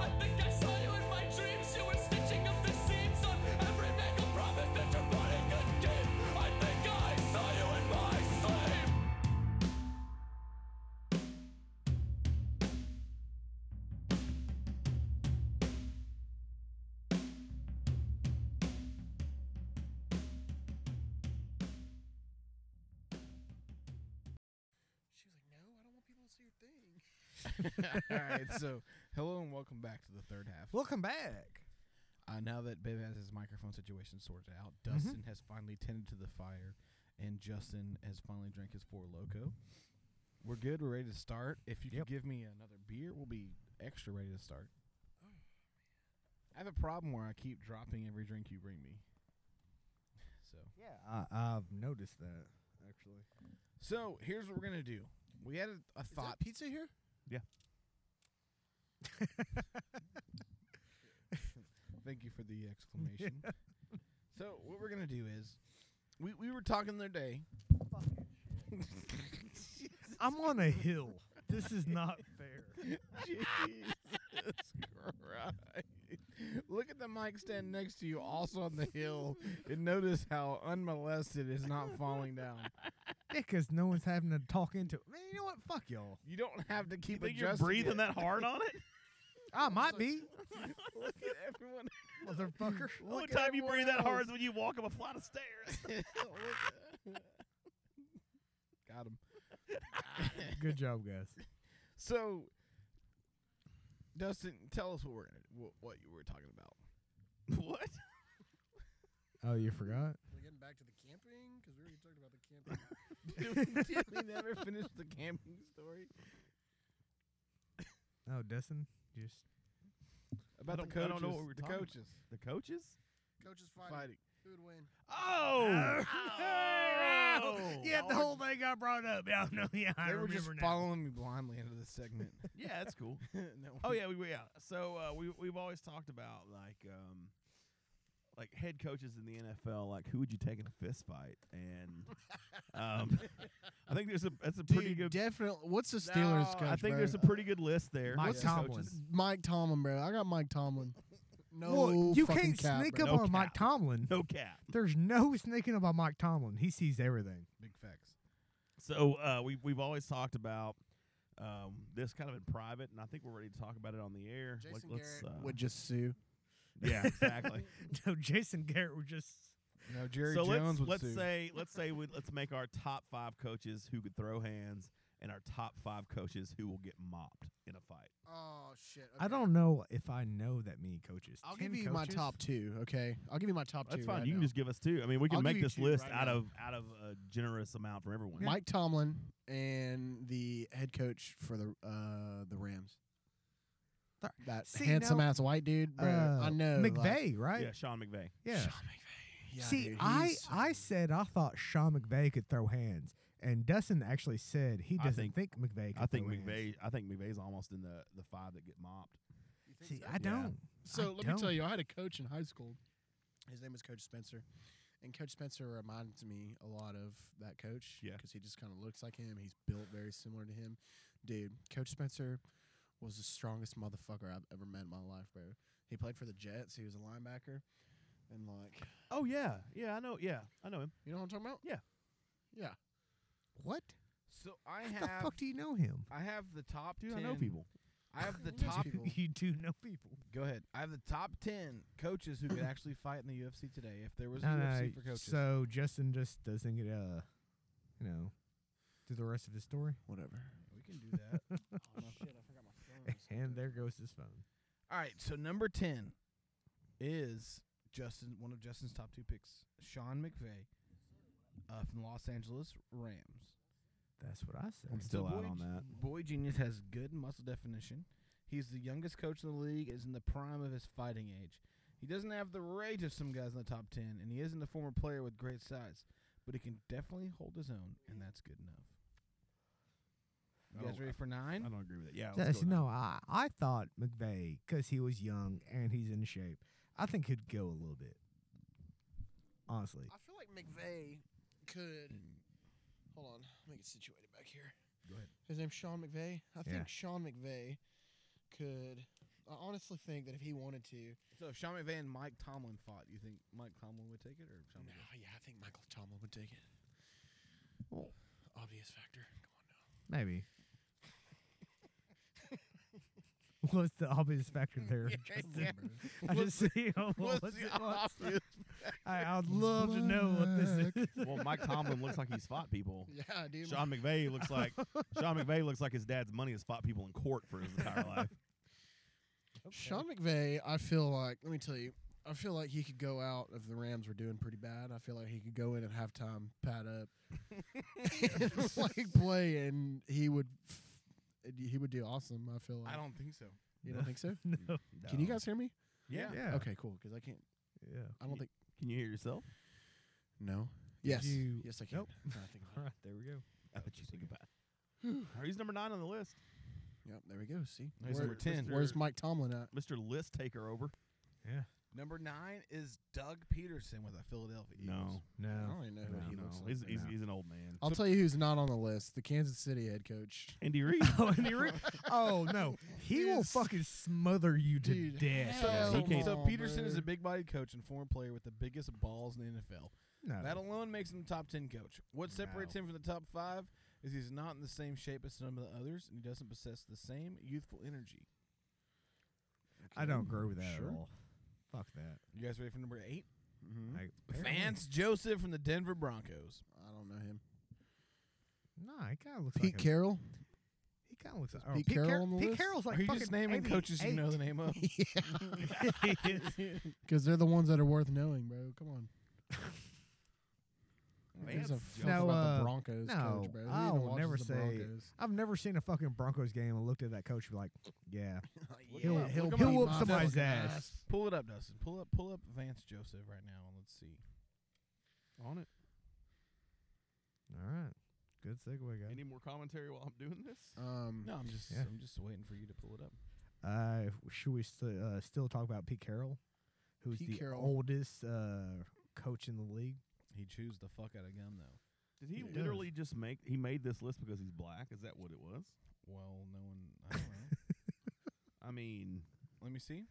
I think I saw you in my dreams. You were stitching up the seams on every mega promise that your body could keep. I think I saw you in my sleep.
She was like, "No, I don't want people to see your thing."
All right. So hello and welcome back to the third half.
Welcome back.
Uh, now that Bib has his microphone situation sorted out, Dustin has finally tended to the fire, and Justin has finally drank his four loco. We're good. We're ready to start. If you
Yep.
can give me another beer, we'll be extra ready to start. I have a problem where I keep dropping every drink you bring me. [laughs] So
yeah. I, I've noticed that
[laughs]
actually.
So here's what we're gonna do. We had a, a thought.
pizza here?
Yeah.
[laughs] Thank you for the exclamation. So what we're gonna do is, we we were talking the
[laughs]
other day.
I'm on a hill. This is not fair. [laughs]
Jesus Christ. Look at the mic stand next to you, also on the hill, and notice how unmolested it's not falling down.
Because no one's having to talk into it. Man, you know what? Fuck y'all.
You don't have to keep
think you're
adjusting
breathing
it.
that hard on it?
I might be.
[laughs] Look at everyone.
Motherfucker.
The only time you breathe that hard is when you walk up a flight of
[laughs]
stairs.
Got him.
[laughs] Good job, guys.
So, Dustin, tell us what we're gonna, what, what you were talking [laughs] about.
[laughs] What?
Oh, you forgot?
We're getting back to the camping because we already talked about
[laughs]
the camping.
did, we, did we never finish the camping story
Oh, Dustin, just [laughs]
about the
don't- I
coaches?
don't know what we were
the
talking about.
coaches.
The coaches?
Coaches fighting.
Fighting.
Who would win?
Oh! [laughs]
yeah, the whole thing got brought up. Yeah, no, yeah, I
they were just
remember now.
following me blindly into this [laughs] segment.
yeah, that's cool.
No
Oh
one-
yeah, we we- yeah. So uh, we we've always talked about like um, like head coaches in the NFL. Like who would you take in a fist fight? [laughs] And um, [laughs] I think there's a that's a pretty good.
Definitely. What's the Steelers
No,
coach?
I think
bro?
there's a pretty good list there.
Mike
What's the
Tomlin.
coaches?
Mike Tomlin, bro. I got Mike Tomlin. No,
Well, you
fucking
can't
cap,
sneak
bro.
up on
[laughs]
Mike Tomlin.
No cap.
There's no sneaking up on Mike Tomlin. He sees everything. [laughs]
Big facts.
So uh, we we've always talked about um, this kind of in private, and I think we're ready to talk about it on the air. Like,
Jason
let's,
Garrett
uh,
would just sue.
[laughs] yeah,
[laughs]
exactly.
no, Jason Garrett would just.
No, Jerry
so let's
Jones would
let's
[laughs]
sue.
say let's say we let's make our top five coaches who could throw hands and our top five coaches who will get mopped in a fight.
Oh shit.
I don't know if I know that many coaches.
I'll
Ten
give you my
coaches?
top two. Okay, I'll give you my top
That's
two.
fine.
right
you can
now.
just give us two. I mean, we can
I'll give
make
you
this
two
list
right
out
now.
of out of a generous amount from everyone.
Mike Tomlin and the head coach for the uh, the Rams.
Th-
That
See,
handsome
now-
ass white dude, bro.
Uh,
I know like-
McVay, right?
Yeah, Sean McVay.
Yeah.
Sean McVay. Yeah,
See,
dude,
I
he's-
I said I thought Sean McVay could throw hands, and Dustin actually said he
I
doesn't
think-
think, McVay. Could
I think
throw
McVay.
hands.
I think McVay's almost in the the five that get mopped.
See, I don't.
So
I
let me
don't.
tell you, I had a coach in high school. His name was Coach Spencer, and Coach Spencer reminds me a lot of that coach.
Yeah.
because he just kind of looks like him. He's built very similar to him, dude. Coach Spencer was the strongest motherfucker I've ever met in my life, bro. He played for the Jets. He was a linebacker, and like,
Oh yeah, yeah. I know. Yeah, I know him.
you know what I'm talking about?
Yeah.
yeah.
What?
So I
What
have
the fuck do you know him?
I have the top
Dude, I
ten.
know people.
I have the
Those
top.
people.
[laughs] You do know people.
Go ahead. I have the top ten coaches who could actually fight in the UFC today. If there was a
No,
UFC
no.
for coaches,
So Justin just doesn't get uh, you know, do the rest of his story.
Whatever.
we can do that.
oh shit! I forgot
[laughs]
my phone.
and there goes his phone.
All right. So number ten is Justin. One of Justin's top two picks, Sean McVay, uh, from Los Angeles Rams.
That's what I said.
I'm still
boy
out on that.
Boy Genius has good muscle definition. He's the youngest coach in the league, is in the prime of his fighting age. He doesn't have the rage of some guys in the top 10, and he isn't a former player with great size, but he can definitely hold his own, and that's good enough. You
I
guys
don't-
ready for
Oh, I
nine?
don't agree with it. Yeah.
Yes,
Let's go
no, I I thought McVay because he was young and he's in shape. I think he'd go a little bit. Honestly,
I feel like McVeigh could. Hold on, let me get situated back here.
Go ahead.
His name's Sean McVeigh. I
Yeah.
think Sean McVeigh could. I honestly think that if he wanted to,
So if Sean McVay and Mike Tomlin fought, you think Mike Tomlin would take it, or Sean
no,
McVay?
yeah, I think Michael Tomlin would take it.
Well-
Obvious factor. Come on now.
maybe. [laughs] What's the obvious factor there? [laughs] Justin?
[laughs]
I just see.
[laughs]
What's it, what's- [laughs] I, I'd love to know what this is. [laughs]
[laughs]
on. Well, Mike Tomlin looks like he's fought people.
Yeah, dude.
Sean McVay looks like Sean McVay looks like his dad's money has fought people in court for his entire life.
Sean McVay, I feel like. Let me tell you, I feel like he could go out if the Rams were doing pretty bad. I feel like he could go in at halftime, pat up,
[laughs]
and [laughs] like play, and he would f- he would do awesome. I feel like
I don't think so.
You don't
[laughs]
think so?
No.
Can you guys hear me?
Yeah.
Yeah.
Okay, cool. Because I can't.
Yeah.
I don't think.
Can you hear yourself?
No.
Did
Yes.
you-
Yes, I can.
[laughs]
Nope.
Now I think about it.
All right, there we go. I bet you think about it. Alright, He's number nine on the list.
Yep, there we go. See,
He's
Where-
number 10.
Where's Mike Tomlin at?
Mr. List taker over.
Yeah.
Number nine is Doug Peterson with the Philadelphia Eagles.
No.
I don't even know who he
No,
looks like.
He's, he's, he's an old man.
I'll
So-
tell you who's not on the list: the Kansas City head coach,
Andy Reid. [laughs]
oh, Andy Reid. Oh no, he will fucking smother you to
Dude,
death.
So,
Yeah,
so,
he can't-
so Peterson is a
brother.
big bodied coach and former player with the biggest balls in the NFL.
No.
That alone makes him the top 10 coach. What separates him from the top five is he's not in the same shape as some of the others, and he doesn't possess the same youthful energy.
I don't agree with that
Sure.
at all. Fuck that.
You guys ready for number 8
Like,
Vance Joseph from the Denver Broncos.
I don't know him.
Nah, he kind of looks
Pete
like a-
Carroll.
He kind of looks like oh,
Pete Carroll on the
Pete
list?
Carroll's like
Are you
fucking
just naming coaches you know the name of?
Because they're the ones that are worth knowing, bro. Come on. There's a
Vance
fuck
no,
about
uh,
the Broncos
no,
coach, bro. Who even
I'll
watches
never
the
say.
Broncos?
I've never seen a fucking Broncos game and looked at that coach and be like, yeah,
[laughs]
Yeah.
he'll
Look
he'll,
him
he'll
up.
whoop
He's my
somebody's
fucking
ass.
ass.
Pull it up, Dustin. Pull up, pull up Vance Joseph right now, and let's see.
On it.
All right, good segue, guys.
Any more commentary while I'm doing this?
Um,
No, I'm just,
Yeah.
I'm just waiting for you to pull it up.
Uh, should we st- uh, still talk about Pete Carroll, who's
Pete
the
Carroll.
oldest uh, coach in the league?
He chews the fuck out of gum though.
Did he
It does.
literally just make? He made this list because he's black. Is that what it was?
Well, no one. I don't
[laughs]
know.
I mean,
Let me see.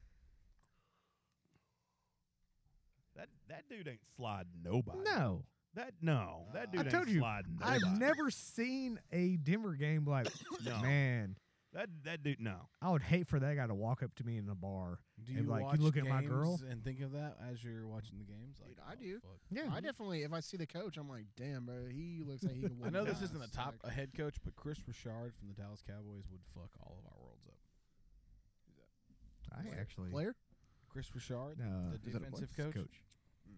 that that dude ain't slide nobody.
No,
That no. That dude
I told
ain't
you,
slide nobody.
I've never seen a Denver game like,
No.
man,
That that dude no.
I would hate for that guy to walk up to me in a bar
Do
and
you
be like,
watch
you look at
games
my girl.
and think of that as you're watching the games? Like,
Dude, I
oh,
do.
fuck.
Yeah,
I definitely, if I see the coach, I'm like, damn, bro, he looks like he
[laughs]
can
I
whoop
know this
my
isn't a
ass."
top
Like,
a head coach, but Chris Richard from the Dallas Cowboys would fuck all of our worlds up.
I actually
player.
Chris Richard,
Uh,
No,
the
is that a
defensive
player?
coach. [laughs]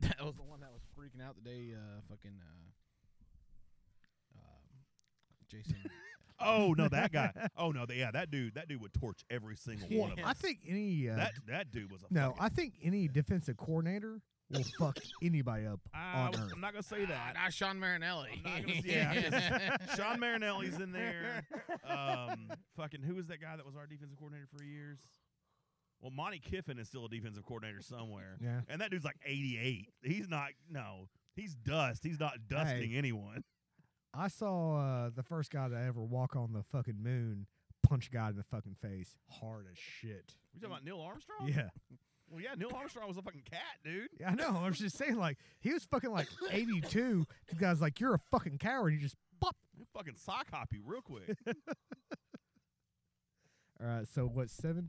That was the one that was freaking out the day uh, fucking uh, um, Jason.
[laughs]
Oh no, that guy. Oh no, th- yeah, that dude. That dude would torch every single one of
I
us.
think any uh,
that that dude was a
no,
fucking-
I think any defensive coordinator will fuck
[laughs]
anybody up
I
on
was-
earth.
I'm Ah, not gonna say that.
not Sean Marinelli.
I'm not gonna say- [laughs] yeah, 'cause Sean Marinelli's in there. Um, fucking who was that guy that was our defensive coordinator for years? Well, Monty Kiffin is still a defensive coordinator
[laughs]
somewhere.
Yeah.
And that dude's like 88. He's not. No, he's dust. He's not dusting anyone.
I saw uh, the first guy to ever walk on the fucking moon punch a guy in the fucking face hard as shit.
We talking about Neil Armstrong?
Yeah,
Well, yeah, Neil Armstrong was a fucking cat, dude.
yeah, I know. I was just saying, like he was fucking like eighty two. The guy's like, "You're a fucking coward." He just pop.
He'll fucking sock hop you real quick.
All right, so what seven?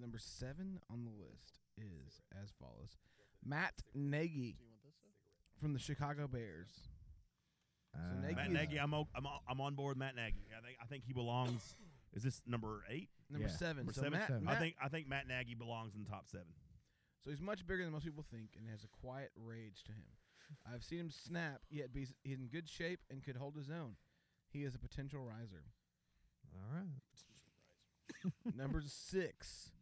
Number seven on the list is as follows: Matt Nagy from the Chicago Bears.
Uh,
So Nagy
Matt
is-
Nagy, I'm, o- I'm o- I'm on board. with Matt Nagy. I think I think he
[sighs]
belongs. Is this number eight?
Number
Yeah.
seven.
Number
so
seven?
Matt,
I
Matt-
think I think Matt Nagy belongs in the top seven.
so. He's much bigger than most people think, and has a quiet rage to him. I've seen him snap, yet be s- he's in good shape and could hold his own. He is a potential
[laughs]
riser.
All right.
Number six,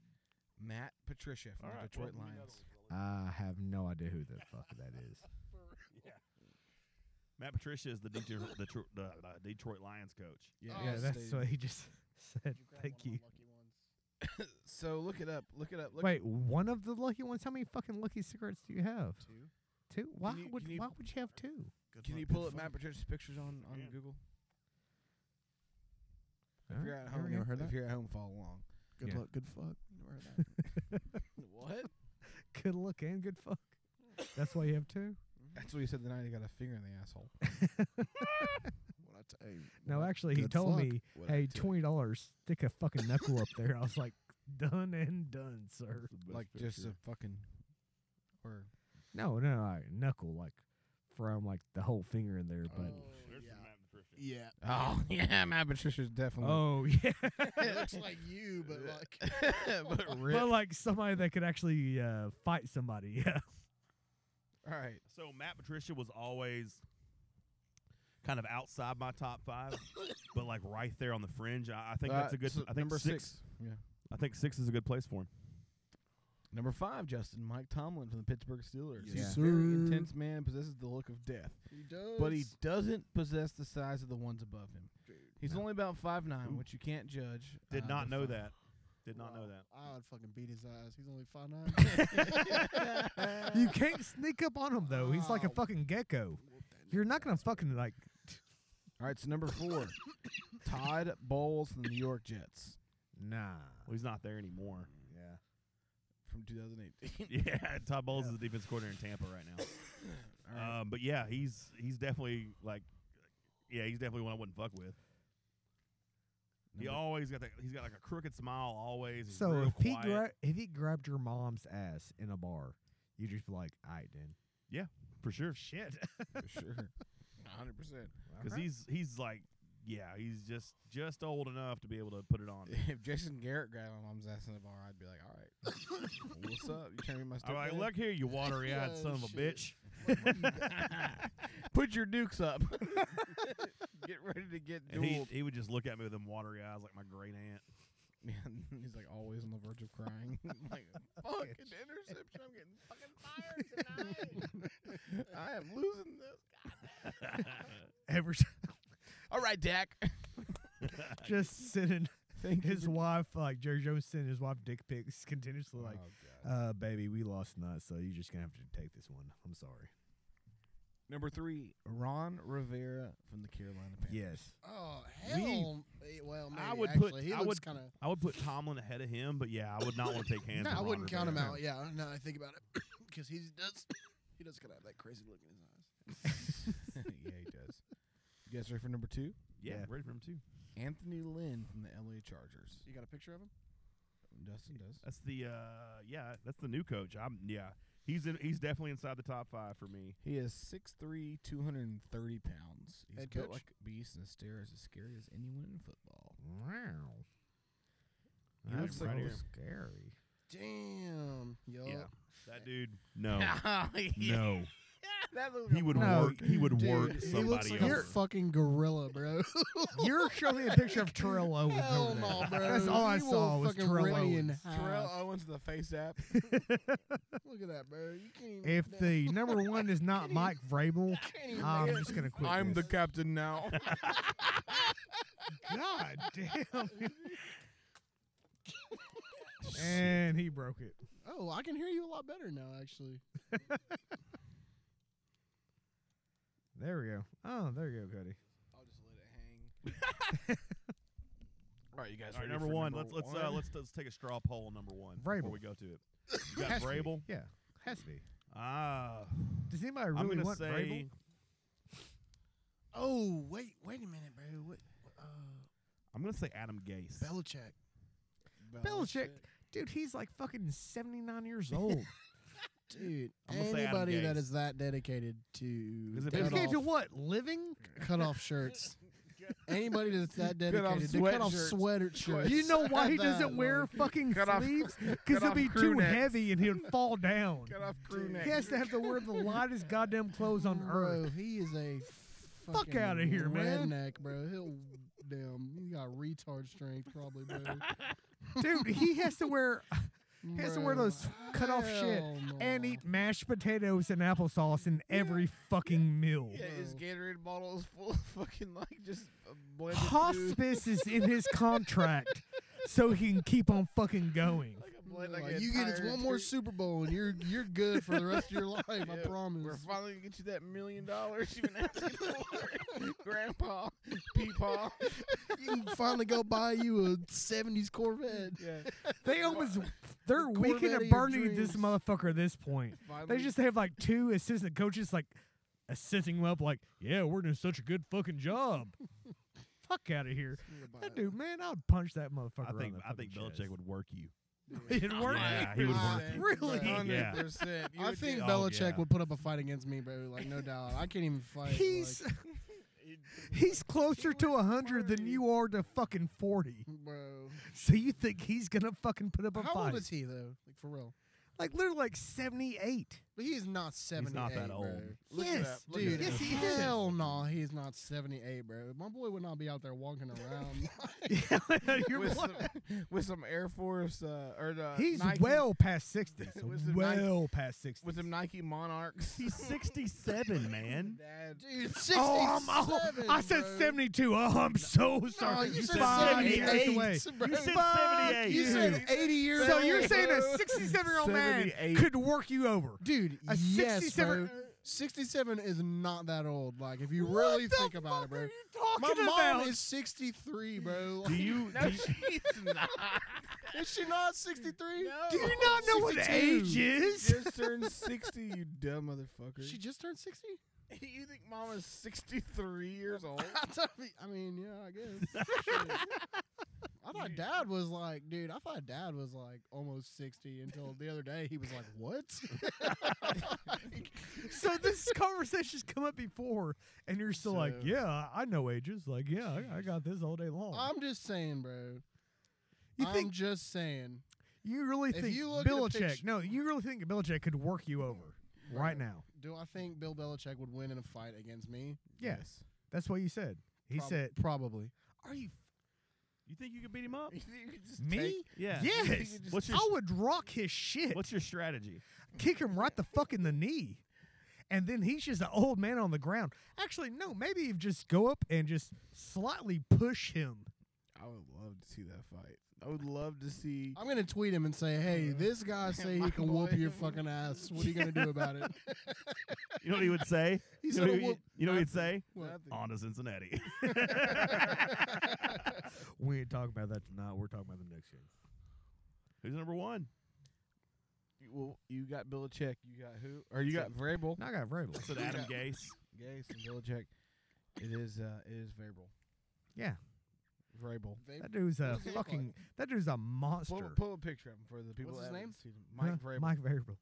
Matt Patricia from
All
the
right,
Detroit
well, we got
Lions.
I have no idea who the fuck that
[laughs]
is.
Matt Patricia is the Detroit,
[laughs]
the, tro- the, the Detroit Lions coach.
Yeah,
yeah,
it's
that's
stated.
what he just [laughs] said. Thank you.
so look it up. Look it up. Look
Wait, one of the lucky ones. How many fucking lucky cigarettes do you have?
Two.
Two? Why
you-
would
can you-
Why would you have two?
Good
Can
luck,
you
good
pull up
fun.
Matt Patricia's pictures on, on
Yeah.
Google?
All
If you're at
there we
home,
go.
Never heard
if
that?
you're at home, follow along.
Good
Yeah.
luck. Good fuck. Never heard that.
[laughs]
What?
Good look and good fuck. That's why you have two.
Mm-hmm.
That's what you said the night he got a finger in the asshole.
what I tell you.
No,
What-
actually, he
good
told
fuck.
me,
What I tell
"Hey,
you.
twenty dollars, stick a fucking knuckle up there." I was like, "Done and done, sir."
like just a fucking
[laughs]
or
No, no, no, like, knuckle like from like the whole finger in there, but
Oh,
There's
yeah.
some Matt Patricia.
Yeah.
Oh [laughs] yeah, Matt Patricia's definitely.
[laughs] Oh
[laughs]
yeah.
it looks like you, but like.
but
But like somebody that could actually uh, fight
[laughs]
somebody.
[laughs]
Yeah.
Oh.
All right.
So Matt Patricia was always kind of outside my top five,
[laughs]
but like right there on the fringe. I, I think
Uh,
that's a good.
so
I think
number
six,
six, yeah.
I think six is a good place for him.
Number five, Justin Mike Tomlin from the Pittsburgh Steelers.
Yes,
He's
sir.
a very intense man, possesses the look of death.
He
But he
does.
doesn't possess the size of the ones above him. He's only about five nine, which you can't judge.
Did
uh,
not
the
know
five.
that. Did not know that.
I would fucking beat his ass. He's only five nine.
you can't sneak up on him though. He's like
Oh.
a fucking gecko. You're not gonna fucking like.
All right, so number
[coughs]
four, Todd Bowles from the New York Jets.
Nah,
well, he's not there anymore.
Yeah,
from [laughs] 2018.
[laughs]
yeah, Todd Bowles is the defense coordinator in Tampa right
[coughs]
now. um, but yeah, he's he's definitely like, yeah, he's definitely one I wouldn't fuck with. He
Number-
always got that. He's got like a crooked smile always. He's
So
real
if he
quiet.
gra- if he grabbed your mom's ass in a bar, you'd just be like, "I did."
Yeah, for sure. [laughs]
Shit.
For sure. 100. percent
because he's he's like, yeah, he's just just old enough to be able to put it on.
If Jason Garrett grabbed my mom's ass in the bar, I'd be like, "All
[laughs]
right, what's up? You trying to be my
All right,
stepdad?"
look here, you
[laughs]
watery-eyed son of a bitch.
Put your dukes up. [laughs] get ready to get
[laughs] And he,
dueled.
he would just look at me with them watery eyes like my great aunt.
Man, [laughs] he's like always on the verge of crying. [laughs] I'm like, fuck, it's an interception. I'm getting fucking [laughs] fired tonight. I am losing this. goddamn.
Every time,
All right, Dak. [laughs]
[laughs] just sending
Thank you
his wife like Jerry Jones sending his wife dick pics
[laughs]
continuously. Like,
Oh,
uh, baby, we lost tonight, so you're just gonna have to take this one. I'm sorry.
Number three, uh, Ron Rivera from the Carolina Panthers.
Yes.
[laughs] oh
We-
hell! eh, well, maybe,
I would
actually.
put-
He
I
looks
would
kind of.
I would put Tomlin ahead of him, but yeah, I would not want to take hands.
No,
with
I
Ron
wouldn't count him
Rivera.
out. Yeah, now that I think about it, [coughs] because he does. [coughs] He does kind of have that crazy look in his eyes.
[laughs] yeah, he does. You guys ready for number two?
Yeah, ready for number two.
Anthony Lynn from the LA Chargers.
You got a picture of him?
Dustin does.
That's the uh, yeah, that's the new coach. I'm yeah, he's in, he's definitely inside the top five for me.
He is 6'3", 230 pounds. He's
Head
built
coach?
like a beast and his stare is as scary as anyone in football. [laughs]
Wow.
He
I'm
looks like
right
a-
here.
Scary.
Damn. Yo.
Yeah, that dude. No,
Yeah.
no,
That looks
he would
No,
work. He would
dude,
work
He looks
somebody
like
over.
a fucking gorilla, bro.
You're showing me a picture of Terrell Owens.
Hell
over
no, bro.
there. That's all I
You will
saw was
fucking
Terrell
rip me in
Owens.
half.
Terrell Owens in the face app.
Look
[laughs]
at that, bro. You can't even. [laughs]
If the number one is not Mike Vrabel,
can't even
I'm
make it.
just gonna quit.
I'm the
this.
captain now.
God damn.
[laughs]
and he broke it.
Oh, I can hear you a lot better now, actually.
There we go. Oh, there you go, Cody.
All right, you guys.
All right,
ready
number
for
one.
number
let's let's uh,
[laughs] one?
let's let's take a straw poll on number one before
Vrabel.
we go to it. You got
Has to be.
Vrabel.
Yeah, has to be.
Ah,
Does anybody
I'm
really
gonna
want
say
Vrabel?
Oh, wait, wait a minute, bro. What? Uh,
I'm gonna say Adam Gase.
Belichick.
oh,
Belichick, dude, he's like fucking
[laughs]
79 years old.
Dude,
I'm gonna say Adam
anybody that
Gase.
is that dedicated to
'Cause if
cut
it's-
Dedicated
off,
to what? Living?
[laughs]
cut off
[laughs]
shirts. anybody that's that
Cut off
dedicated to cut off
sweatshirts.
sweater shirts.
You know why he
That,
doesn't wear
like,
fucking
Cut off- [laughs]
sleeves?
cut
Because it'll
off
be
crew
too
necks.
heavy and he'll fall down.
[laughs] Cut off crew neck.
He has to have to wear the lightest goddamn clothes
[laughs] Oh,
on earth.
Bro, he is a
Fuck
fucking
outta here, man.
redneck, bro. He'll damn, he got retard strength probably, bro.
dude. He has to wear [laughs] he has to wear
Bro,
those cut off shit
hell
and
no.
eat mashed potatoes and applesauce in every fucking meal.
Yeah, his Gatorade bottle is full of [laughs] fucking like just uh,
[laughs]
blended food.
Hospice is in his contract, so he can keep on fucking going.
Like a blend, like
Like,
an
you get it's
entire
one more
treat.
Super Bowl and you're you're good for the rest of
[laughs]
your life. I
Yeah, We're
promise.
finally gonna get you that million dollars you've been
[laughs]
asking for, [laughs] Grandpa, Peepaw.
You can finally go buy you a '70s Corvette.
Yeah,
They almost they're
Corvette
weaking
of
at
your
Bernie this
dreams.
motherfucker at this point.
Finally.
They just have like two assistant coaches like assisting him up like, yeah, we're doing such a good fucking job. Fuck out of here. That dude, man, I would punch that motherfucker.
I
right in
think
the
I think
fucking
Belichick
chest.
would work you.
It'd work.
Yeah, he would work. you.
Really?
Yeah.
100%. You
I
would
think
get-
Oh,
Belichick
yeah.
[laughs] would put up a fight against me, bro. Like no doubt. I can't even fight.
He's
like,
[laughs] He's closer to 100 than you are to fucking 40. [laughs]
Bro.
So you think he's going to fucking put up a
How
fight?
old is he though? Like for real?
Like literally like 78.
But he is not 78.
not that
bro.
old. Look at
Yes,
that- look at
dude.
that. Yes, he is.
Hell no, he is not 78, bro. My boy would not be out there walking
[laughs]
around. [laughs]
with, some, with some Air Force uh, or the
He's
Nike-
well past 60. So
with some Nike-
well past 60.
with some
[laughs]
Nike Monarchs.
He's 67,
[laughs]
man.
Dad.
Dude,
Oh, I'm, oh, I said 72. Oh, I'm so sorry.
you said
Five
78,
years away.
bro. You said
Fuck
78. You said 80 years
So you're
old,
saying
bro.
a 67 year old man
78.
could work you over?
Dude,
a
yes,
67
bro. 67 is not that old. Like, if you really think about it, bro. My
talking
mom
about?
is 63, bro.
Do you- No, do you-
she's not.
Is she not 63?
Do you not know what age is?
She just turned 60, you dumb motherfucker.
She just turned 60?
[laughs] you think mom is 63 years old?
[laughs] I mean, yeah, I
[laughs]
guess. Shit. I thought dad was like, dude, I thought dad was like almost 60 until the other day he was like, what?
[laughs] [laughs] So this conversation's come up before, and you're still like,
So-
yeah, I know ages. Like, yeah, I, I got this all day long.
I'm just saying, bro.
You
I'm
think-
just saying.
you really
if
think
you look at a
Belichick?
picture-
No, you really think Belichick could work you over right now?
Do I think Bill Belichick would win in a fight against me?
Yes, that's what you said. He
Prob-
said,
probably.
"Are you
You think you could beat him up?
me?
Yeah.
Yes.
What's your
I would rock his shit.
[laughs] What's your strategy?
kick him right the fuck in the knee. And then he's just an old man on the ground. Actually, no, maybe you just go up and just slightly push him.
I would love to see that fight. I would love to see.
I'm gonna tweet him and say,
Uh,
"Hey, this guy say he
My
can whoop
boy.
your fucking ass. What are you gonna do about
[laughs]
it?"
You know what he would say?
He
you
said
know,
a
what he-
whoop-
you know what he'd
nothing.
say?
What?
On to
[laughs]
Cincinnati.
We ain't talking about that tonight. We're talking about the next game.
Who's number one?
You- Well, you got Belichick. You got who? Or you got
Said-
Vrabel?
Now I got Vrabel.
Said Adam Gase.
Gase and Belichick. It is. Uh, it is Vrabel.
Yeah,
Vrabel.
[laughs] that dude's a
does he look like?
fucking. That dude's a
Pull,
monster.
pull a picture of him for the people
What's his
that
name?
haven't seen him. Mike
Huh?
Vrabel.
Mike Variable.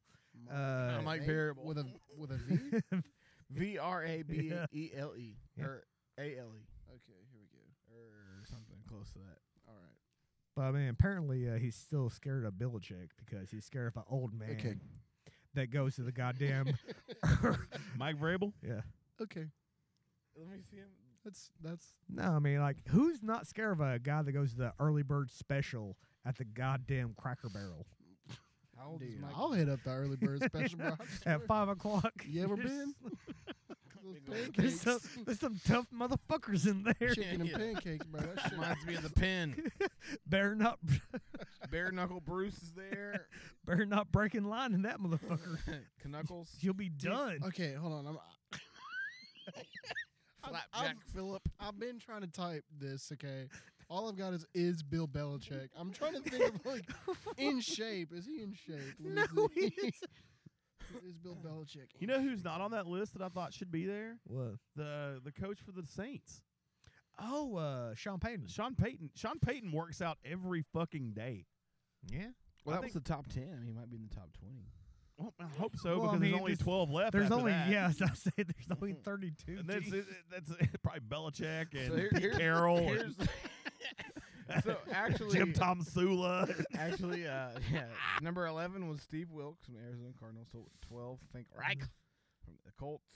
Uh,
Uh, [laughs]
Mike
Nate
Variable.
with a with a V. Okay,
V R A B E L E
[laughs] Yeah.
or A L E
here we go.
or something close to that.
All right.
but man, apparently uh, he's still scared of Belichick because he's scared of an old man
Okay.
that goes to
[laughs]
the goddamn. [laughs]
Mike Vrabel.
yeah.
Okay.
Let me see him.
That's that's
No, I mean, like, who's not scared of a guy that goes to the early bird special at the goddamn Cracker Barrel
How old is
dude.
Mike? [laughs]
I'll hit up the early
[laughs]
bird special, bro. I swear.
at five o'clock?
You ever been? [laughs] Those
There's
pancakes,
some, there's some tough motherfuckers in
[laughs]
there.
chicken and
Yeah.
pancakes, bro. That shit.
Reminds me of the pen.
Better not,
Bare knuckle Bruce is there. [laughs]
better not break in line in that motherfucker.
Knuckles.
You'll be done.
[laughs] Okay, hold on. I'm, I've-
[laughs] Flapjack
I've-
Phillip.
I've been trying to type this. Okay, all I've got is is Bill Belichick. I'm trying to think of
[laughs]
like in shape. Is he in shape? Let me
No,
see.
he isn't.
[laughs] is Bill Belichick.
You know who's not on that list that I thought should be there?
What?
The the coach for the Saints,
Oh, uh, Sean Payton.
Sean Payton. Sean Payton works out every fucking day.
Yeah.
Well,
I
that was the top ten. He might be in the top twenty.
Well, I hope so
Well, I
because
mean,
there's only
just-
twelve left.
There's
after
only
that.
yeah, as I say, there's only 32.
[laughs] And that's
teams.
it, that's it. [laughs] probably Belichick and
here-
Pete
here's-
Carroll and
Here's-
[laughs]
so actually,
Jim Tom Sula. [laughs]
actually, uh, yeah, number eleven was Steve Wilkes from the Arizona Cardinals. So twelve, think Reich from the Colts.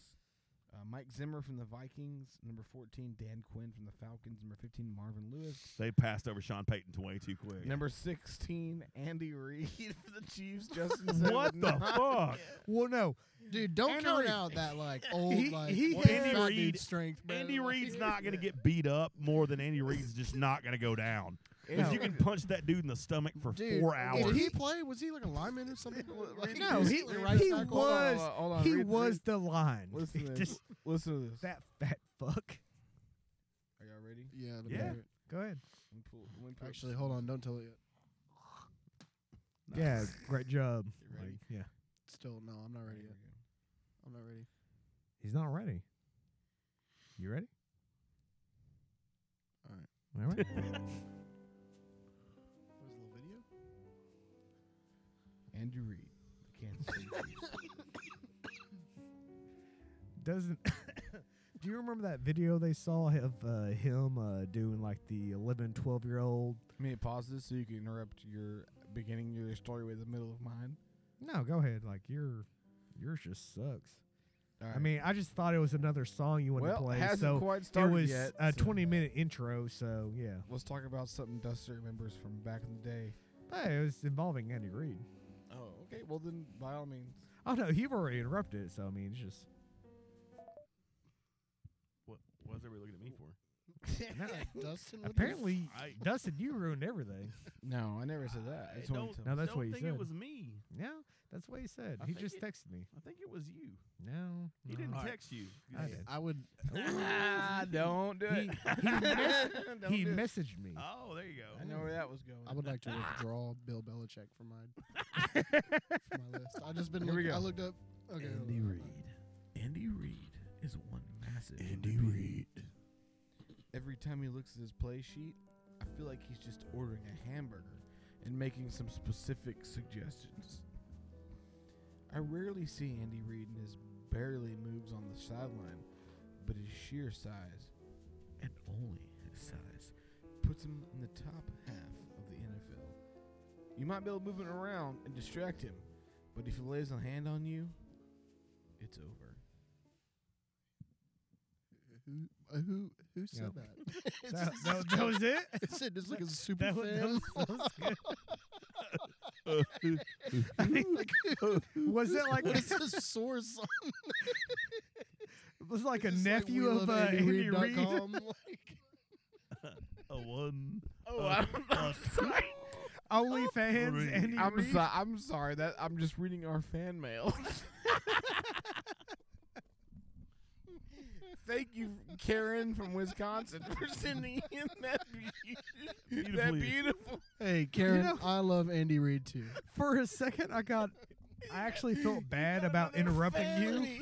Uh, Mike Zimmer from the Vikings. Number fourteen, Dan Quinn from the Falcons. Number fifteen, Marvin Lewis.
they passed over Sean Payton way too quick.
Number sixteen, Andy Reid [laughs] for the Chiefs. Justin. said
what
was
the
not-
fuck?
Well, no,
dude, don't
Andy
count
Reid.
out that like old
He-
like
he
fat
had- Andy Reid-
dude strength. Bro.
Andy Reid's not going to get beat up more than Andy Reid's just not going to go down. 'Cause
No.
you
[laughs]
can punch that dude in the stomach for
Dude,
four
did
hours.
he play? Was he like a lineman or [laughs] something? Like,
no,
was
he,
a right
he
tackle? Hold on,
was
hold on, hold on,
he
read-
was
read-
the line. [laughs]
Listen to this.
Just
Listen to this.
that fat fuck.
Are y'all ready?
Yeah, let me
Yeah.
hear it.
Go ahead.
Let me pull- let me pull-
Actually, hold on. Don't tell it yet.
Yeah, great job.
You ready?
Like, yeah,
Still, no, I'm not ready
Here
yet.
we go.
I'm not ready.
he's not ready. You ready?
All right.
All right.
There's a little video.
Andy Reid, the Kansas City Chiefs.
[laughs] Doesn't [coughs] Do you remember that video they saw of uh, him uh, doing like the 11, 12 year old?
May I pause this so you can interrupt your beginning your story with the middle of mine?
No, go ahead. Like your yours just sucks.
All
I
right.
mean, I just thought it was another song you wanted
Well,
to play.
hasn't
so
quite started
it was uh,
yet,
a
so-
20 minute intro. So yeah,
Let's talk about something Dusty remembers from back in the day.
hey, it was involving Andy Reid.
Oh, okay. Well, then by all means.
Oh no, you've already interrupted it. So I mean, it's just
What was everybody looking at me for?
No.
[laughs] Dustin, what the
apparently
I-
Dustin, you ruined everything.
No, I never said that.
I
It's what he
don't-
told
No,
me.
that's what
don't
he
think
said.
it was me.
Yeah, that's what he said.
I
he
think
just
it-
texted me.
I think it was you.
No,
He
no.
didn't
All right.
text you.
I
He- [laughs]
did.
I would.
Ah, don't do it.
He, [laughs] mess-
Don't
he
do it.
messaged me.
Oh, there you
I
go.
know where that was going.
I would
[laughs]
like to withdraw Bill Belichick from my from my list. I just been
Here we
looking. I
go.
looked up. Okay. hold
Andy
on.
Reid. Andy Reid is one massive.
Andy
human being.
Reid.
Every time he looks at his play sheet, I feel like he's just ordering a hamburger and making some specific suggestions. I rarely see Andy Reid and his barely moves on the sideline, but his sheer size, and only his size, puts him in the top half of the NFL. You might be able to move it around and distract him, but if he lays a hand on you, it's over.
Who uh, who who said that? [laughs] It's
[laughs] That,
just-
that, [laughs] that was it.
It said this like a super
That was, that
[laughs] fan.
was so good. was it like
what is this source? on?
was it like a
It's like
nephew
we
of
love
uh, Andy Reid? [laughs]
AndyReid.com, like,
A one.
Oh,
a-
I'm-
a
sorry.
OnlyFans
Reid.
Andy
I'm
Reid.
so, I'm sorry that I'm just reading our fan mail. [laughs] Thank you, Karen from Wisconsin, [laughs] for sending in that, be- that
Beautifully.
beautiful.
hey Karen,
know-
I love Andy Reid too.
For a second, I got. I actually felt bad about interrupting you.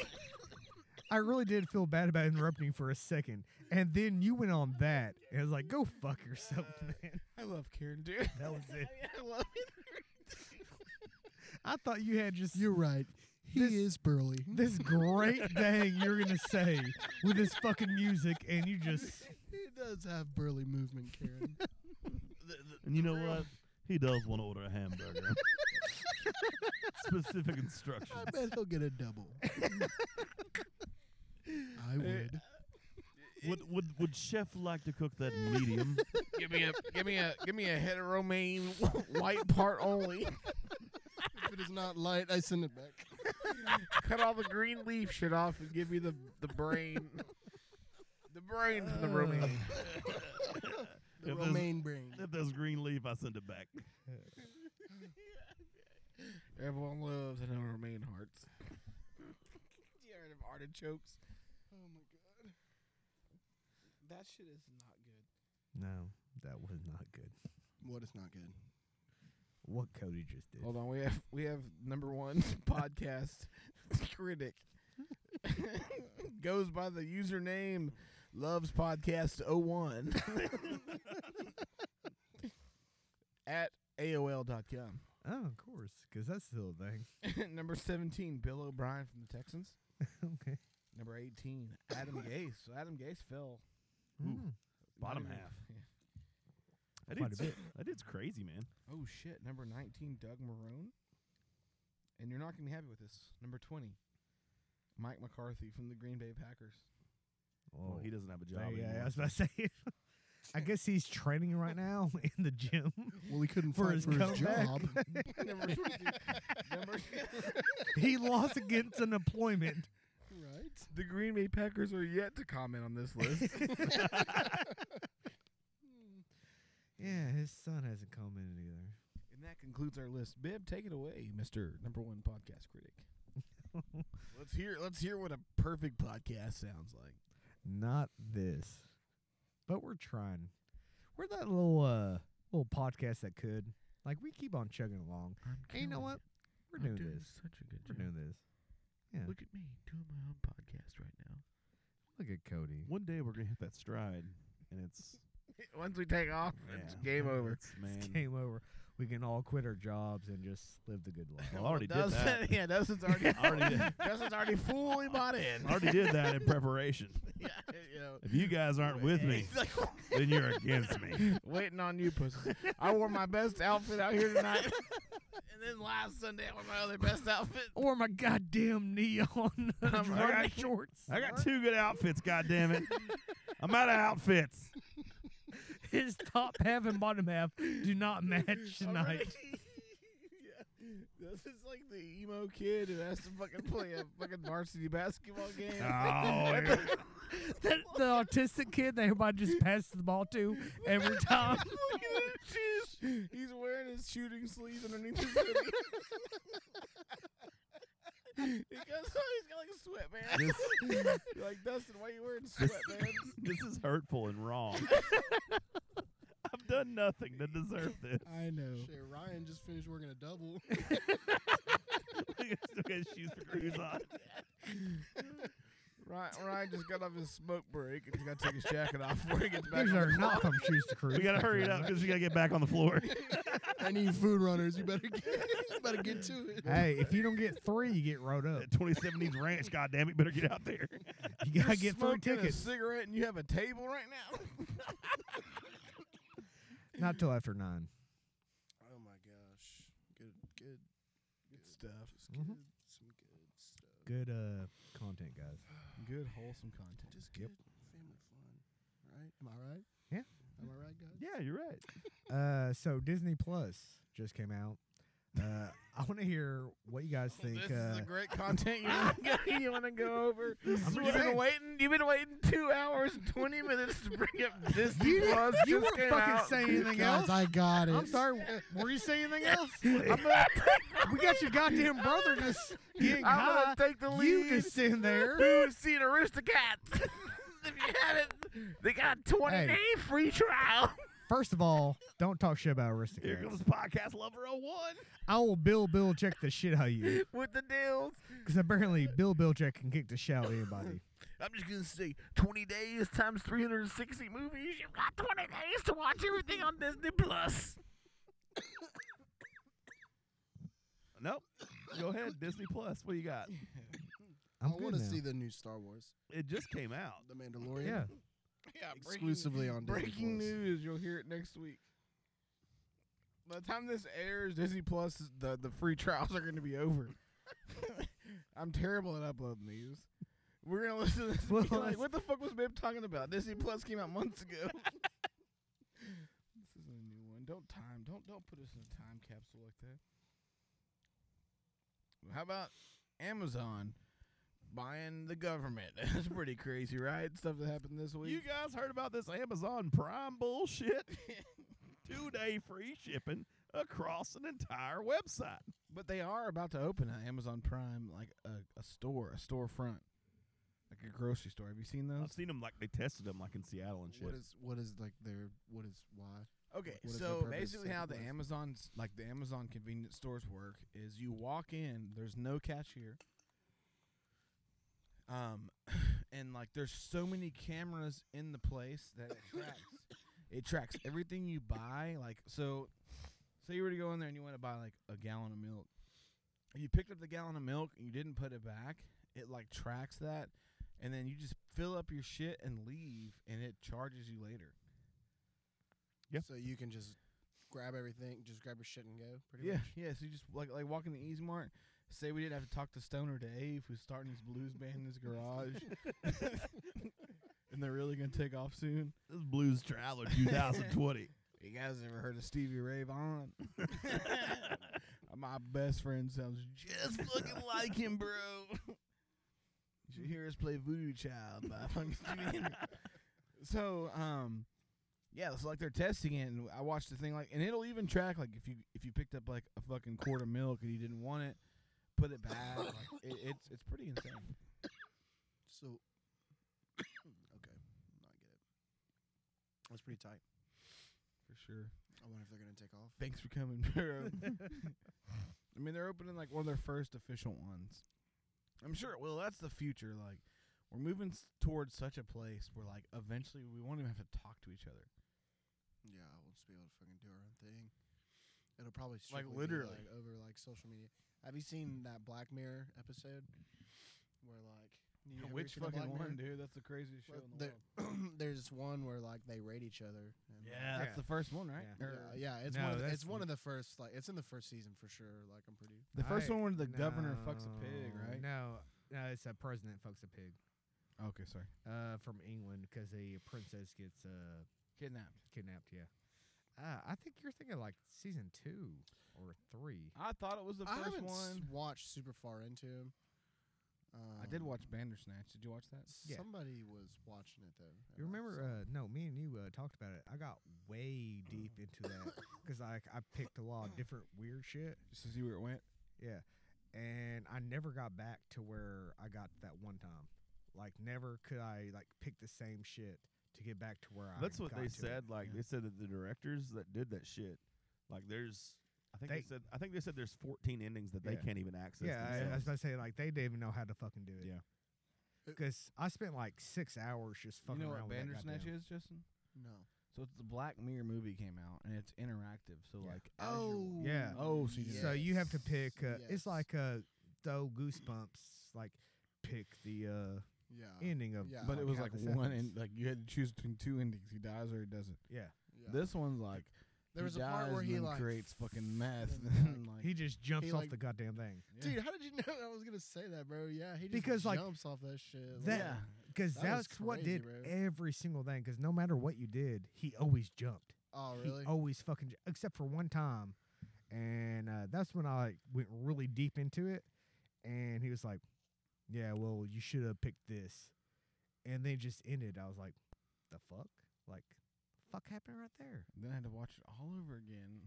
[laughs] I really did feel bad about interrupting you for a second, and then you went on that, and I was like, "Go fuck yourself, [laughs] man."
I love Karen, dude.
That was it.
[laughs] I love it.
I thought you had just
You're right. He
This-
is burly.
[laughs] this great thing you're gonna say with this fucking music, and you just
[laughs]
He does have burly movement, Karen.
And you know what? He does want to order a hamburger. Specific instructions.
I bet he'll get a [laughs] double. I would.
Would would would chef like to cook that medium?
Give me a give me a give me a head of [laughs] romaine, white part only.
If it is not light, I send it back.
Cut all the green leaf shit off and give me the the brain, Uh, the brain from the
Uh,
romaine.
The
If there's-
romaine brain.
[laughs] if that's green leaf, I send it back.
Everyone loves and don't remain [laughs] hearts. you heard of artichokes? Oh my god. That shit is not good.
no, that was not good.
What is not good?
What Cody just did.
Hold on, we have we have number one [laughs] podcast critic. [laughs] Goes by the username Loves Podcast 01 [laughs] at AOL.com.
Oh, of course, because that's still a
[laughs]
thing.
number 17, Bill O'Brien from the Texans.
okay.
Number 18, Adam Gase. So Adam Gase fell.
Ooh,
Mm.
bottom
Not even-
half.
[laughs] yeah.
That
Quite a
dude's,
bit.
that dude's crazy, man.
Oh shit, number 19, Doug Marone. And you're not going to be happy with this. Number 20, Mike McCarthy from the Green Bay Packers. [laughs]
Well, he doesn't have a job
There- yeah,
anymore.
I was about to say. [laughs] I guess he's training right now [laughs] in the gym.
Well, he couldn't
For
fight
his
for his
comeback.
job.
number [laughs] 22, number
he lost against unemployment.
right?
the Green Bay Packers are yet to comment on this [laughs] list.
Yeah, his son hasn't commented either.
and that concludes our list. Bib, take it away, Mr. Number 1 podcast critic. [laughs] let's hear let's hear what a perfect podcast sounds like.
Not this, but we're trying. We're that little uh little podcast that could. Like we keep on chugging along. Hey, you know what? We're doing this.
Such a good
We're doing this. Yeah.
Look
Look,
at me doing my own podcast right now.
at Cody.
One day we're gonna hit that stride, and it's
[laughs] Once we take off, it's
yeah,
game over.
it's- man.
Game over.
we can all quit our jobs and just live the
[laughs]
good life.
Well, I already did that.
[laughs] yeah, Dustin's already,
already
[laughs]
did.
Dustin's already fully bought in.
I already did that in preparation.
[laughs] yeah, you know.
If you guys aren't with
[laughs]
me,
He's like,
then you're against me.
Waiting on you, [laughs] pussy. I wore my best outfit out here tonight. [laughs] and then last Sunday, I wore my other best [laughs] outfit.
Or my goddamn
[laughs]
neon Jordan shorts.
I got two good outfits. God damn it! I'm out of
[laughs]
outfits.
His top half and bottom half do
[laughs]
not match tonight.
This is like the emo kid who has to fucking play a fucking varsity [laughs] basketball game.
Oh,
[laughs]
That the autistic kid that everybody just passes the ball to
[laughs]
every time.
Look at his shoes. He's wearing his shooting sleeve underneath his hoodie. [laughs] he got, he's got like a sweatband. [laughs]
This-
You're like Dustin, why you wearing
This,
sweatbands?
this is hurtful and
[laughs]
wrong. I've done nothing to deserve this. [laughs]
I know.
Shit, Ryan just finished working a double. [laughs]
Still got shoes for cruise on.
Ryan, Ryan just got off his smoke break and he's got to take his jacket off before he gets back.
These
on
are
the
not from
floor.
Shoes to Cruise.
We gotta hurry it up because we gotta get back on the
[laughs]
floor.
I need food runners. You better get, [laughs] you better get to it.
Hey, if you don't get three, you get rode
[laughs]
[laughs]
up.
27 needs ranch. God damn it, better get out there.
You gotta
You're
get free
smoking
tickets.
A cigarette and you have a table right now.
Not till after nine.
Oh my gosh, good, good, good
stuff.
Just
Mhm.
good, some good stuff.
Good uh content, guys.
Good wholesome content.
Just good family fun, right? Am I right?
Yeah.
Am I right, guys?
[laughs] Yeah, you're right.
Uh, so Disney Plus just came out. Uh, I want to hear what you guys think.
Oh, This
uh,
is the great content you want to you want to go
[laughs]
over.
is
You've
what I-
been waiting. You've been waiting two hours and twenty minutes to bring up Disney [laughs]
You-
Plus.
you
just
weren't
came
fucking
out.
saying anything
Guys,
else.
I got it.
I'm sorry. w- Were you saying
[laughs]
anything else?
I'm gonna,
we got your goddamn brother just getting
I'm
high.
gonna take the lead.
You just sitting there.
Who's seen Aristocats? [laughs] if you haven't, they got a twenty
Hey.
day free trial. [laughs]
First of all, don't talk shit about
Here
Aristocats.
comes Podcast Lover 01.
I will Bill Bill check the shit out of you
with the deals.
because apparently Bill Bill check can kick the shit out of anybody.
I'm just gonna say, 20 days times 360 movies. You've got 20 days to watch everything on Disney Plus.
Nope. Go ahead, Disney Plus. What you got?
I'm
I
good
want to
now.
see the new Star Wars,
It just came out.
The Mandalorian.
Yeah,
[laughs] Yeah,
Exclusively on Disney
breaking
Plus.
news. You'll hear it next week. By the time this airs, Disney Plus is- the the free trials are going to be
[laughs]
over. I'm terrible at uploading these. We're gonna listen to this. and
Well,
be like,
that's-
what the fuck was Bib talking about? Disney Plus came out
[laughs]
months ago. this is a new one. Don't time. Don't don't put us in a time capsule like that. How about Amazon buying the government? [laughs] That's pretty crazy, right? Stuff that happened this week.
You guys heard about this Amazon Prime [laughs] bullshit? Two day free shipping across an entire website.
But they are about to open an Amazon Prime like a, a store, a storefront, like a grocery store. Have you seen
I've
those?
seen them like they tested them like in Seattle and shit.
What is what is like their what is why?
Okay,
What is their
so
purpose?
basically, how the
What is-
Amazon's like the Amazon convenience stores work is you walk in, there's no cashier, um, [laughs] and like there's so many cameras in the place that it tracks. it tracks everything you buy. Like so, say you were to go in there and you want to buy like a gallon of milk. If you picked up the gallon of milk and you didn't put it back, it like tracks that, and then you just fill up your shit and leave, and it charges you later.
Yeah.
So you can just grab everything, just grab your shit and go. Pretty
Yeah,
much.
yeah. So you just like like walk in the Easy Mart. Say we didn't have to talk to Stoner Dave, who's starting his blues band in his garage,
[laughs]
[laughs] and they're really gonna take off soon.
This is Blues [laughs] Traveler 2020.
You guys ever heard of Stevie Ray Vaughan? My best friend sounds just fucking like him, bro. You should hear us play Voodoo Child by [laughs] fucking Stevie Hendrix. So, um, yeah, it's like they're testing it, and I watched the thing like, and it'll even track like if you if you picked up like a fucking quart of milk and you didn't want it, put it back. Like, it, it's it's pretty insane.
So [coughs] okay, no, I get it. That's pretty tight.
For sure.
I wonder if they're gonna take off.
Thanks for coming, [laughs] bro. I mean, they're opening like one of their first official ones. I'm sure. Well, that's the future. Like, we're moving s- towards such a place where, like, eventually we won't even have to talk to each other.
Yeah, we'll just be able to fucking do our own thing. It'll probably
Like,
strictly be,
literally.
like, over like social media. Have you seen that Black Mirror episode where like you ever
Which
seen the
fucking
Black
one,
Mirror?
dude? That's the craziest show
Well,
in the
there-
world.
[coughs] there's one where like they rate each other. and, like,
Yeah, that's the first one, right?
Yeah,
Or-
yeah, it's
No,
one. Of the, it's
that's
one of the first. Like, it's in the first season for sure. Like, I'm pretty.
The first
I-
one where the governor fucks a pig,
no,
right?
No, no, it's a president fucks a pig.
Okay, sorry.
Uh, from England because a princess gets uh
kidnapped.
Kidnapped, yeah. Uh, I think you're thinking like season two or three.
I thought it was the
I
first
haven't s-
one.
watched super far into. 'em. Um,
I did watch Bandersnatch. Did you watch that?
Somebody was watching it though.
You remember? Uh, no, me and you uh, talked about it. I got way deep into that
[laughs]
because I I picked a lot of different weird shit.
Just to see where it went.
Yeah, and I never got back to where I got that one time. Like never could I like pick the same shit to get back to where I.
That's what
got
they
to it.
said. Like they said that the directors that did that shit, like there's, I think they,
They-
said, I think they said there's 14 endings that
Yeah.
they can't even access.
Yeah, I, I was
themselves.
about to say like they didn't even know how to fucking do it.
Yeah.
Because I spent like six hours just
Uh, You
fucking
know
around
what Bandersnatch
with
is, Justin?
uh,
No.
So it's the Black Mirror movie came out and it's interactive. So like, as you're-
Oh,
that goddamn- Yeah.
Oh, so you
So you have to pick. Uh, It's like uh, though goosebumps. Like pick the uh,
Yeah.
ending of.
Yeah.
But it was
how
like
this
one,
happens.
and like you had to choose between two endings. He dies or he doesn't.
Yeah.
Yeah.
This one's like
There
he
was a
dies
part where
and
he,
then
like, [laughs]
creates fucking meth.
and,
[laughs] and, like,
[laughs]
he just jumps
he,
off
like-
the goddamn thing.
Dude, how did you know I was gonna say that, bro? Yeah, he just
Because, like,
jumps off that shit.
That,
like,
Because
that was
that's what
crazy,
did
bro.
every single thing. Because no matter what you did, he always jumped.
Oh,
He
really?
always fucking, ju- except for one time, and uh, that's when I like, went really deep into it. And he was like, "Yeah, well, you should have picked this," and they just ended. I was like, "The fuck? Like, fuck happened right there?"
Then I had to watch it all over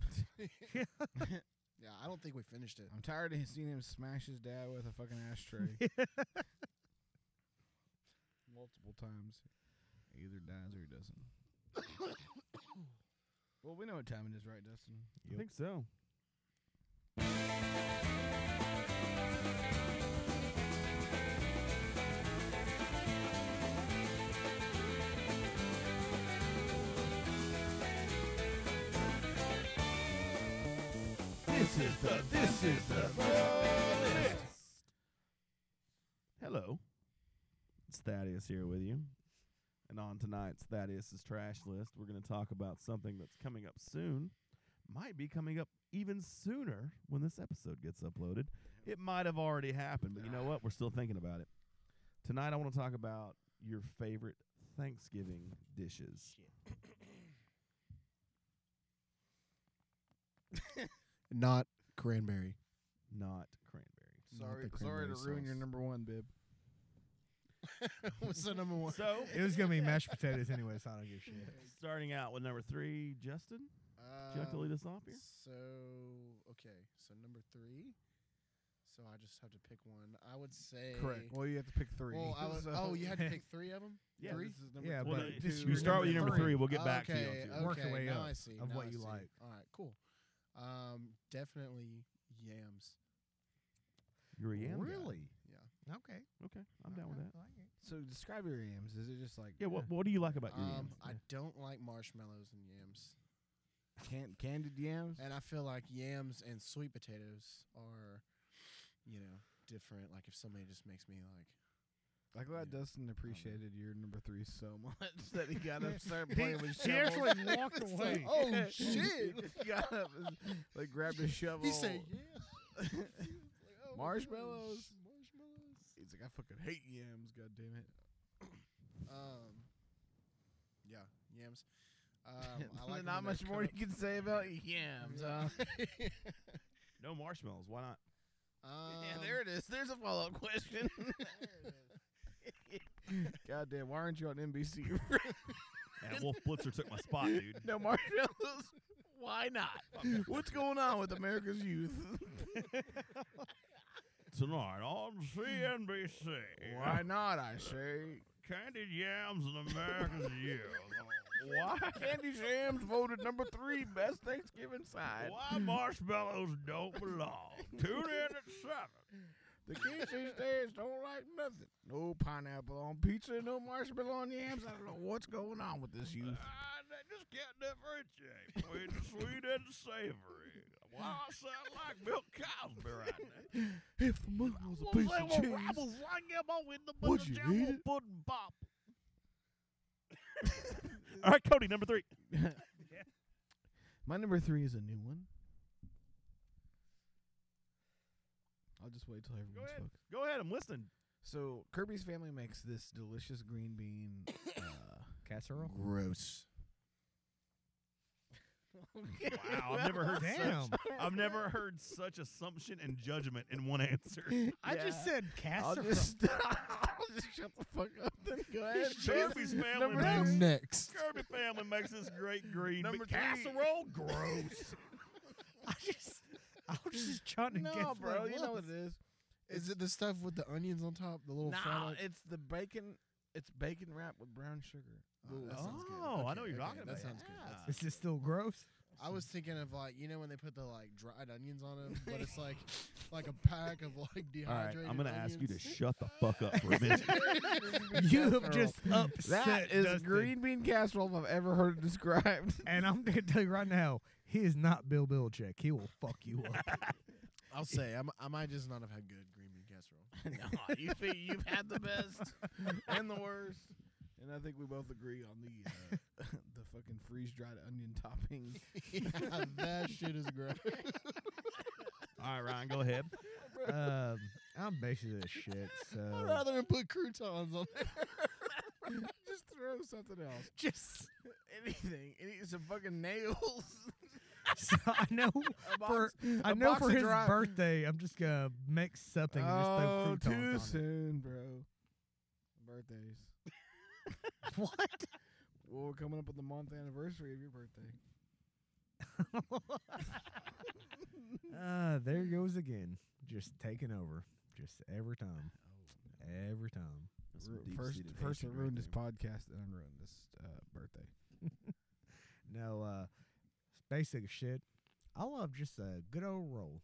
[laughs]
again.
yeah, I don't think we finished it.
I'm tired of seeing him smash his dad with a fucking
[laughs]
ashtray multiple times. He either dies or he doesn't.
[coughs]
well, we know what time it is, right, Dustin?
I think so. This is the. This is the. Hello, it's Thaddeus here with you, and on tonight's Thaddeus's trash list, we're going to talk about something that's coming up soon. Might be coming up even sooner when this episode gets uploaded. It might have already happened, but you know what? We're still thinking about it. Tonight, I want to talk about your favorite Thanksgiving dishes.
Not cranberry.
Not cranberry.
Sorry, sorry to ruin your number one, bib.
[laughs] What's the number one?
So
It was gonna
[laughs]
be mashed potatoes anyway, so I don't give a shit.
starting out with number three, Justin.
Uh,
Would you like to lead us off here?
So okay, so number three. So I just have to pick one. I would say
Correct. Well, you have to pick three.
Well, I [laughs] would,
[laughs] So-
oh, you had
[laughs]
to pick three of them.
Yeah,
three?
this is number
Yeah,
three.
[laughs]
but
One, two,
this is
You start with number three. We'll get back to you.
okay,
on two.
Okay,
Work your way
now
up
I see,
of
now
what
I
you
see.
like.
All right, cool. Um, definitely yams.
You're a yam guy.
Really?
Yeah.
Okay.
Okay, I'm down with that.
So describe your yams. Is it just like
Yeah. What What do you like about your yams?
Um, I don't like marshmallows and yams,
can- candied yams?
and I feel like yams and sweet potatoes are, you know, different. Like if somebody just makes me like.
I'm glad Dustin appreciated your number three so [laughs] much that he got
[laughs]
up, started
He-
playing with
he
shovels.
actually walked
It's
away.
like,
[laughs] Oh,
[laughs] He
shit.
just [laughs] got up,
[laughs]
and, like grabbed a shovel.
He "Oh, said, "Yeah." [laughs]
marshmallows.
Marshmallows.
He's like, I fucking hate yams. God damn it.
Um, yeah, yams.
[laughs]
Um, I like 'em
not
when they're
much more
cooked.
you can say about yams, huh? [laughs]
no marshmallows. Why not?
Um,
yeah, there it is. There's a
[laughs]
follow up question. [laughs] God damn, why aren't you on [laughs] NBC?
Man, Wolf Blitzer took my spot, dude.
[laughs] no marshmallows. Why not? What's going on with America's youth?
Tonight on CNBC.
Why not? I say.
Candied yams and
[laughs]
America's youth. Why?
Candy Shams voted number three best Thanksgiving side.
Why
[laughs]
marshmallows don't belong. Tune in at
The Kingston stands don't like like nothing. No pineapple on pizza, no marshmallow on yams. I don't know what's going on with this youth.
I Ah, just can't differentiate between the sweet and the savory. Wow, I sound like Bill Cosby right
[laughs]
now.
If the moon was
Well,
a piece
they
of
were
cheese,
rebels like him all in the
Would
Would
you
you
eat it?
pudding
[laughs]
pop. All right, Cody, number three.
My number three is a new one. I'll just wait till
Go
everyone's
ahead.
focused.
Go ahead. I'm listening.
So Kirby's family makes this delicious green bean uh,
casserole.
Gross.
Wow, I've never
[laughs]
heard
Damn.
such. I've never heard such assumption and judgment in one
[laughs]
answer.
I just
Yeah.
said
I'll
casserole.
just, [laughs] I'll just shut the fuck up. Then go ahead.
Kirby's
Jason.
family
Number
makes
two.
Next.
Kirby family makes this great green
Number
but
three.
casserole.
[laughs]
Gross.
I just, [laughs] I was just trying to
No,
guess what
bro,
it
you know
was.
what it is.
Is it the stuff with the onions on top? The little
Nah,
fried-
it's the bacon. It's bacon wrapped with brown sugar.
Oh, that sounds good.
Oh, I know what
Okay,
you're
okay,
talking
That
about.
sounds good. That
Yeah.
sounds
Is this
[laughs]
still gross?
I was thinking of like you know when they put the like dried onions on them, but it's like like a pack of like
All right,
dehydrated.
I'm gonna ask you to
onions.
shut the fuck up for a minute.
You have just
That
upset
is
Dustin.
green bean casserole if I've ever heard it described.
[laughs] And I'm gonna tell you right now, he is not Bill Belichick. He will fuck you up.
[laughs]
I'll say I'm, I might just not have had good green bean
[laughs]
casserole.
no, you think you've had the best and the worst. And I think we both agree on the uh, [laughs] the fucking freeze dried onion topping.
yeah, that shit is gross.
[laughs] All right, Ryan, go ahead.
um, I'm basically
[laughs]
this shit.
Uh,
I'd
So
rather than put croutons on there.
[laughs] Just throw something else.
just
[laughs] Anything. Any some fucking nails.
[laughs] so I
[laughs]
know
A box-
for I
a
know
box
for
of
his
dry-
birthday, I'm just gonna make something
Oh,
and just throw croutons
too
on it.
soon, bro. Birthdays.
What?
Well, we're coming up on the month anniversary of your birthday.
Uh, there he goes again. Just taking over. Just every time.
Oh,
Every time.
Ru- first, first I ruined this podcast, and I ruined this uh, birthday.
No, uh, it's basic as shit. I love just a good old roll.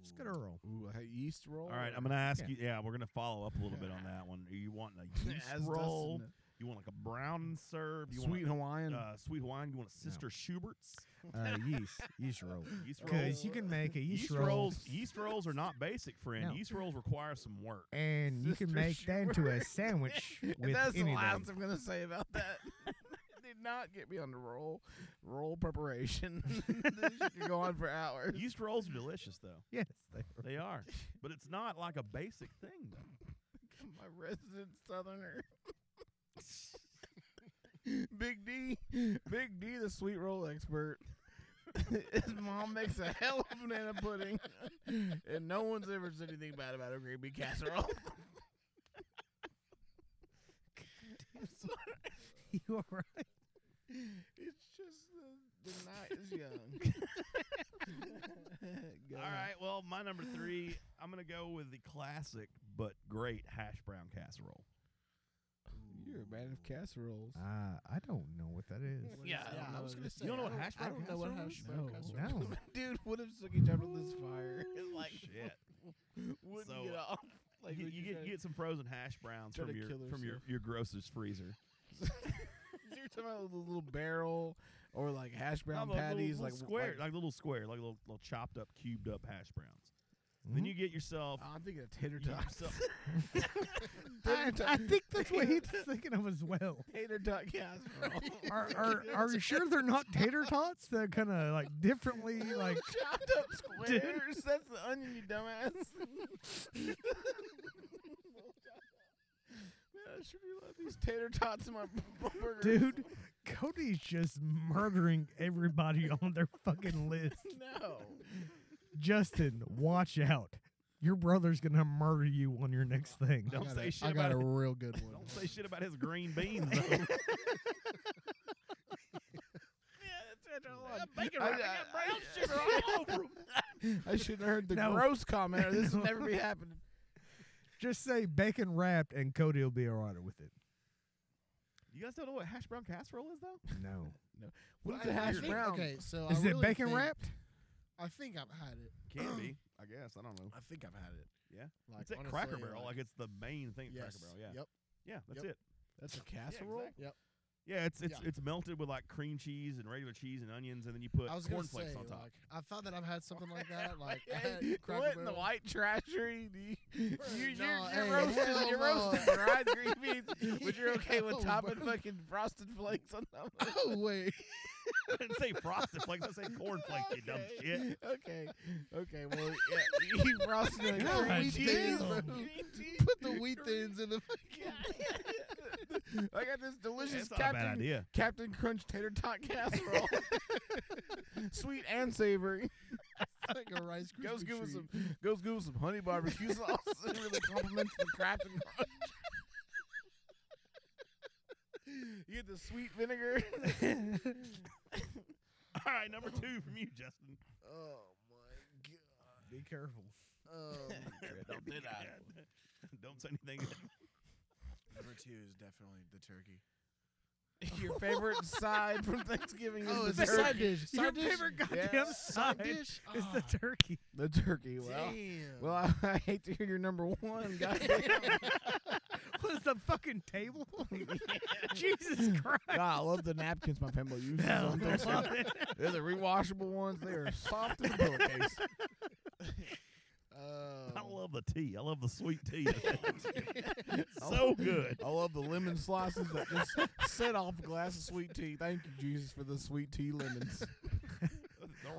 Just good old
[laughs]
roll.
Ooh, a yeast roll.
All right, I'm gonna ask
Yeah.
you. Yeah, we're gonna follow up a little bit on that one. Are you wanting a [laughs] yeast
[laughs] As
roll?
Dustin-
You want like a brown serve? You
Sweet
want,
Hawaiian.
Uh, sweet Hawaiian. You want a Sister Schubert's?
Uh, yeast, yeast roll.
Yeast
Because you
roll.
can make a yeast,
yeast
roll,
rolls. Yeast rolls are not basic, friend.
No.
Yeast rolls require some work.
[laughs]
and you can
Sister
make that into a
Schubert.
[laughs] sandwich
And
with
That's the
anything.
last I'm gonna say about that. [laughs] Did not get me on the roll. Roll preparation. [laughs] this shit could go on for hours.
Yeast rolls are delicious, though.
[laughs] Yes, [laughs] they are.
They are, but it's not like a basic thing,
[laughs]
though.
My resident southerner. [laughs] Big D, Big D, the sweet roll expert. [laughs] His mom makes a hell of a banana pudding, [laughs] and no one's ever said anything bad about her green bean casserole. [laughs]
[laughs] you all right?
It's just the, the night is young. [laughs] Go
All
on.
right. Well, my number three. I'm gonna go with the classic but great hash brown casserole.
You're a man of casseroles.
Uh, I don't know what that is.
Yeah, I don't know what it is.
You don't know what
I
hash
I
brown
don't know what
casserole
hash
is?
brown
No.
casserole.
No.
[laughs]
[laughs]
Dude, what if Suki jumped on [laughs] this fire? and, like,
Shit.
wouldn't
So,
get
uh,
off. Like,
[laughs] you,
would
you get
try
you get some frozen hash browns
try
from
to
your
kill
from your
herself.
your grocer's freezer.
to- [laughs] You're talking about the little barrel or like hash brown
No, like little-
patties,
little
like
square,
Like,
like, little square, like little little chopped up, cubed up hash browns.
Mm-hmm.
Then you get yourself.
oh, I'm thinking of tater
you get
tots. [laughs]
yourself-
I, I think that's what [laughs] he's thinking of as [laughs] well.
tater tot casserole.
Are are are you sure they're not tater tots? They're kind of like [laughs] differently [laughs] like
chopped up squares. That's the onion, you dumbass. [laughs] Man, I should be allowed these tater tots in my [laughs] b- burger.
dude. Cody's just murdering everybody [laughs] on their fucking list.
No.
Justin, watch out. Your brother's gonna murder you on your next thing.
Don't
[laughs] I got
say
a-
shit
I got
about
a
it.
real good one.
Don't say shit about his green beans. [laughs] though. bacon wrapping got brown
[laughs]
sugar all over 'em.
I shouldn't have heard the
No.
gross comment or [laughs] this would
No.
never be happening.
Just say bacon wrapped, and Cody will be alright with it.
You guys don't know what hash brown casserole is, [clears throat] though.
No,
What
I
is a hash
think-
brown?
Okay, so
is
I
it
really
bacon
think-
wrapped?
I think I've had it.
Can be, I guess. I don't know.
I think I've had it.
Yeah.
Like,
it's at Cracker
honestly,
Barrel.
like-
Like, it's the main thing at
Yes.
Cracker Barrel. Yeah.
Yep.
Yeah, that's
Yep.
it.
That's a
Yeah,
casserole?
exactly.
Yep.
Yeah, it's it's
Yeah.
it's melted with like cream cheese and regular cheese and onions, and then you put
I was gonna
cornflakes
say,
on top.
Like, I thought that I've had something like that. Like I
[laughs] Hey,
had Cracker
what in the
Barrel.
white trashery? Do you, you, you're
no,
you're
hey,
roasting,
hell
you're
no.
roasting [laughs] fried green beans, but you're okay with
No,
topping
bro.
fucking frosted flakes on top. of it?
Oh [laughs] wait.
[laughs] I didn't say frosted flakes. I said cornflake. You dumb shit.
[laughs] Okay, okay. Well, [laughs] yeah, you frosted it.
Put the
Green
wheat
cheese,
thins.
bro.
Put
[laughs]
the wheat thins in the fucking.
I got [laughs] this delicious
That's not a bad
Captain
idea.
Captain Crunch tater tot
[laughs]
casserole, sweet and savory.
like a Rice
Goes
Krispie
good with some
treat.
goes good with some honey barbecue sauce. [laughs] it really complements the Captain Crunch. [laughs] you get the sweet vinegar. [laughs]
All right, number two from you, [laughs] Justin.
Oh my god.
Be careful.
Um,
Don't do that. [laughs] Don't say anything.
Number two is definitely the turkey.
Your favorite side from Thanksgiving is
[laughs]
[laughs]
Oh,
the
it's a
turkey.
side dish.
Your
Side dish?
favorite goddamn
Yeah.
side,
Side dish?
is the
Ah.
turkey. The turkey. Well,
Damn.
well, I, [laughs] I hate to hear your number one.
[laughs]
Goddamn.
Was the fucking table? Jesus Christ!
God, I love the napkins my family uses on Thanksgiving. They're the rewashable ones. They are soft as a pillowcase.
[laughs] I
Um,
love the tea. I love the sweet tea.
[laughs] Oh,
[laughs]
I
so
love-
good.
I love the lemon slices that just set off a glass of sweet tea. Thank you, Jesus, for the sweet tea lemons.
The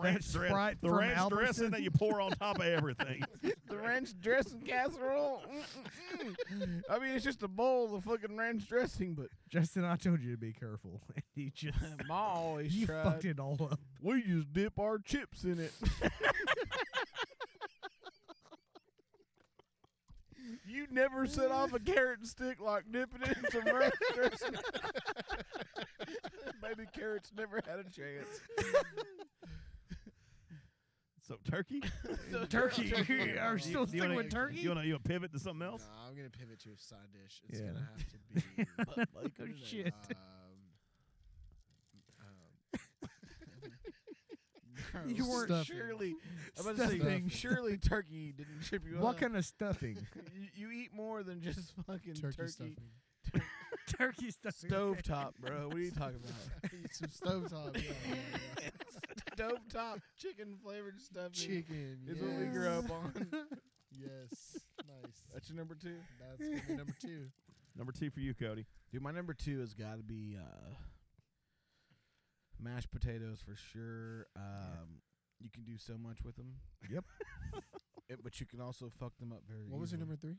ranch, dress,
Sprite
the
from
ranch dressing that
Albertsons.
you pour on top of
[laughs]
everything.
the ranch dressing casserole. Mm, mm, mm. I mean, it's just a bowl of fucking ranch dressing, but [clears throat]
Justin, I told you to be careful, [laughs] and you just
[laughs] Ma always
[laughs] you
tried.
fucked it all up.
We just dip our chips in it. [laughs] you never set off a carrot stick like dipping it in some ranch dressing. [laughs] Maybe carrots never had a chance.
So turkey.
So turkey. [laughs] Turkey. Are we
Do [laughs] you-
still
do you wanna-
sticking with turkey?
You want to you wanna pivot to something else?
Nah, I'm gonna pivot to a side dish. It's
Yeah.
gonna have to be. [laughs]
Butt
what
bacon.
is Um, it?
Shit.
Um, um, [laughs]
Gross.
You weren't Stuffing.
surely. I'm about to say,
Stuffing.
surely turkey didn't trip you
What
up.
kind of stuffing?
you, you eat more than just [laughs] fucking
Turkey
turkey.
stuffing.
turkey stuffing.
Stovetop, bro. What are you talking
[laughs]
about?
Eat some stovetop.
[laughs]
Yeah, yeah, yeah.
Stovetop chicken flavored stuffing.
Chicken.
is what we grew
yes.
up on.
yes.
[laughs]
Nice.
That's your number two.
That's gonna be number two.
Number two for you, Cody.
Dude, my number two has got to be uh, mashed potatoes for sure. Um, You can do so much with them.
Yep.
[laughs] It- but you can also fuck them up very.
What was your
easily.
number three?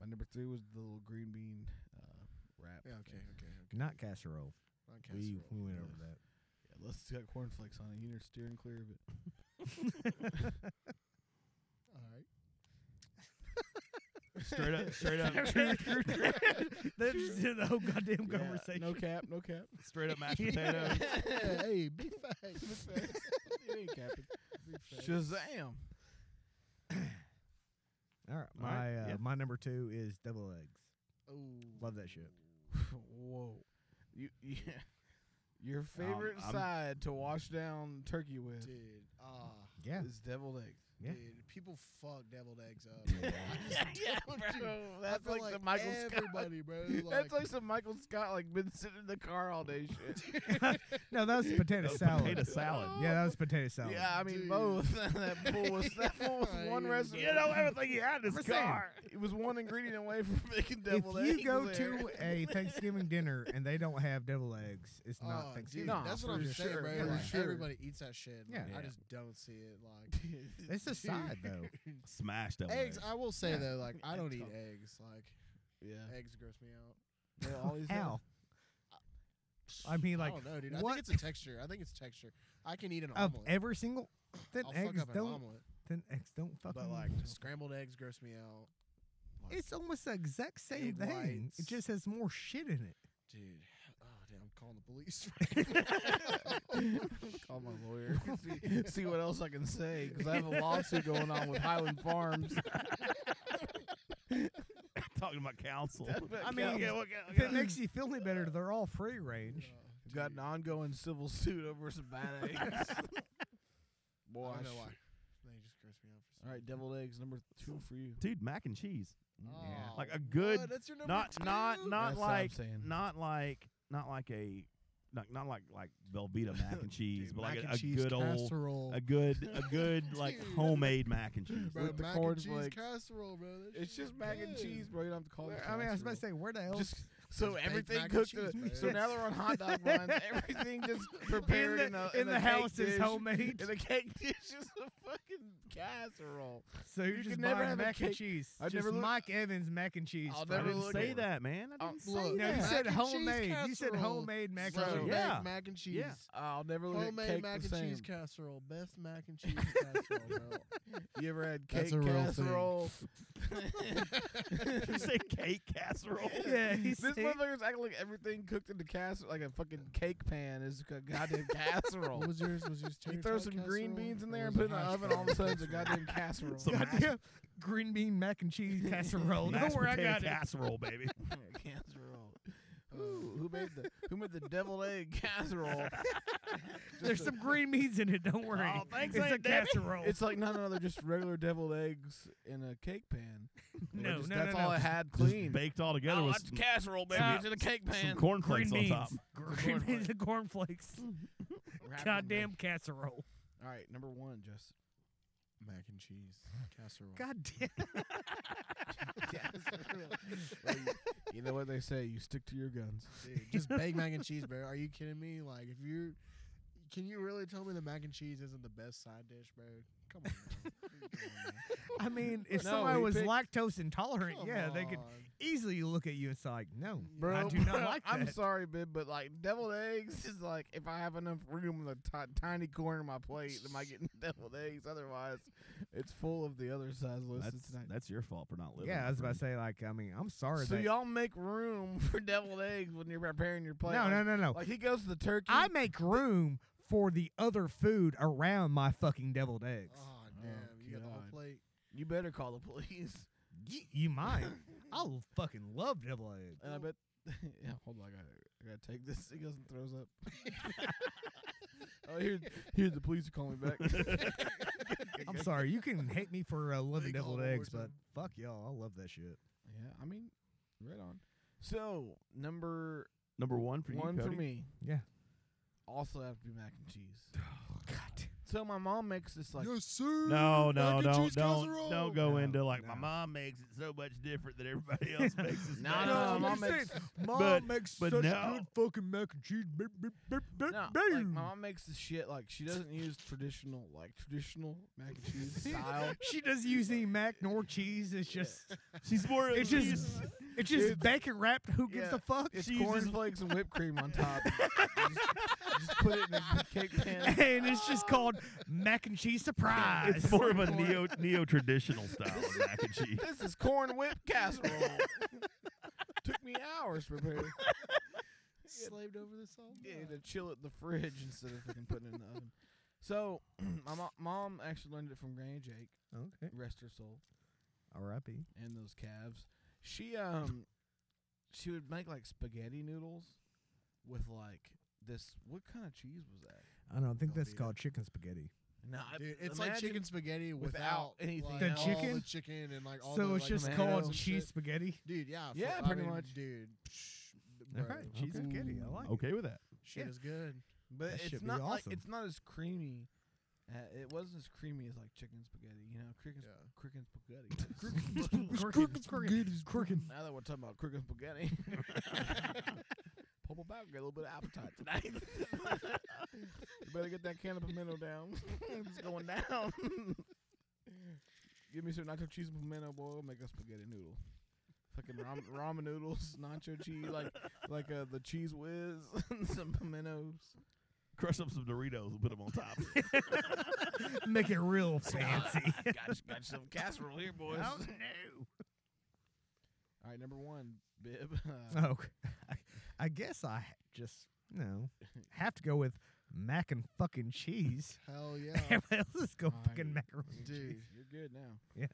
My number three was the little green bean uh, wrap.
Yeah, okay,
thing.
okay, okay.
Not casserole.
Not
We,
casserole.
we went
Yeah.
over that.
Yeah, unless it's got cornflakes on it, you need to steer and clear of it.
All right.
Straight up, straight up,
[laughs]
They just did the whole goddamn
Yeah,
conversation.
No cap, no cap.
straight up
[laughs]
mashed
Yeah.
potatoes.
hey, big [laughs] facts. Big facts.
You ain't capping.
Big facts.
[laughs] Shazam!
All right, my
right,
uh,
yeah.
my number two is double eggs.
Ooh.
Love that shit.
Whoa, you [laughs] yeah. Your favorite
I'm-
side to wash down turkey with
Dude, ah,
[laughs]
Yeah,
is deviled eggs.
Yeah.
dude, people fuck deviled eggs
[laughs]
up. [laughs] bro. I just told you. I
That's
feel
like, the Michael Scott.
everybody, bro.
[laughs] That's like some Michael Scott, like been sitting in the car all day shit.
[laughs] No, that was potato
That was
salad.
Oh, Potato salad.
Yeah, that was potato salad.
yeah, I mean
Dude.
both. [laughs] that fool was that fool was
I
one
even-
recipe.
You know everything you had in
We're
this
saying,
car.
it was one ingredient away from [laughs] making deviled
if
eggs.
you go
there. [laughs]
to a Thanksgiving dinner and they don't have deviled eggs, it's
Oh,
not
dude,
Thanksgiving.
Nah,
that's
for
what I'm saying,
sure,
bro.
for
Like,
sure.
Everybody eats that shit. and, like,
Yeah.
I
Yeah.
just don't see it. Like
It's a
dude,
side
[laughs]
though.
Smashed up.
eggs. I will say
Yeah.
though, like I don't eat
Tough.
eggs. Like
yeah,
eggs gross me out.
they always have.
How? I mean, like
I don't know, dude. I
what
think it's a texture. I think it's texture. I can eat an
of
omelet.
every single then
I'll fuck
eggs
up an
don't
omelet,
then eggs don't fucking
but like scrambled eggs gross me out. Like,
it's almost the exact same
egg
thing.
whites.
It just has more shit in it.
dude. Oh damn, I'm calling the police. [laughs] Right now.
Call my lawyer. [laughs] see, see what else I can say because I have a lawsuit going on with Highland Farms.
Talking about
[laughs]
counsel.
I mean,
yeah, what, what,
If it makes you feel any better, they're all free range.
We've got an ongoing civil suit over some bad eggs. Boy,
I
I
don't know
sh-
why. They just gross me out for some
All right, deviled eggs number Two for you.
dude. Mac and cheese.
Yeah.
Like a good,
Oh,
what? That's your number
not not
two?
not
That's what I'm
like
saying.
not like not like a not, not like like Velveeta mac and cheese, but like
mac
a,
and
a
cheese
good
casserole.
old a good a good like homemade mac and cheese
Bro,
with the
mac and cheese
cornflakes.
casserole, bro.
It's just mac and cheese, bro. You don't have to call it.
Where- I mean, I was about to
casserole.
say, where the hell?
Just so
Just baked
everything
mac and
cooked.
cheese,
in-
man.
so now they're on hot dog lines. Everything just prepared
In
in,
the-
a,
in the
a cake
house is
dish.
homemade.
In the cake [laughs] dish is a fucking casserole.
So you're
You
just
can never
buying
have a
mac and
cake-
cheese.
I'd
just
never look-
Mike Evans mac and cheese.
I'll
bro.
never Oh, look at it.
man.
Oh.
I didn't say
No, you
that. Mac
said
and cheese
homemade. You said
casserole.
homemade mac
Bro,
and cheese.
yeah.
mac and cheese.
Yeah. I'll never look
Homemade
at cake
mac
the
and
same.
cheese casserole. Best mac and cheese casserole,
[laughs]
bro.
You ever had cake
That's a real thing.
casserole?
you say cake casserole?
Yeah,
he
this
said-
motherfucker's acting like everything cooked in the casserole, like a fucking cake pan is a goddamn casserole.
What was yours? Was yours
[laughs] You
tater
throw
tot
some green
casserole,
beans in
or
there and
was it
put it in the
hash
oven. All of a
brown?
sudden, it's a goddamn casserole.
Some
[laughs]
mashed-
Goddamn green bean mac and cheese [laughs] casserole. Don't
mashed
worry, I
potato
got it.
casserole, baby.
[laughs] casserole. Ooh, who made the who made the deviled [laughs] egg casserole?
There's some green beans in it. Don't worry.
Oh, thanks,
it's a
Aunt Debbie.
casserole.
It's like no, no, no. They're just regular deviled eggs in a cake [laughs] pan. They're
No,
just-
no,
that's
no,
all
no.
I had
Just
clean.
baked all together
Oh,
with
that's
some-
casserole, baby.
some-
It's in a cake pan.
Some cornflakes
green beans.
on top.
Green beans and cornflakes. [laughs]
Wrapped in
Goddamn casserole.
All right, number one, Justin.
Mac and cheese
[laughs]
casserole.
Goddamn.
Well, you, you know what they say? You stick to your guns.
Dude, just baked mac and cheese, bro. Are you kidding me? Like, if you're, can you really tell me the mac and cheese isn't the best side dish, bro? Come on.
I mean, if
No,
somebody
he
was
picked-
lactose intolerant,
Come
[laughs] yeah, they could
on.
easily look at you and say, like, no,
Bro,
I
[laughs]
do not
bro,
like that.
I'm sorry, bib, but like deviled eggs is like if I have enough room in the ti tiny corner of my plate, am I getting [laughs] deviled eggs? Otherwise, it's full of the other size listed
That's
tonight.
that's your fault for not living.
Yeah, I was
my
about to say, like, I mean, I'm sorry.
So
that-
y'all make room [laughs] for deviled eggs when you're preparing your plate.
No,
like,
no, no, no.
Like he goes to the turkey.
I make room for the other food around my fucking deviled eggs.
Oh, damn. you got the whole
God.
plate.
You better call the police. [laughs]
Y- you might. I l- fucking love deviled eggs.
And I bet. [laughs] yeah, hold on. I gotta, I gotta take this. He goes and throws up.
[laughs]
oh, here, here, the police are calling me back.
I'm sorry. You can hate me for uh, loving
They call
deviled
it
eggs,
war
but fuck y'all. I love that shit.
Yeah, I mean, right on. So number
number one for you,
one for
Cody?
me.
Yeah.
Also have to be mac and cheese. God. So my mom makes this like
yes, sir.
No, no,
Mac and
don't,
cheese
don't,
casserole.
don't go
No,
into like my
no.
mom makes it so much different than everybody else makes it.
No, no, no, mom makes
Mom
But-
makes
but
such
no.
good fucking mac and cheese. Beep, beep, beep, beep,
no, like
boom.
my mom makes this shit like she doesn't use traditional like traditional mac and cheese style.
she doesn't use any mac nor cheese. It's just
she's more.
it's
she
just
uses-
it's just bacon wrapped. Who gives
Yeah,
a fuck?
It's
She uses-
cornflakes and whipped cream on top. just, just put it in a cake pan.
[laughs] and it's just called mac and cheese surprise.
ah, it's more
[laughs]
of a neo neo traditional style of mac and cheese.
This is corn whipped casserole.
[laughs]
Took me hours to prepare.
Slaved over this all.
Yeah, to chill it in the fridge instead of fucking putting it in the oven. So [clears throat] my mo- mom actually learned it from Granny Jake,
Okay.
rest her soul,
R.I.P.
and those calves. She um, she would make like spaghetti noodles with like this. What kind of cheese was that?
I don't think that's
Velveeta.
called chicken spaghetti.
No,
Dude, it's like chicken spaghetti without,
without anything
like,
The
all
chicken?
the chicken, and like all
so
the
it's
like,
just
tomatoes
called
and
cheese
shit.
spaghetti.
Dude, yeah,
Yeah,
fuck, I
pretty
mean,
much.
dude.
All
Bro,
right, cheese
okay.
spaghetti. I like. it.
Okay with that.
shit is good.
But
That shit
it's
be
not
awesome.
like it's not as creamy. Uh, it wasn't as creamy as like chicken spaghetti, you know, chicken,
Yeah.
chicken [laughs] spaghetti.
[laughs] Crooked, [laughs] crooked, crooked.
Now that we're talking about crooked [laughs] spaghetti, Purple Bow got a little bit of appetite tonight. [laughs] you better get that can of pimento down. [laughs] it's going down. [laughs] Give me some nacho cheese and pimento, boy. Make a spaghetti noodle. Fucking [laughs] ram- ramen noodles, nacho cheese, like like uh, the cheese whiz, [laughs] and some pimentos.
Crush up some Doritos and put them on top.
Make it [laughs] real fancy.
got, got some casserole here, boys.
Oh, [laughs]
All right, number one, bib. [laughs] Uh,
oh, I, I guess I ha- just you [laughs] know have to go with mac and fucking [laughs] cheese.
Hell yeah,
Everybody else is going
All right.
fucking macaroni. and
dude.
you're good now.
cheese.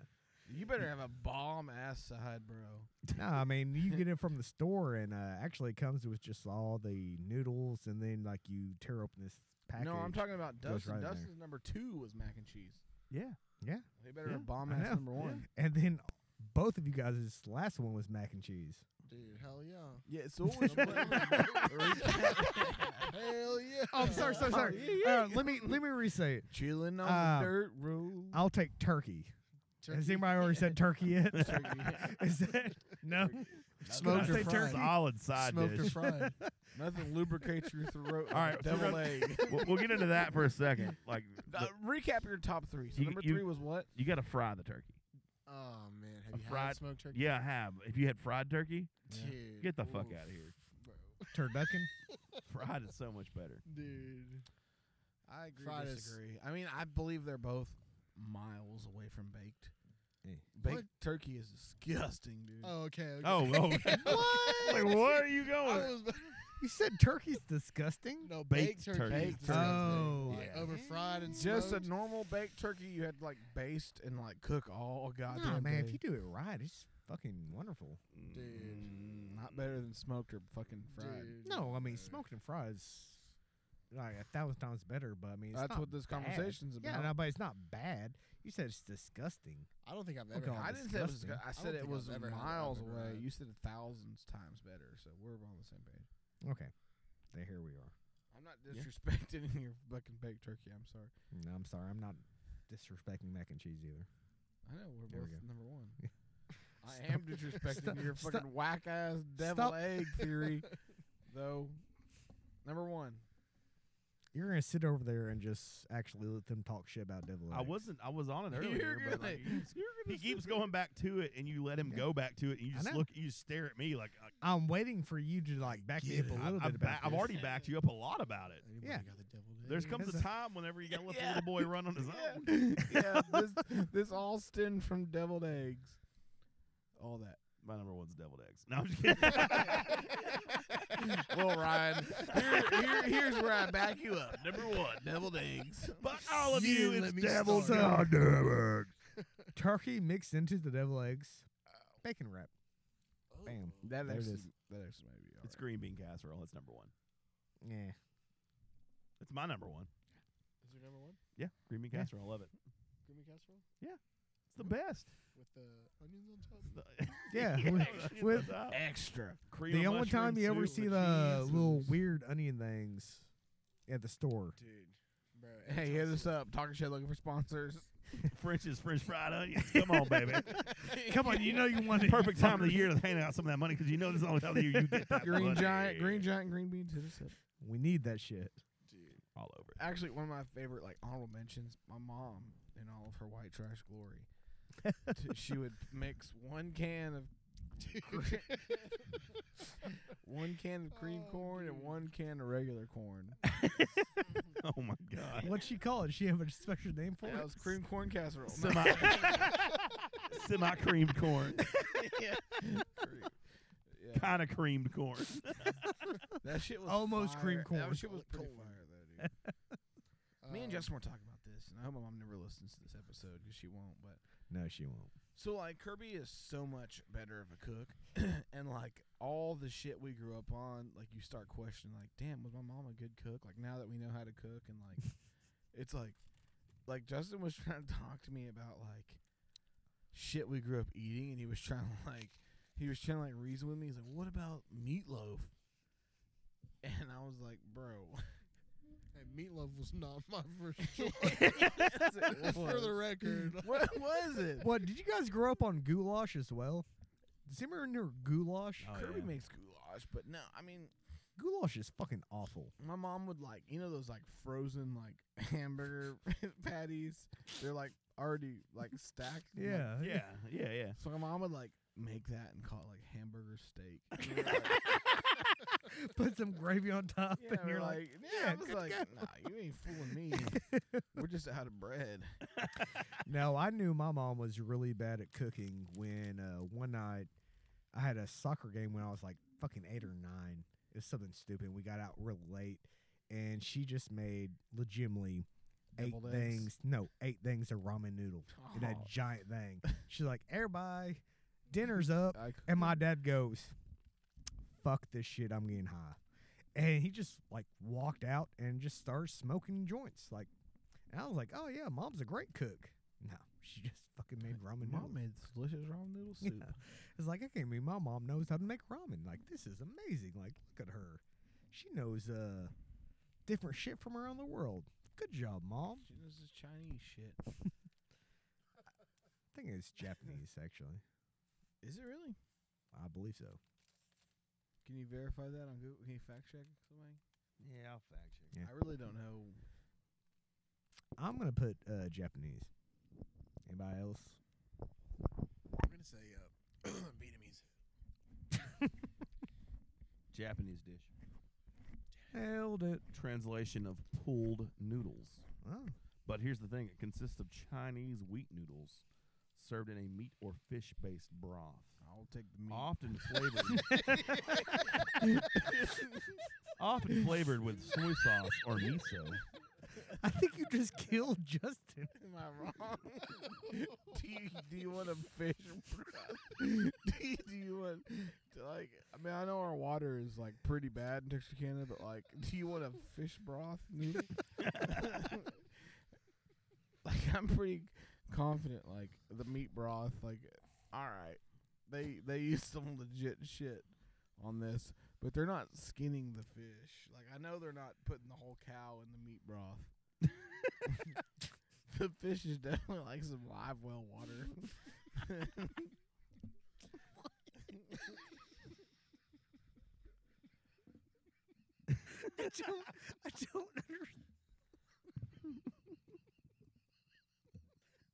You better have a bomb ass side, bro.
[laughs] Yeah. No, I mean you get it from [laughs] the store and uh, actually it comes with just all the noodles and then like you tear open this package.
No, I'm talking about
goes
Dustin.
right in there.
Dustin's number two was mac and cheese.
Yeah.
Yeah.
They better
yeah.
have bomb
I
ass
know.
number one.
And then both of you guys' last one was mac and cheese.
Dude, hell yeah.
Yeah, so [laughs] what was
Hell yeah.
Oh, [laughs] I'm sorry, sorry, sorry. [laughs] Uh, let me let me re-say it.
Chilling on
Um,
the dirt road.
I'll take turkey. Has
Turkey.
anybody
[laughs]
already
[laughs]
said turkey yet?
[laughs]
Turkey, yeah.
[laughs] Is that no?
Smoked
Did
or
I say
fried.
turkey?
Solid side Smoked or dish. [laughs] fried.
Nothing lubricates your throat.
All right,
like
so we're
devil
gonna-
[laughs]
egg.
we'll, we'll get into that for a second. Like,
Uh,
the-
recap your top three. So
you-
number
you-
three was what?
You got to fry the turkey.
Oh man,
A
have you had
fried-
smoked turkey?
Yeah, I have. If you had fried turkey,
Dude,
get the fuck
oof,
out of here.
Turducken.
Fried is so much better.
Dude.
I agree.
Fried is-
disagree. I mean, I believe they're both miles away from baked.
Eh.
Baked
What?
turkey is disgusting, dude.
Oh, okay. okay.
Oh, oh.
what?
Wait, where are you going?
I was-
You said turkey's disgusting.
no,
Baked
baked, turkey.
turkey.
is
Baked
disgusting.
turkey.
Like,
Oh.
Over fried and smoked.
Just a normal baked turkey you had to, like baste and like cook all goddamn
Nah, man,
day.
if you do it right, it's fucking wonderful.
Dude.
Mm, not better than smoked or fucking fried.
Dude.
No, I mean smoked and fried is like a thousand times better. But I mean, it's
That's
not
what this
bad.
conversation's
Yeah, no,
about.
but it's not bad. You said it's disgusting.
I don't think I've
Okay,
ever.
I'll
had
I
this.
didn't say it was.
disgusting.
Good. I
I
said
don't
it
think
was
I've ever had that
miles
ever
away.
had.
You said thousands times better, so we're on the same page.
Okay, there here we are.
I'm not
Yeah.
disrespecting [laughs] your fucking baked turkey. I'm sorry.
No, I'm sorry, I'm not disrespecting mac and cheese either.
I know we're
There we
both
go.
number one.
Yeah.
I am disrespecting
Stop-
your
stop.
fucking whack ass devil
Stop.
egg [laughs] theory, though. Number one.
You're gonna sit over there and just actually let them talk shit about devil.
I
eggs.
wasn't. I was on it
You're
earlier, but like,
gonna-
he- he keeps going back to it, and you let him
Yeah.
go back to it, and you
I
just
know.
look, you just stare at me like, uh, I-
I'm waiting for you to like back me up a
I,
little
I,
bit about.
have
this.
already backed you up a lot about it.
Anybody
Yeah.
got the devil
There
egg?
comes a
That's a-
time whenever you gotta let the little boy run on his own.
yeah, this this all stemmed from deviled eggs. All that. [laughs]
My number one's deviled eggs. No, I'm just kidding.
Well, Ryan, here, here, [laughs] here's where I back you up. Number one, deviled eggs.
but all of
You
you,
didn't
it's
let me
deviled
start.
eggs.
turkey mixed into the devil eggs, bacon wrap. Bam.
That
There it
actually,
is.
that actually might be all
It's green bean casserole. That's number one.
Yeah. [laughs]
That's my number one.
Is your number one?
Yeah, green bean
Yeah.
casserole. I love it.
Grimy casserole
It's the best. [laughs]
with the onions on top.
Yeah,
yeah
with- with-
right. Extra.
cream
The
of
only time
mushroom
you ever
soup
see
with
the
cheese.
little weird onion things at the store.
Dude, bro.
Hey, hit us up. Talking shit, looking for sponsors.
French's French fried onions. Come on, [laughs] baby.
Come on, you know you want
Perfect time of the year to hand out some of that money because you know this is the only time of the year you get that
Green
money.
giant, green giant, green beans. Hit us up.
We need that shit.
[laughs] all over. it.
Actually, one of my favorite like honorable mentions. My mom, in all of her white trash glory, t- she would mix one can of cre- [laughs] one can of cream
Oh,
corn and
dude.
one can of regular corn.
Oh my god.
What'd she call it? She have a special name for
That
it?
was cream corn casserole. No.
Semi
[laughs]
semi creamed corn.
yeah. Yeah.
[laughs]
[laughs]
Kinda creamed corn.
That shit was
Almost
fire.
cream corn.
That shit was pretty
Corn.
fire though, dude.
[laughs]
Me and
Um,
Justin were talking about this, and I hope my mom never listens to this episode because she won't. But
No, she won't.
So like Kirby is so much better of a cook, [clears throat] and like all the shit we grew up on, like you start questioning, like, damn, was my mom a good cook? Like now that we know how to cook, and like, it's like, like Justin was [laughs] trying to talk to me about like shit we grew up eating, and he was trying to like, he was trying to like reason with me. He's like, what about meatloaf? And I was like, bro,
[laughs] Hey, meatloaf was not my
[laughs]
first choice.
It
[laughs] For the
was.
record,
what was
[laughs]
it?
What, did you guys grow up on goulash as well? Does anyone remember goulash?
Oh,
Kirby
yeah.
makes goulash, but no, I mean,
Goulash is fucking awful.
my mom would like you know those like frozen like [laughs] hamburger patties they're like already like stacked and, like-
Yeah. [laughs]
Yeah, yeah, yeah.
so my mom would like make that and call it like hamburger steak And we were like-
Put some gravy on top
yeah,
[laughs] and
we're
you're
like,
like,
yeah i
yeah,
was
good
like
God.
nah you ain't fooling me we're just out of bread
No, I knew my mom was really bad at cooking when uh, one night I had a soccer game when I was like fucking eight or nine. It was something stupid. We got out real late and she just made legitimately eight
Deviled eggs?
things. No, eight things of ramen noodle in
Oh.
that giant
[laughs]
thing. She's like, everybody, dinner's up.
I c-
And my dad goes, fuck this shit. I'm getting high. And he just like walked out and just started smoking joints. Like, and I was like, oh yeah, mom's a great cook. No, she just fucking made ramen
Mom
noodles.
made this delicious ramen noodle
Yeah.
soup.
It's like I can't believe my mom knows how to make ramen. Like this is amazing. Like look at her. She knows uh different shit from around the world. Good job, mom.
She knows this Chinese shit.
I think
[laughs]
it's Japanese actually.
Is it really?
I believe so.
Can you verify that on Google? Can you fact check somebody?
Yeah, I'll fact check.
I really don't know.
I'm gonna put uh Japanese. Anybody else?
I'm gonna say uh, Vietnamese.
Japanese dish.
Held it.
Translation of pulled noodles.
Oh.
But here's the thing: it consists of Chinese wheat noodles served in a meat or fish-based broth.
I'll take the meat.
Often flavored. [laughs] often flavored with soy sauce or miso.
[laughs] I think you just killed Justin.
Am I wrong? [laughs] do you do you want a fish broth? [laughs] do, you, do you want to like? I mean, I know our water is like pretty bad in Texarkana, but like, do you want a fish broth noodle? [laughs] like, I'm pretty confident. Like the meat broth. Like, all right, they they use some legit shit on this, but they're not skinning the fish. Like, I know they're not putting the whole cow in the meat broth. [laughs] the fish is definitely like some live well water. [laughs]
I don't I don't understand.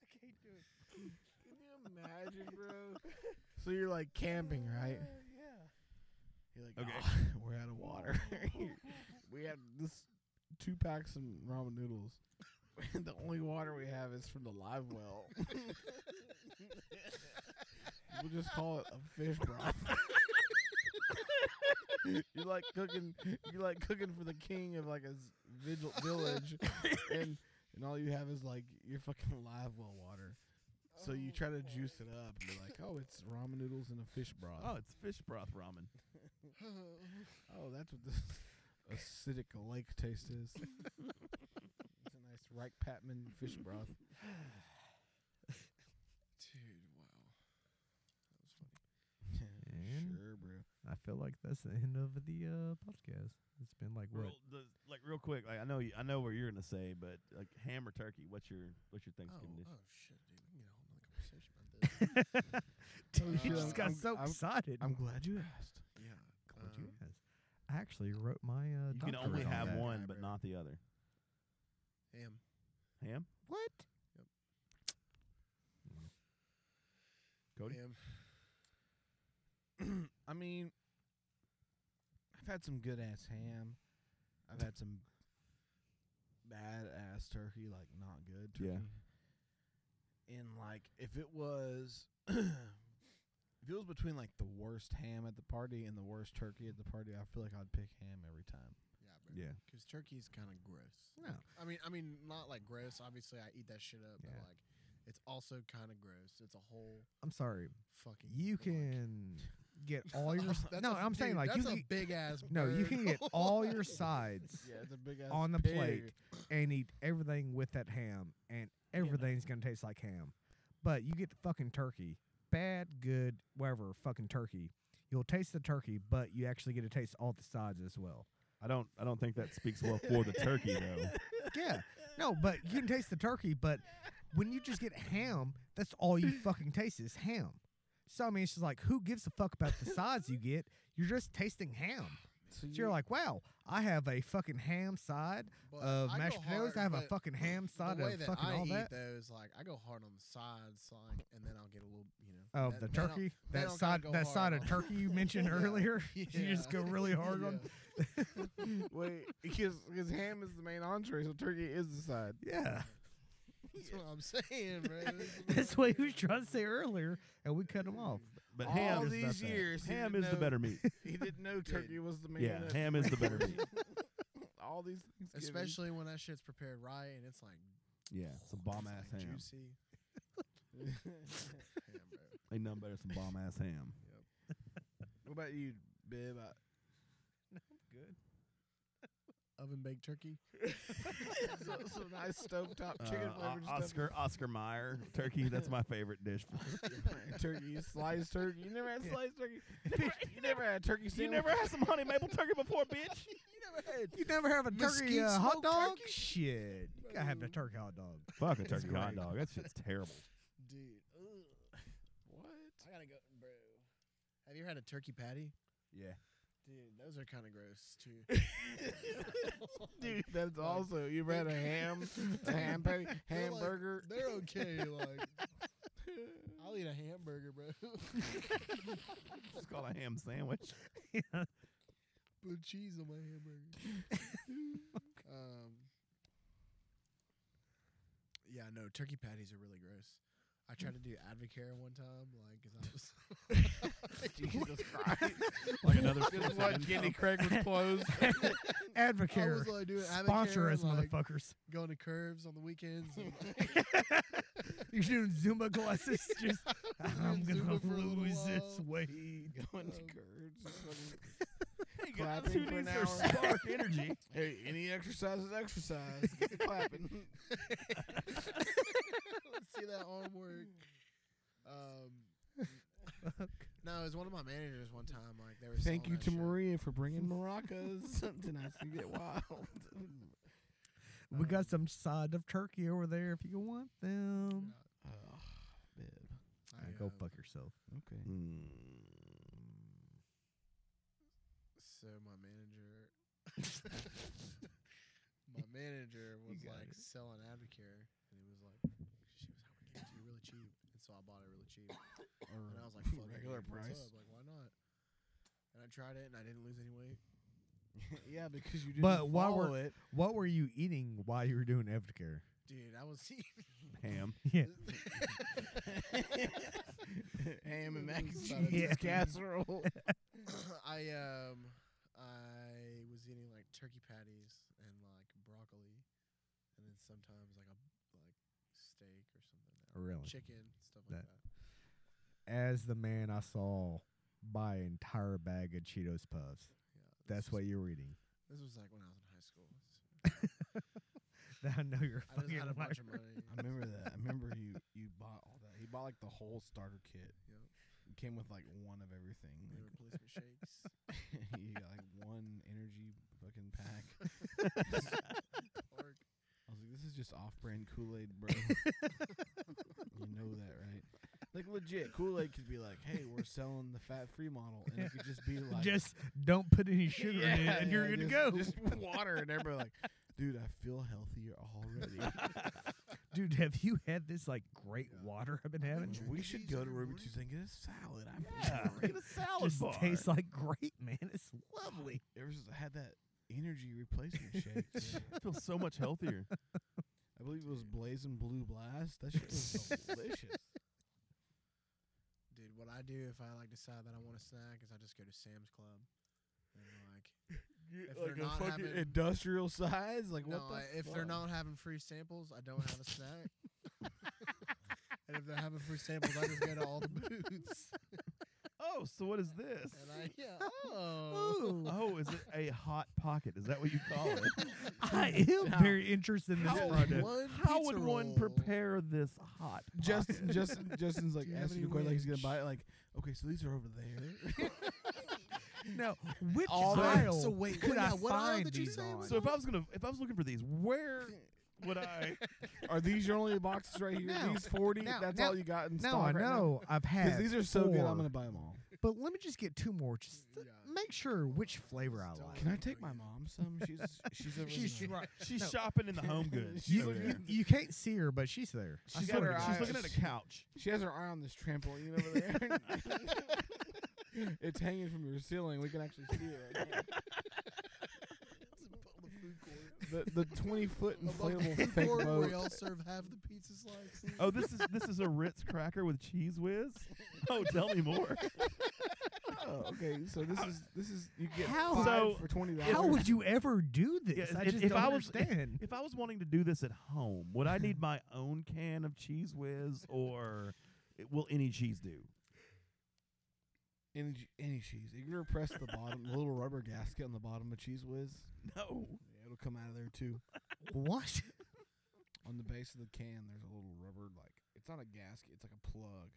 I can't do it. Can you imagine, bro? so you're like camping, right? You're like,
Okay.
"Ah, [laughs] we're out of water. we have this two packs of ramen noodles. [laughs] And the only water we have is from the live well. we'll just call it a fish broth. [laughs] you like cooking. You like cooking for the king of like a s- vigil- village, and and all you have is like your fucking live well water. So you try to juice it up. and You're like, oh, it's ramen noodles and a fish broth.
Oh, it's fish broth ramen.
Oh, that's what this [laughs] acidic lake taste [laughs] is. it's a nice Reich Patman fish broth.
Dude, wow. That was funny.
sure, bro.
I feel like that's the end of the uh podcast. It's been like what? [laughs]
Real, the, like real quick, like I know you, I know where you're gonna say, but like ham or turkey, what's your what's your Thanksgiving dish?
Oh shit, dude. We can get a whole nother conversation about
[laughs]
this.
[laughs] Dude, you
Uh,
just got so excited.
I'm glad you asked.
Yeah. um,
Glad you asked. I actually wrote my uh
You can
doctorate
only
on
have
that.
one, but not the other.
Ham.
Ham?
What?
Cody?
Ham.
I mean, I've had some good ass ham. I've had some bad ass turkey, like not good turkey.
Yeah.
And like, if it was, [clears throat] if it was between like the worst ham at the party and the worst turkey at the party, I feel like I'd pick ham every time.
Yeah, bro.
Yeah.
Because turkey's kind of gross.
No.
I mean, I mean, not like gross. Obviously, I eat that shit up,
Yeah.
but like, it's also kind of gross. It's a whole
I'm sorry.
fucking.
You can get all your [laughs] s-
[laughs] That's
no.
a-
I'm saying
dude,
like
that's
you
a
can-
big ass
[laughs] No, you can
bird.
get all your sides
Yeah, it's a big ass
on the
pig.
plate and eat everything with that ham, and everything's gonna taste like ham. But you get the fucking turkey, bad, good, whatever, fucking turkey. You'll taste the turkey, but you actually get to taste all the sides as well.
I don't I don't think that speaks well for the turkey though.
Yeah. No, but you can taste the turkey, but when you just get ham, that's all you fucking taste is ham. So I mean, it's just like, who gives a fuck about the sides you get? You're just tasting ham.
So
So you're like, wow, I have a fucking ham side
[laughs] But
of
I go
mashed potatoes.
hard,
I have a
but
fucking ham side
the way
of
that
fucking
I
all
eat
that.
those, like, I go hard on the sides, like, and then I'll get a little, you know. that-
Of the
then I'll-
turkey,
then
that
I'll kinda
side,
go
that
hard
side of
on- [laughs]
turkey you mentioned
[laughs]
earlier, you just go
Yeah.
[laughs] really hard on.
Wait, because because ham is the main entree, so turkey is the side.
[laughs]
Yeah,
That's what I'm saying, bro.
[laughs] that's what he was trying to say earlier, and we cut him off.
[laughs] But
All
ham is
these years, he
ham
didn't
is the
know-
better
[laughs]
meat.
He didn't
[laughs]
know turkey was the main.
Yeah,
uh,
ham is the better meat.
All these things,
Especially when that shit's prepared right and it's like
Yeah, it's a bomb ass
like
ham.
juicy. Damn, bro.
Ain't nothing better than some bomb ass ham.
[laughs]
[laughs] What about you, Bib? I,
Good.
oven baked [laughs]
[laughs]
turkey.
so, so nice stovetop
Uh,
chicken
O-
flavored
Oscar Oscar Meyer turkey. That's my favorite dish.
turkey, sliced turkey. You never had
Yeah.
sliced turkey. You
[laughs]
never, you never had turkey sandwich.
You never had some honey maple turkey before, bitch.
You never have a turkey
Mesquite
uh, hot
smoked
dog? Shit. You gotta have the turkey hot
[laughs]
dog.
[laughs] Fuck a
It's
turkey hot
great.
dog. That shit's terrible.
Dude, ugh. what? I gotta go, bro. Have you ever had a turkey patty?
Yeah.
Dude, those are kind of gross
[laughs]
too.
Dude, that's also you ever had a ham,
[laughs]
a ham patty,
They're like-
hamburger.
they're okay. Like, I'll eat a hamburger, bro.
It's called a ham
[laughs]
sandwich.
Put cheese on my hamburger. um, yeah, no, turkey patties are really gross. I tried to do Advocare one time, like, 'cause [laughs] I was
Jesus Christ.
Like another
Just what Jenny Craig was closed.
I was
Advocare.
like, dude,
Sponsor
Advocare,
us,
like, [laughs]
motherfuckers. [laughs]
Going to curves on the weekends. [laughs] and-
You're doing Zumba classes.
[laughs]
Just, I'm gonna
Doing Zumba for a little
lose this
while.
weight.
Going
Um,
to curds.
Hey, guys,
clapping
who
for an
needs their
hour. [laughs]
spark energy?
Hey, any exercise is exercise. Get
[laughs]
the clapping.
Let's see that arm work. Um, [laughs] no, it was one of my managers one time. Like they were.
Thank
selling
you
that
to
shit.
Maria for [laughs] bringing maracas tonight. You
[laughs]
get wild.
We got some side of turkey over there if you want them.
Oh, man.
Alright, go fuck yourself.
Okay.
Hmm.
So my
[laughs]
manager, my manager was like selling Advocare, and it was like she was like, "We can get it to you really cheap," and so I bought it really cheap, and I was
[laughs]
like, "Fuck, I
regular
gotta get this
price.
up, Like, why not? And I tried it, and I didn't lose any weight.
[laughs] yeah, because you didn't
But what
follow
were
[laughs] it.
what were you eating while you were doing Advocare?
Dude, I
[laughs]
was
[laughs]
[laughs]
Ham.
Yeah.
Ham and [laughs] mac and
Side of
cheese
turkey.
casserole.
I um I was eating like turkey patties and like broccoli, and then sometimes like a like steak or something. like that.
Really?
Chicken stuff like
That-
that.
As the man I saw buy an entire bag of Cheetos puffs. That's what you were [laughs] eating.
This was like when I was in high school.
I know you're a
I just
fucking
had a bunch of
liar.
money.
[laughs] I remember that. I remember you you bought all that. He bought like the whole starter kit.
Yep.
It came with like one of everything.
They
[laughs]
were policeman shakes.
Like, you got like one energy fucking pack.
Org.
I was like, this is just off-brand Kool-Aid,
[laughs]
bro. you know that, right? Like legit, Kool-Aid could be like, hey, we're selling the fat-free model, and it could just
[laughs]
be like,
just don't put any sugar in it, and you're
yeah,
good
just,
to go.
Just water, and everybody like,
[laughs]
dude, I feel healthier already.
Dude, have you had this like great water I've been having?
we should go to Ruby Tuesday and get a salad. I
Yeah,
feel great.
Just tastes like great, man. It's lovely.
Ever since I had that energy replacement
[laughs]
shake, man,
I feel so much
[laughs]
healthier.
I believe it was Blazing Blue Blast. That
[laughs]
shit was delicious.
Dude, what I do if I like decide that I want a snack is I just go to Sam's Club. And like, if
like
they're
a
not
fucking
having,
industrial size. Like
no,
what? The
I- if they're
fuck?
not having free samples, I don't have a snack. [laughs] and if they're having free samples, I just go to all the booths.
Oh, so what is this?
And I
[laughs]
yeah.
[laughs]
Oh.
Oh, is it a hot pocket? Is that what you call it?
[laughs] I am
How-
very interested in this
how-
product.
One
How would
pizza
one
roll. [laughs]
prepare this hot?
Justin,
pocket?
Justin, Justin's like
Do you have
asking
any
the question like he's gonna buy it. Like, okay, so these are over
[laughs]
there.
No, which
All the-
aisle
So wait,
could
what-
I
now, what aisle
find
did you
these
say it
on?
was
So if I was gonna, if I was looking for these, where would I?
are these your only boxes right here?
Now-
these forty?
now-
that's
now-
all you got in
now
stock
I
right now?
know I've
Because
had
these are so good, I'm
four,
gonna buy them all.
But let me just get two more. Just to make sure which flavor I like.
Can I take my mom some? She's she's over.
She's
there.
[laughs]
right.
She's
No.
shopping in the Home Goods.
You,
over
you-
there.
you can't see her, but she's there. I
She's
swear
got her
to
eyes.
She's looking at a couch.
She has her eye on this trampoline over
[laughs]
there. it's hanging from her ceiling. We can actually see it. Right now.
On the food court.
The
[laughs]
the twenty foot
Above the
inflatable
food
fake
court where
boat.
they all serve half the pizza slices.
Oh, this is this is a Ritz cracker with cheese whiz. Oh, tell me more.
Oh, okay, so this is this is you get
How-
five
So,
for twenty dollars.
[laughs] How would you ever do
Yeah,
this? I
if-
just
if
don't
I was-
understand.
If I was wanting to do this at home, would I need my own can of cheese whiz, or it- will any cheese do?
any, any cheese? You ever press the bottom, the little rubber gasket on the bottom of cheese whiz?
No.
Yeah, It'll come out of there too.
what?
On the base of the can, there's a little rubber like it's not a gasket, it's like a plug.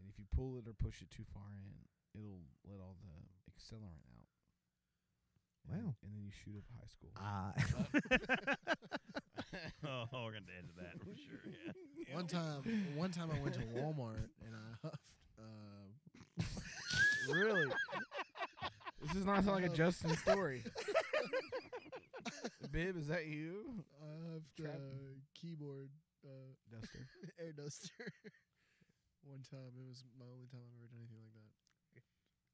And if you pull it or push it too far in, it'll let all the accelerant out. And
Wow.
then- And then you shoot up high school.
Ah.
[laughs]
[laughs] oh, we're gonna end to that for sure. Yeah.
[laughs] One time, one time I went to Walmart and I huffed. Uh,
really? This does not sound like a Justin story. Bib, is that you?
I huffed uh, keyboard uh, [laughs]
Duster.
air duster. one time, it was my only time I've ever done anything like that.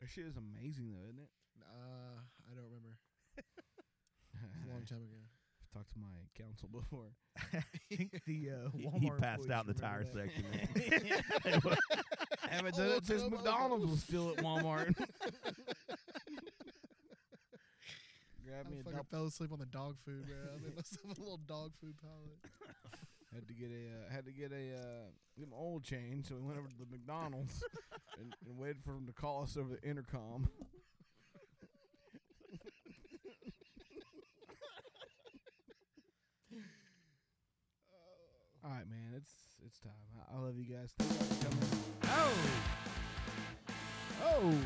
That shit is amazing though, isn't it?
Uh, I don't remember. It's a long time ago.
I've talked to my counsel [laughs] before.
I think the uh,
[laughs] He-
Walmart
he passed out in the
employees
tire
remember
section, man.
that.
[laughs] Haven't done it since McDonald's was still at [laughs] Walmart. Grab
I
me a
fucking
double.
fell asleep on the dog food, bro. I [laughs] made myself a little dog food palette.
Had to get a uh, had to get a uh, get my oil change, so we went over to the [laughs] McDonald's and, and waited for him to call us over the intercom. [laughs] All right, man, it's it's time. I, I love you guys. Thank you for coming. Oh, oh.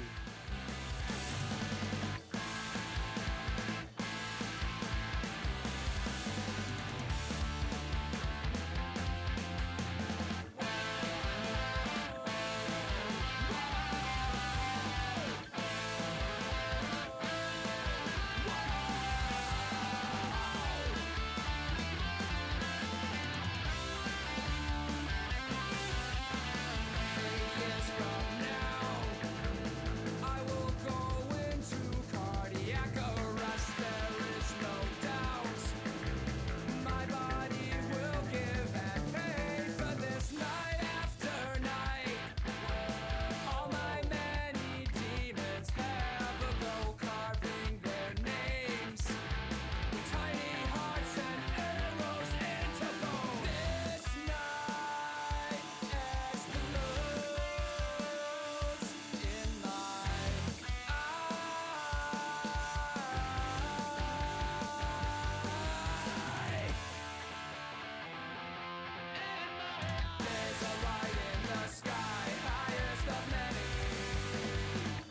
I will go into cardiac arrest. There is no doubt. My body will give and pay for this night after night. All my many demons have a go carving their names. Tiny hearts and arrows into bone. This night explodes in my There's a light in the sky, highest of many.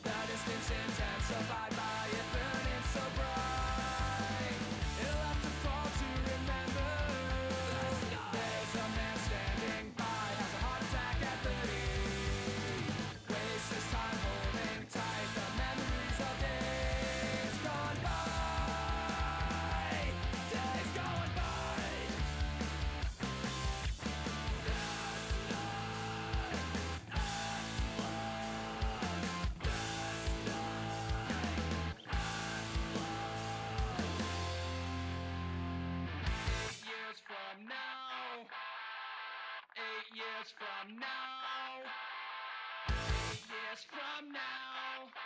The distance intensified by it burning so bright. It'll have to fall to remember. There's a man standing by, has a heart attack at 30. Wastes his time holding tight the memories of days gone by. Days gone by. Eight years from now. Eight years from now. Eight years from now.